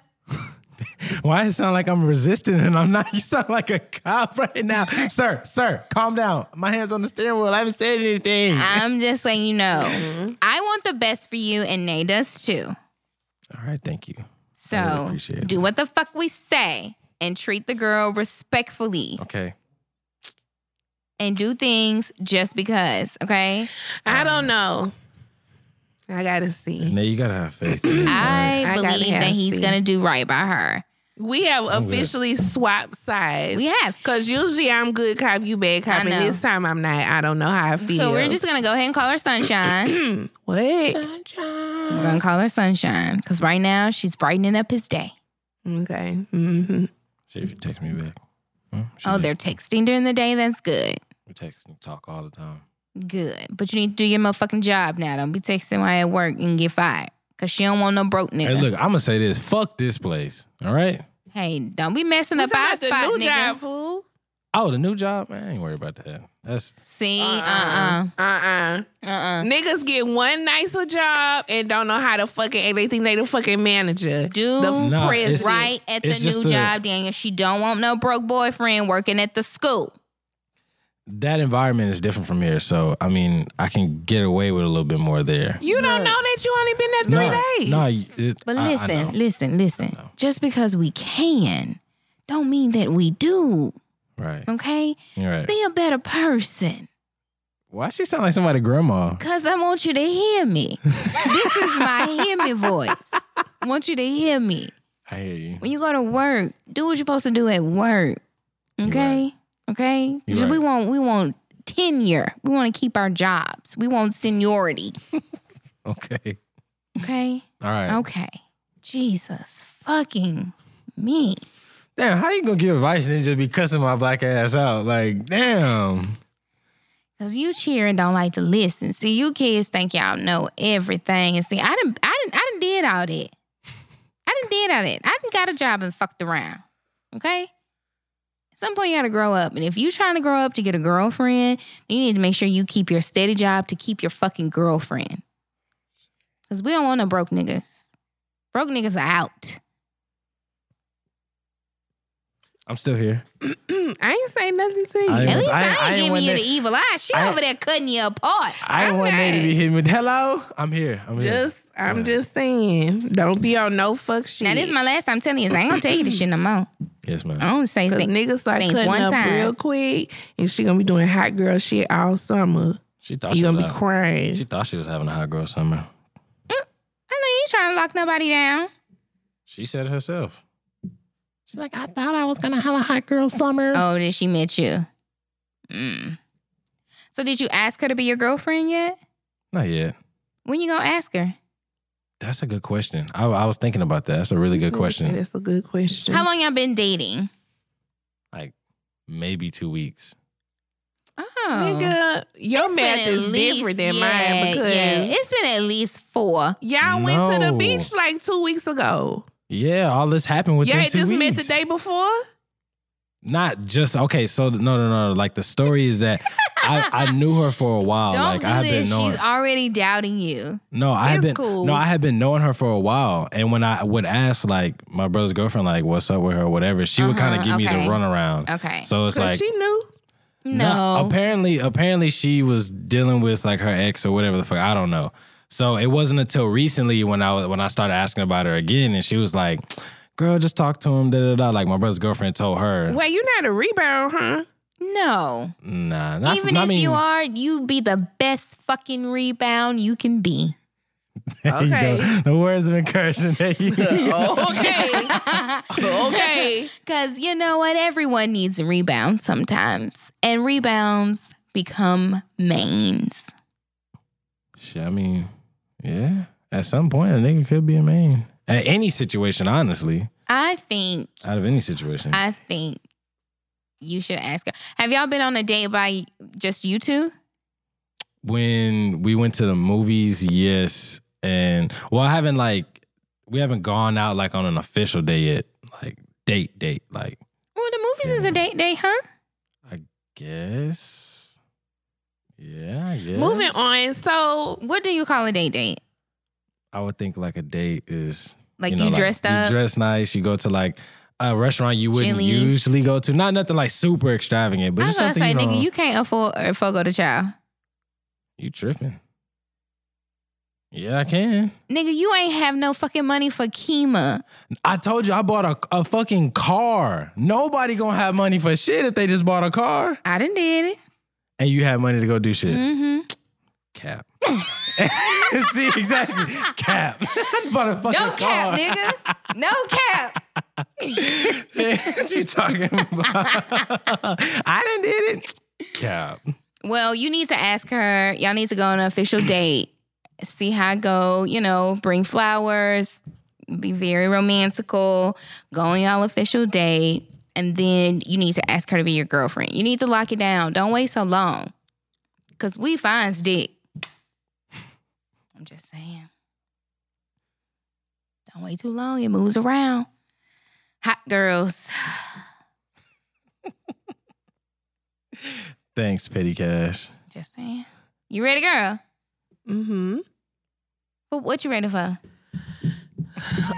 S6: Why it sound like I'm resisting and I'm not? You sound like a cop right now. sir, sir, calm down. My hand's on the steering wheel. I haven't said anything.
S3: I'm just letting you know. I want the best for you, and Nay does too.
S6: All right, thank you. I really
S3: So
S6: appreciate it.
S3: do what the fuck we say and treat the girl respectfully
S6: Okay.
S3: and do things just because, okay?
S4: I don't know. I gotta see.
S6: Now you gotta have faith. in it, right?
S3: I,
S4: I gotta
S3: believe that
S4: have
S3: he's
S4: to.
S3: gonna do right by her.
S4: We have
S6: good.
S4: officially swapped sides.
S3: We have.
S4: Cause usually I'm good cop, you bad cop, and
S3: know.
S4: this time I'm not. I don't know how I feel.
S3: So we're just gonna go ahead and call her Sunshine.
S4: what?
S3: we're gonna call her Sunshine because right now she's brightening up his day.
S4: Okay. hmm
S6: See if you text me back. Hmm? She
S3: Oh,
S6: did.
S3: they're texting during the day. That's good.
S6: We text and talk all the time.
S3: Good. But you need to do your motherfucking job now. Don't be texting while at work and get fired. Cause she don't want no broke nigga.
S6: Hey, look, I'm gonna say this. Fuck this place. All right.
S3: Hey, don't be messing
S4: What's
S3: up our
S4: about the
S3: spot,
S4: new
S3: nigga.
S4: job, fool?
S6: Oh, the new job, man. I ain't worried about that. That's
S3: See, uh,
S4: Uh uh.
S3: uh, uh, uh.
S4: Niggas get one nicer job and don't know how to fucking, and they think they the fucking manager.
S3: Do
S4: The
S6: Nah, it's-
S4: president.
S3: right at the
S6: It's just
S3: new
S6: the-
S3: job, Daniel. She don't want no broke boyfriend working at the school.
S6: that environment is different from here. So I mean, I can get away with a little bit more there.
S4: You don't know that you only been there three days.
S6: no, it-
S3: But
S6: I- I
S3: listen,
S6: know.
S3: listen, listen. Just because we can, don't mean that we do.
S6: right?
S3: Okay,
S6: You're right.
S3: be a better person.
S6: Why she sound like somebody grandma?
S3: Cause I want you to hear me. this is my hear me voice. I want you to hear me.
S6: I hear you.
S3: When you go to work, do what you're supposed to do at work. Okay, okay. 'Cause
S6: You're
S3: We
S6: right.
S3: want we want tenure. We want to keep our jobs. We want seniority.
S6: Okay.
S3: Okay,
S6: All right.
S3: okay. Jesus fucking me.
S6: Damn, how you gonna give advice and then just be cussing my black ass out? Like, damn.
S3: Cause you cheer and don't like to listen. See, you kids think y'all know everything. And see, I didn't, I didn't, I didn't did all that. I didn't did all that. I didn't got a job and fucked around. Okay. At some point, you got to grow up. And if you trying to grow up to get a girlfriend, you need to make sure you keep your steady job to keep your fucking girlfriend. Cause we don't want no broke niggas. Broke niggas are out.
S6: I'm still here.
S4: I ain't say nothing to you.
S6: I ain't-
S3: At least I,
S6: I
S3: ain't
S6: ain't
S3: giving you
S6: want
S3: the evil eye. She
S6: I-
S3: over there cutting you apart.
S6: I didn't want Nate to be hitting me. with, Hello, I'm here. I'm here.
S4: Just, I'm
S6: Yeah.
S4: just saying, don't be on no fuck shit.
S3: Now this is my last time telling you. so I ain't gonna tell you this shit no more.
S6: yes, ma'am.
S3: I don't say
S4: Cause
S3: things.
S4: niggas start
S3: things
S4: cutting
S3: one
S4: up
S3: time.
S4: real quick, and she gonna be doing hot girl shit all summer.
S6: she thought she
S4: you
S6: was
S4: gonna be
S6: having-
S4: crying.
S6: She thought she was having a hot girl summer.
S3: I know you ain't trying to lock nobody down.
S6: She said it herself. She's like, I thought I was gonna have a hot girl summer.
S3: Oh, did she met you? Mm. So did you ask her to be your girlfriend yet?
S6: Not yet.
S3: When you gonna ask her?
S6: That's a good question. I, I was thinking about that. That's a really good question.
S4: That's a good question.
S3: How long y'all been dating?
S6: Maybe two weeks.
S3: Oh,
S4: Nigga, your
S3: It's been
S4: math
S3: at
S4: is
S3: least-
S4: different than
S3: yeah,
S4: mine because
S3: yeah. it's been at least four.
S4: y'all went to the
S6: No.
S4: beach like two weeks ago.
S6: Yeah, all this happened within
S4: Y'all
S6: two
S4: just
S6: weeks.
S4: met the day before.
S6: Not just okay. So no, no, no. Like the story is that I, I knew her for a while.
S3: Don't
S6: like
S3: do
S6: I have been
S3: this.
S6: knowing.
S3: She's already doubting you.
S6: No, I had
S4: It's
S6: been
S4: cool.
S6: no, I had been knowing her for a while, and when I would ask like my brother's girlfriend, like what's up with her, or whatever, she would
S3: Uh-huh,
S6: kind of give me the
S3: okay.
S6: runaround.
S3: Okay.
S6: So it's
S4: Cause
S6: like
S4: she knew.
S3: no.
S6: apparently, apparently she was dealing with like her ex or whatever the fuck. I don't know. So it wasn't until recently when I when I started asking about her again, and she was like, "Girl, just talk to him." Da da da. Like my brother's girlfriend told her,
S4: Wait, you're not a rebound, huh?
S3: no.
S6: "Nah, not,
S3: Even
S6: I
S3: if
S6: mean,
S3: you are, you be the best fucking rebound you can be.
S6: there you go.
S4: okay.
S6: The words of encouragement. There you go.
S3: Oh.
S4: okay. okay.
S3: Because you know what? Everyone needs a rebound sometimes. And rebounds become mains.
S6: Shit, I mean, yeah. At some point, a nigga could be a man. At any situation, honestly,
S3: I think,
S6: out of any situation.
S3: I think you should ask her. Have y'all been on a date by just you two?
S6: when we went to the movies, yes, and well, I haven't like we haven't gone out like on an official day yet, like date date. Like,
S3: Well, the movies is a
S6: Yeah.
S3: date day, huh?
S6: guess, yeah, I guess.
S4: Moving on. So
S3: What do you call a date date?
S6: I would think like a date is
S3: Like you,
S6: know,
S3: dressed up?
S6: You dress nice. You go to like a restaurant you wouldn't
S3: Chili's.
S6: usually go to. Not nothing like super extravagant, but
S3: I was
S6: just
S3: gonna
S6: something
S3: say,
S6: you, know,
S3: nigga, you can't afford or forgo the child.
S6: You tripping? Yeah, I can.
S3: Nigga, you ain't have no fucking money for Kima.
S6: I told you I bought a, a fucking car. Nobody gonna have money for shit if they just bought a car
S3: I done did it.
S6: and you have money to go do shit.
S3: Mm-hmm.
S6: Cap. See exactly. Cap. bought a fucking
S3: No cap, nigga. No cap.
S6: nigga. what you talking about? I didn't did it. Cap.
S3: Well, you need to ask her. Y'all need to go on an official date. See how it go. You know, bring flowers. Be very romantical. Go on y'all official date, and then you need to ask her to be your girlfriend. You need to lock it down. Don't wait so long, cause we finds dick. I'm just saying. Don't wait too long. It moves around. Hot girls.
S6: Thanks, Petty Cash.
S3: Just saying. You ready, girl?
S4: mm-hmm.
S3: What, what you ready for?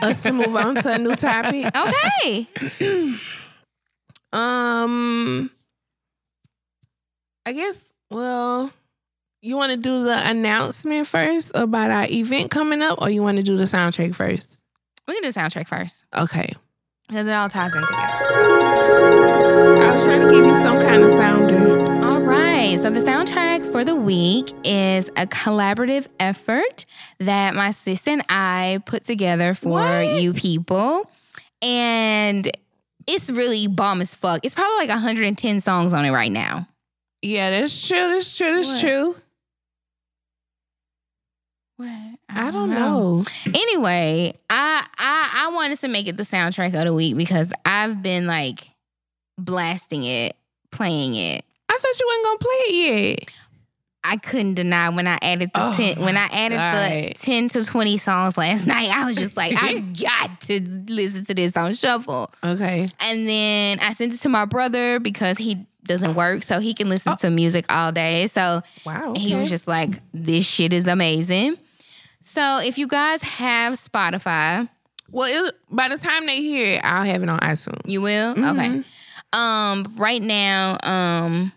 S4: us to move on to a new topic.
S3: Okay.
S4: Um I guess well you want to do the announcement first about our event coming up or you want to do the soundtrack first?
S3: we can do soundtrack first.
S4: Okay.
S3: Because it all ties in together.
S4: I was trying to give you some kind of sounder.
S3: All right. So the soundtrack for the week is a collaborative effort that my sis and I put together for
S4: What?
S3: you people. And it's really bomb as fuck. It's probably like 110 songs on it right now.
S4: Yeah, that's true. That's true. That's
S3: What?
S4: true.
S3: What?
S4: I don't know.
S3: Anyway, I I I wanted to make it the soundtrack of the week because I've been like blasting it, playing it.
S4: I thought you weren't going to play it yet.
S3: I couldn't deny when I added the
S4: Oh,
S3: ten when I added the
S4: alright.
S3: ten to twenty songs last night. I was just like, I've got to listen to this on shuffle.
S4: Okay.
S3: And then I sent it to my brother because he doesn't work, so he can listen to music all day. So
S4: Wow.
S3: he was
S4: Oh. okay.
S3: just like, "This shit is amazing." So if you guys have Spotify,
S4: well. It, by the time they hear it, I'll have it on iTunes.
S3: you will okay.
S4: Mhm.
S3: Um, right now, um,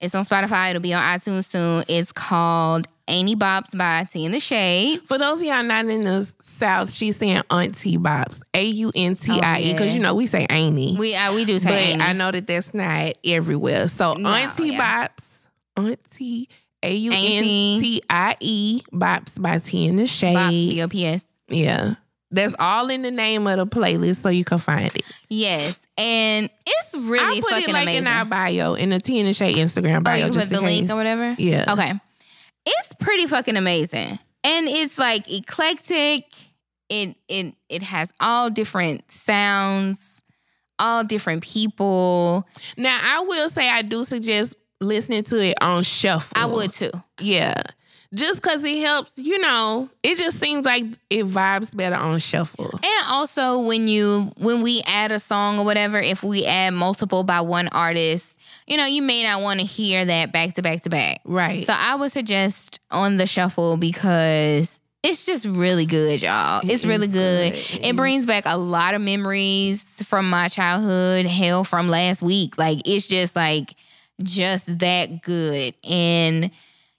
S3: it's on Spotify. It'll be on iTunes soon. It's called "Ain't Bops" by T in the Shade.
S4: For those of y'all not in the South, she's saying Auntie Bops, A U N T I E,
S3: Oh, yeah.
S4: because you know we say Auntie.
S3: We uh, we do
S4: but
S3: say
S4: I
S3: Ain't
S4: know that that's not everywhere. So
S3: No,
S4: Auntie
S3: yeah.
S4: Bops, Auntie A U N T I E Bops by T in the Shade.
S3: Bops B O P S.
S4: Yeah. That's all in the name of the playlist, so you can find it.
S3: Yes, and it's really
S4: I put
S3: fucking
S4: it like
S3: amazing.
S4: in our bio, in the T and the Shade Instagram
S3: oh,
S4: bio.
S3: you put
S4: just
S3: the
S4: in
S3: link Oh.
S4: case.
S3: or whatever.
S4: Yeah.
S3: Okay, it's pretty fucking amazing, and it's like eclectic. It it it has all different sounds, all different people.
S4: Now I will say I do suggest listening to it on shuffle.
S3: I would too.
S4: Yeah. Just because it helps, you know, it just seems like it vibes better on shuffle.
S3: And also when you when we add a song or whatever, if we add multiple by one artist, you know, you may not want to hear that back to back to back.
S4: Right.
S3: So I would suggest on the shuffle because it's just really good, y'all.
S4: It
S3: it's really
S4: is
S3: good.
S4: good.
S3: It
S4: It
S3: brings
S4: is.
S3: back a lot of memories from my childhood, hell from last week. Like it's just like just that good. And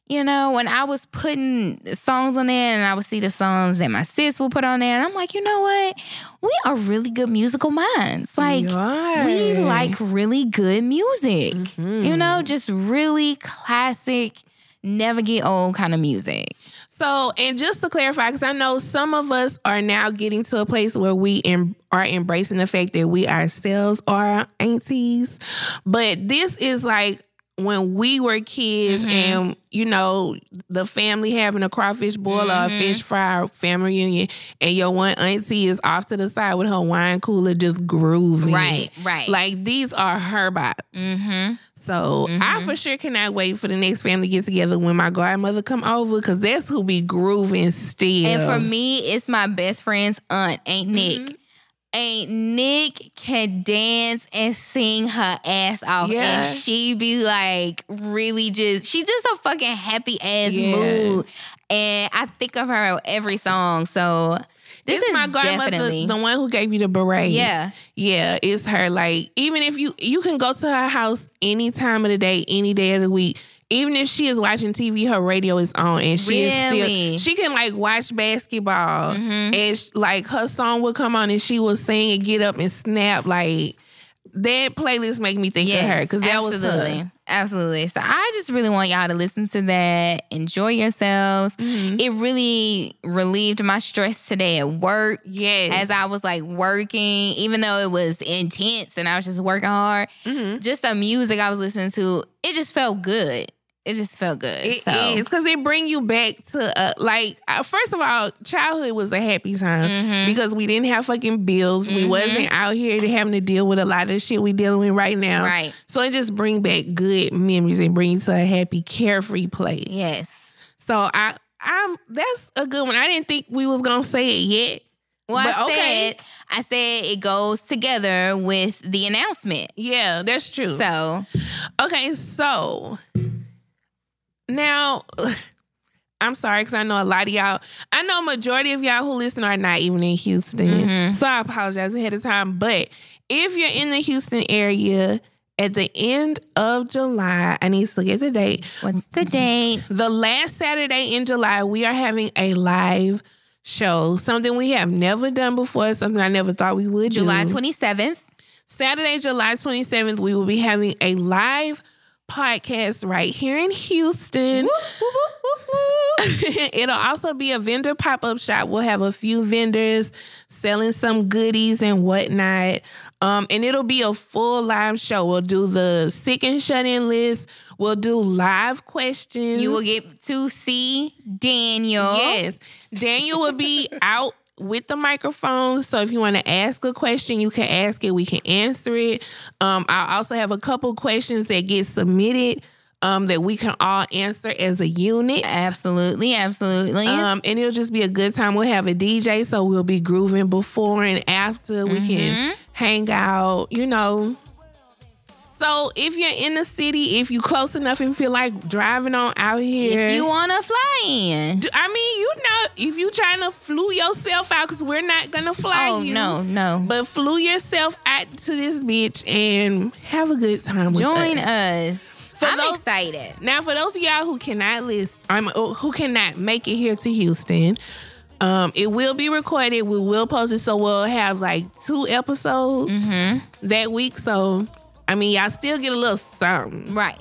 S3: you know, when I was putting songs on there and I would see the songs that my sis would put on there, and I'm like, you know what? We are really good musical minds. Like we
S4: Right.
S3: like really good music.
S4: Mhm.
S3: You know, just really classic, never get old kind of music.
S4: So, and just to clarify, because I know some of us are now getting to a place where we em- are embracing the fact that we ourselves are aunties, but this is like when we were kids
S3: Mhm.
S4: and you know the family having a crawfish boil or a
S3: Mhm.
S4: fish fry or family reunion and your one auntie is off to the side with her wine cooler just grooving
S3: right. Like,
S4: like these are her bops
S3: mm-hmm.
S4: so I
S3: Mhm.
S4: for sure cannot wait for the next family get together when my godmother come over because that's who be grooving still.
S3: And for me, it's my best friend's aunt, Aunt Nick.
S4: Mhm.
S3: Aunt Nick can dance and sing her ass off,
S4: Yeah.
S3: and she be like, really just she just a fucking happy ass
S4: Yeah.
S3: mood. And I think of her every song, so this
S4: It's
S3: is
S4: my godmother,
S3: definitely
S4: the one who gave you the beret.
S3: yeah,
S4: yeah, it's her. Like even if you you can go to her house any time of the day, any day of the week. Even if she is watching TV, her radio is on, and she
S3: Really?
S4: is still she can like watch basketball,
S3: Mhm.
S4: and sh- like her song would come on, and she would sing and get up and snap. Like that playlist make me think of her because that was her.
S3: absolutely, absolutely. So I just really want y'all to listen to that, enjoy yourselves.
S4: Mhm.
S3: It really relieved my stress today at work.
S4: Yes.
S3: As I was like working, even though it was intense and I was just working hard,
S4: Mhm.
S3: just the music I was listening to, it just felt good. It just felt good.
S4: It
S3: so,
S4: because it bring you back to uh, like uh, first of all, childhood was a happy time
S3: Mhm.
S4: because we didn't have fucking bills. We
S3: Mhm.
S4: wasn't out here to having to deal with a lot of the shit we dealing with right now.
S3: right.
S4: So it just bring back good memories and bring you to a happy, carefree place.
S3: Yes.
S4: So I, I'm that's a good one. I didn't think we was gonna say it yet.
S3: Well, I
S4: But okay.
S3: said, I said it goes together with the announcement.
S4: Yeah, that's true.
S3: So,
S4: Okay, so now I'm sorry because I know a lot of y'all. I know majority of y'all who listen are not even in Houston,
S3: Mhm.
S4: so I apologize ahead of time. But if you're in the Houston area at the end of July, I need to get the date.
S3: what's the date?
S4: The last Saturday in July, we are having a live show, something we have never done before, something I never thought we would
S3: July
S4: do.
S3: 27th.
S4: Saturday, July 27th, we will be having a live podcast right here in Houston. It'll also be a vendor pop up shop. We'll have a few vendors selling some goodies and whatnot. Um, and it'll be a full live show. We'll do the sick and shut in list. We'll do live questions.
S3: You will get to see Daniel.
S4: Yes. Daniel will be out with the microphone. So if you want to ask a question, you can ask it. We can answer it. Um, I also have a couple questions that get submitted. um, that we can all answer as a unit.
S3: Absolutely, absolutely.
S4: Um, and it'll just be a good time. We'll have a DJ, so we'll be grooving before and after. We
S3: Mm-hmm.
S4: can hang out, you know. So if you're in the city, if you close enough and feel like driving on out here,
S3: if you wanna fly in.
S4: Do- I mean, you know, if you trying to flew yourself out, because we're not gonna fly
S3: Oh
S4: you.
S3: no, no.
S4: But flew yourself out to this bitch and have a good time. with
S3: Join
S4: us.
S3: us. I'm
S4: those-
S3: excited.
S4: Now, for those of y'all who cannot list, I'm uh, who cannot make it here to Houston, um, it will be recorded. We will post it, so we'll have like two episodes
S3: Mm-hmm.
S4: that week. So, I mean, y'all still get a little something.
S3: Right.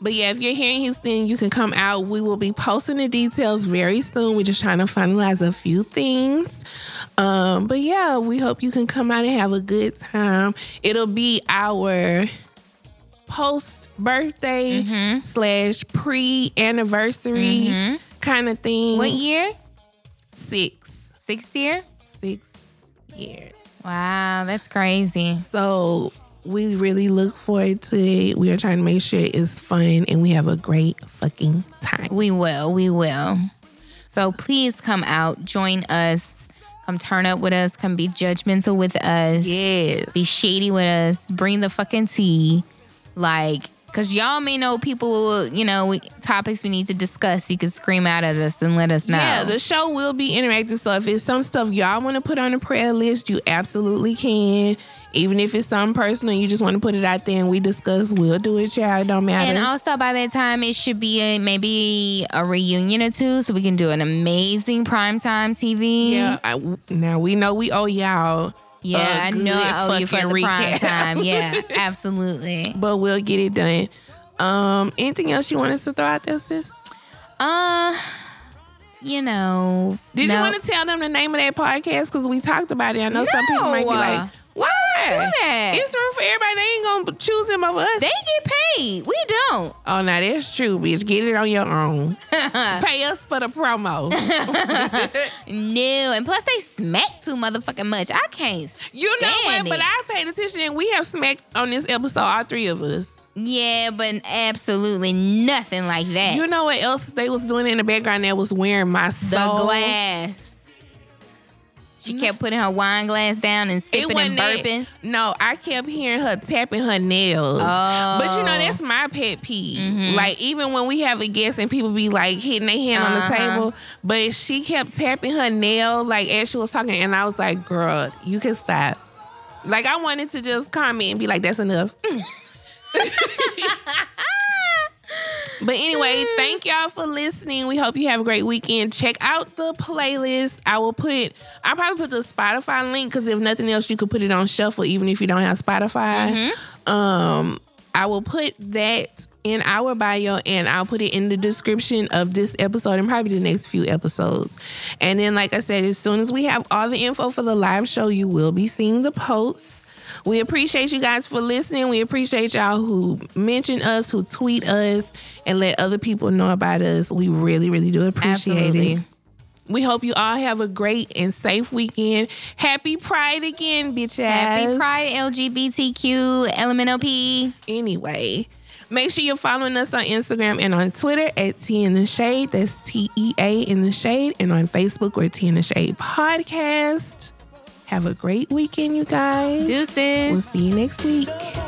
S4: But yeah, if you're here in Houston, you can come out. We will be posting the details very soon. We're just trying to finalize a few things. Um, but yeah, we hope you can come out and have a good time. It'll be our post birthday slash pre anniversary kind of thing.
S3: What year?
S4: Six.
S3: Sixth year?
S4: Six years.
S3: Wow, that's crazy.
S4: So we really look forward to it. We are trying to make sure it's fun and we have a great fucking time.
S3: We will. We will. So please come out, join us, come turn up with us, come be judgmental with us,
S4: Yes.
S3: be shady with us, bring the fucking tea. Like, cause y'all may know people, you know, we, topics we need to discuss. You can scream out at us and let us know.
S4: Yeah, the show will be interactive. So if it's some stuff y'all want to put on a prayer list, you absolutely can. Even if it's something personal, you just want to put it out there and we discuss, we'll do it, y'all. It don't matter.
S3: and also by that time it should be a, maybe a reunion or two, so we can do an amazing primetime TV.
S4: yeah, I, now we know we owe y'all,
S3: Yeah,
S4: a
S3: I know
S4: good
S3: I owe you for the
S4: fucking
S3: prime
S4: recap.
S3: time. Yeah, absolutely.
S4: but we'll get it done. Um, anything else you want us to throw out there, sis?
S3: Uh, you know.
S4: Did you
S3: no.
S4: want to tell them the name of that podcast? Because we talked about it. I know some people might be
S3: No.
S4: like, why?
S3: do that?
S4: It's room for everybody. They ain't going to choose them over us.
S3: They get paid. We don't.
S4: Oh, now that's true, bitch. Get it on your own. Pay us for the promo.
S3: No, and plus they smack too motherfucking much. I can't.
S4: You know
S3: stand
S4: what? But
S3: it.
S4: I paid attention and we have smacked on this episode, all three of us.
S3: Yeah, but absolutely nothing like that.
S4: You know what else they was doing in the background that was wearing my
S3: the
S4: soul?
S3: glass. She kept putting her wine glass down and
S4: It
S3: sipping
S4: wasn't
S3: and
S4: that-
S3: burping.
S4: No, I kept hearing her tapping her nails. But you know,
S3: Oh.
S4: that's my pet peeve.
S3: Mm-hmm.
S4: Like, even when we have a guest and people be like hitting their hand
S3: Uh-huh.
S4: on the table, but she kept tapping her nail, like, as she was talking. And I was like, girl, you can stop. Like, I wanted to just comment and be like, that's enough. But anyway, thank y'all for listening. We hope you have a great weekend. Check out the playlist. I will put, I'll probably put the Spotify link because if nothing else, you could put it on shuffle even if you don't have Spotify.
S3: Mm-hmm.
S4: Um, I will put that in our bio and I'll put it in the description of this episode and probably the next few episodes. And then, like I said, as soon as we have all the info for the live show, you will be seeing the posts. We appreciate you guys for listening. We appreciate y'all who mention us, who tweet us, and let other people know about us. We really, really do appreciate
S3: Absolutely.
S4: it. We hope you all have a great and safe weekend. Happy Pride again, bitch ass.
S3: Happy Pride, LGBTQ, LMNOP.
S4: anyway. Make sure you're following us on Instagram and on Twitter at T in the Shade. That's T E A in the Shade. And on Facebook, we're T in the Shade Podcast. Have a great weekend, you guys.
S3: Deuces.
S4: We'll see you next week.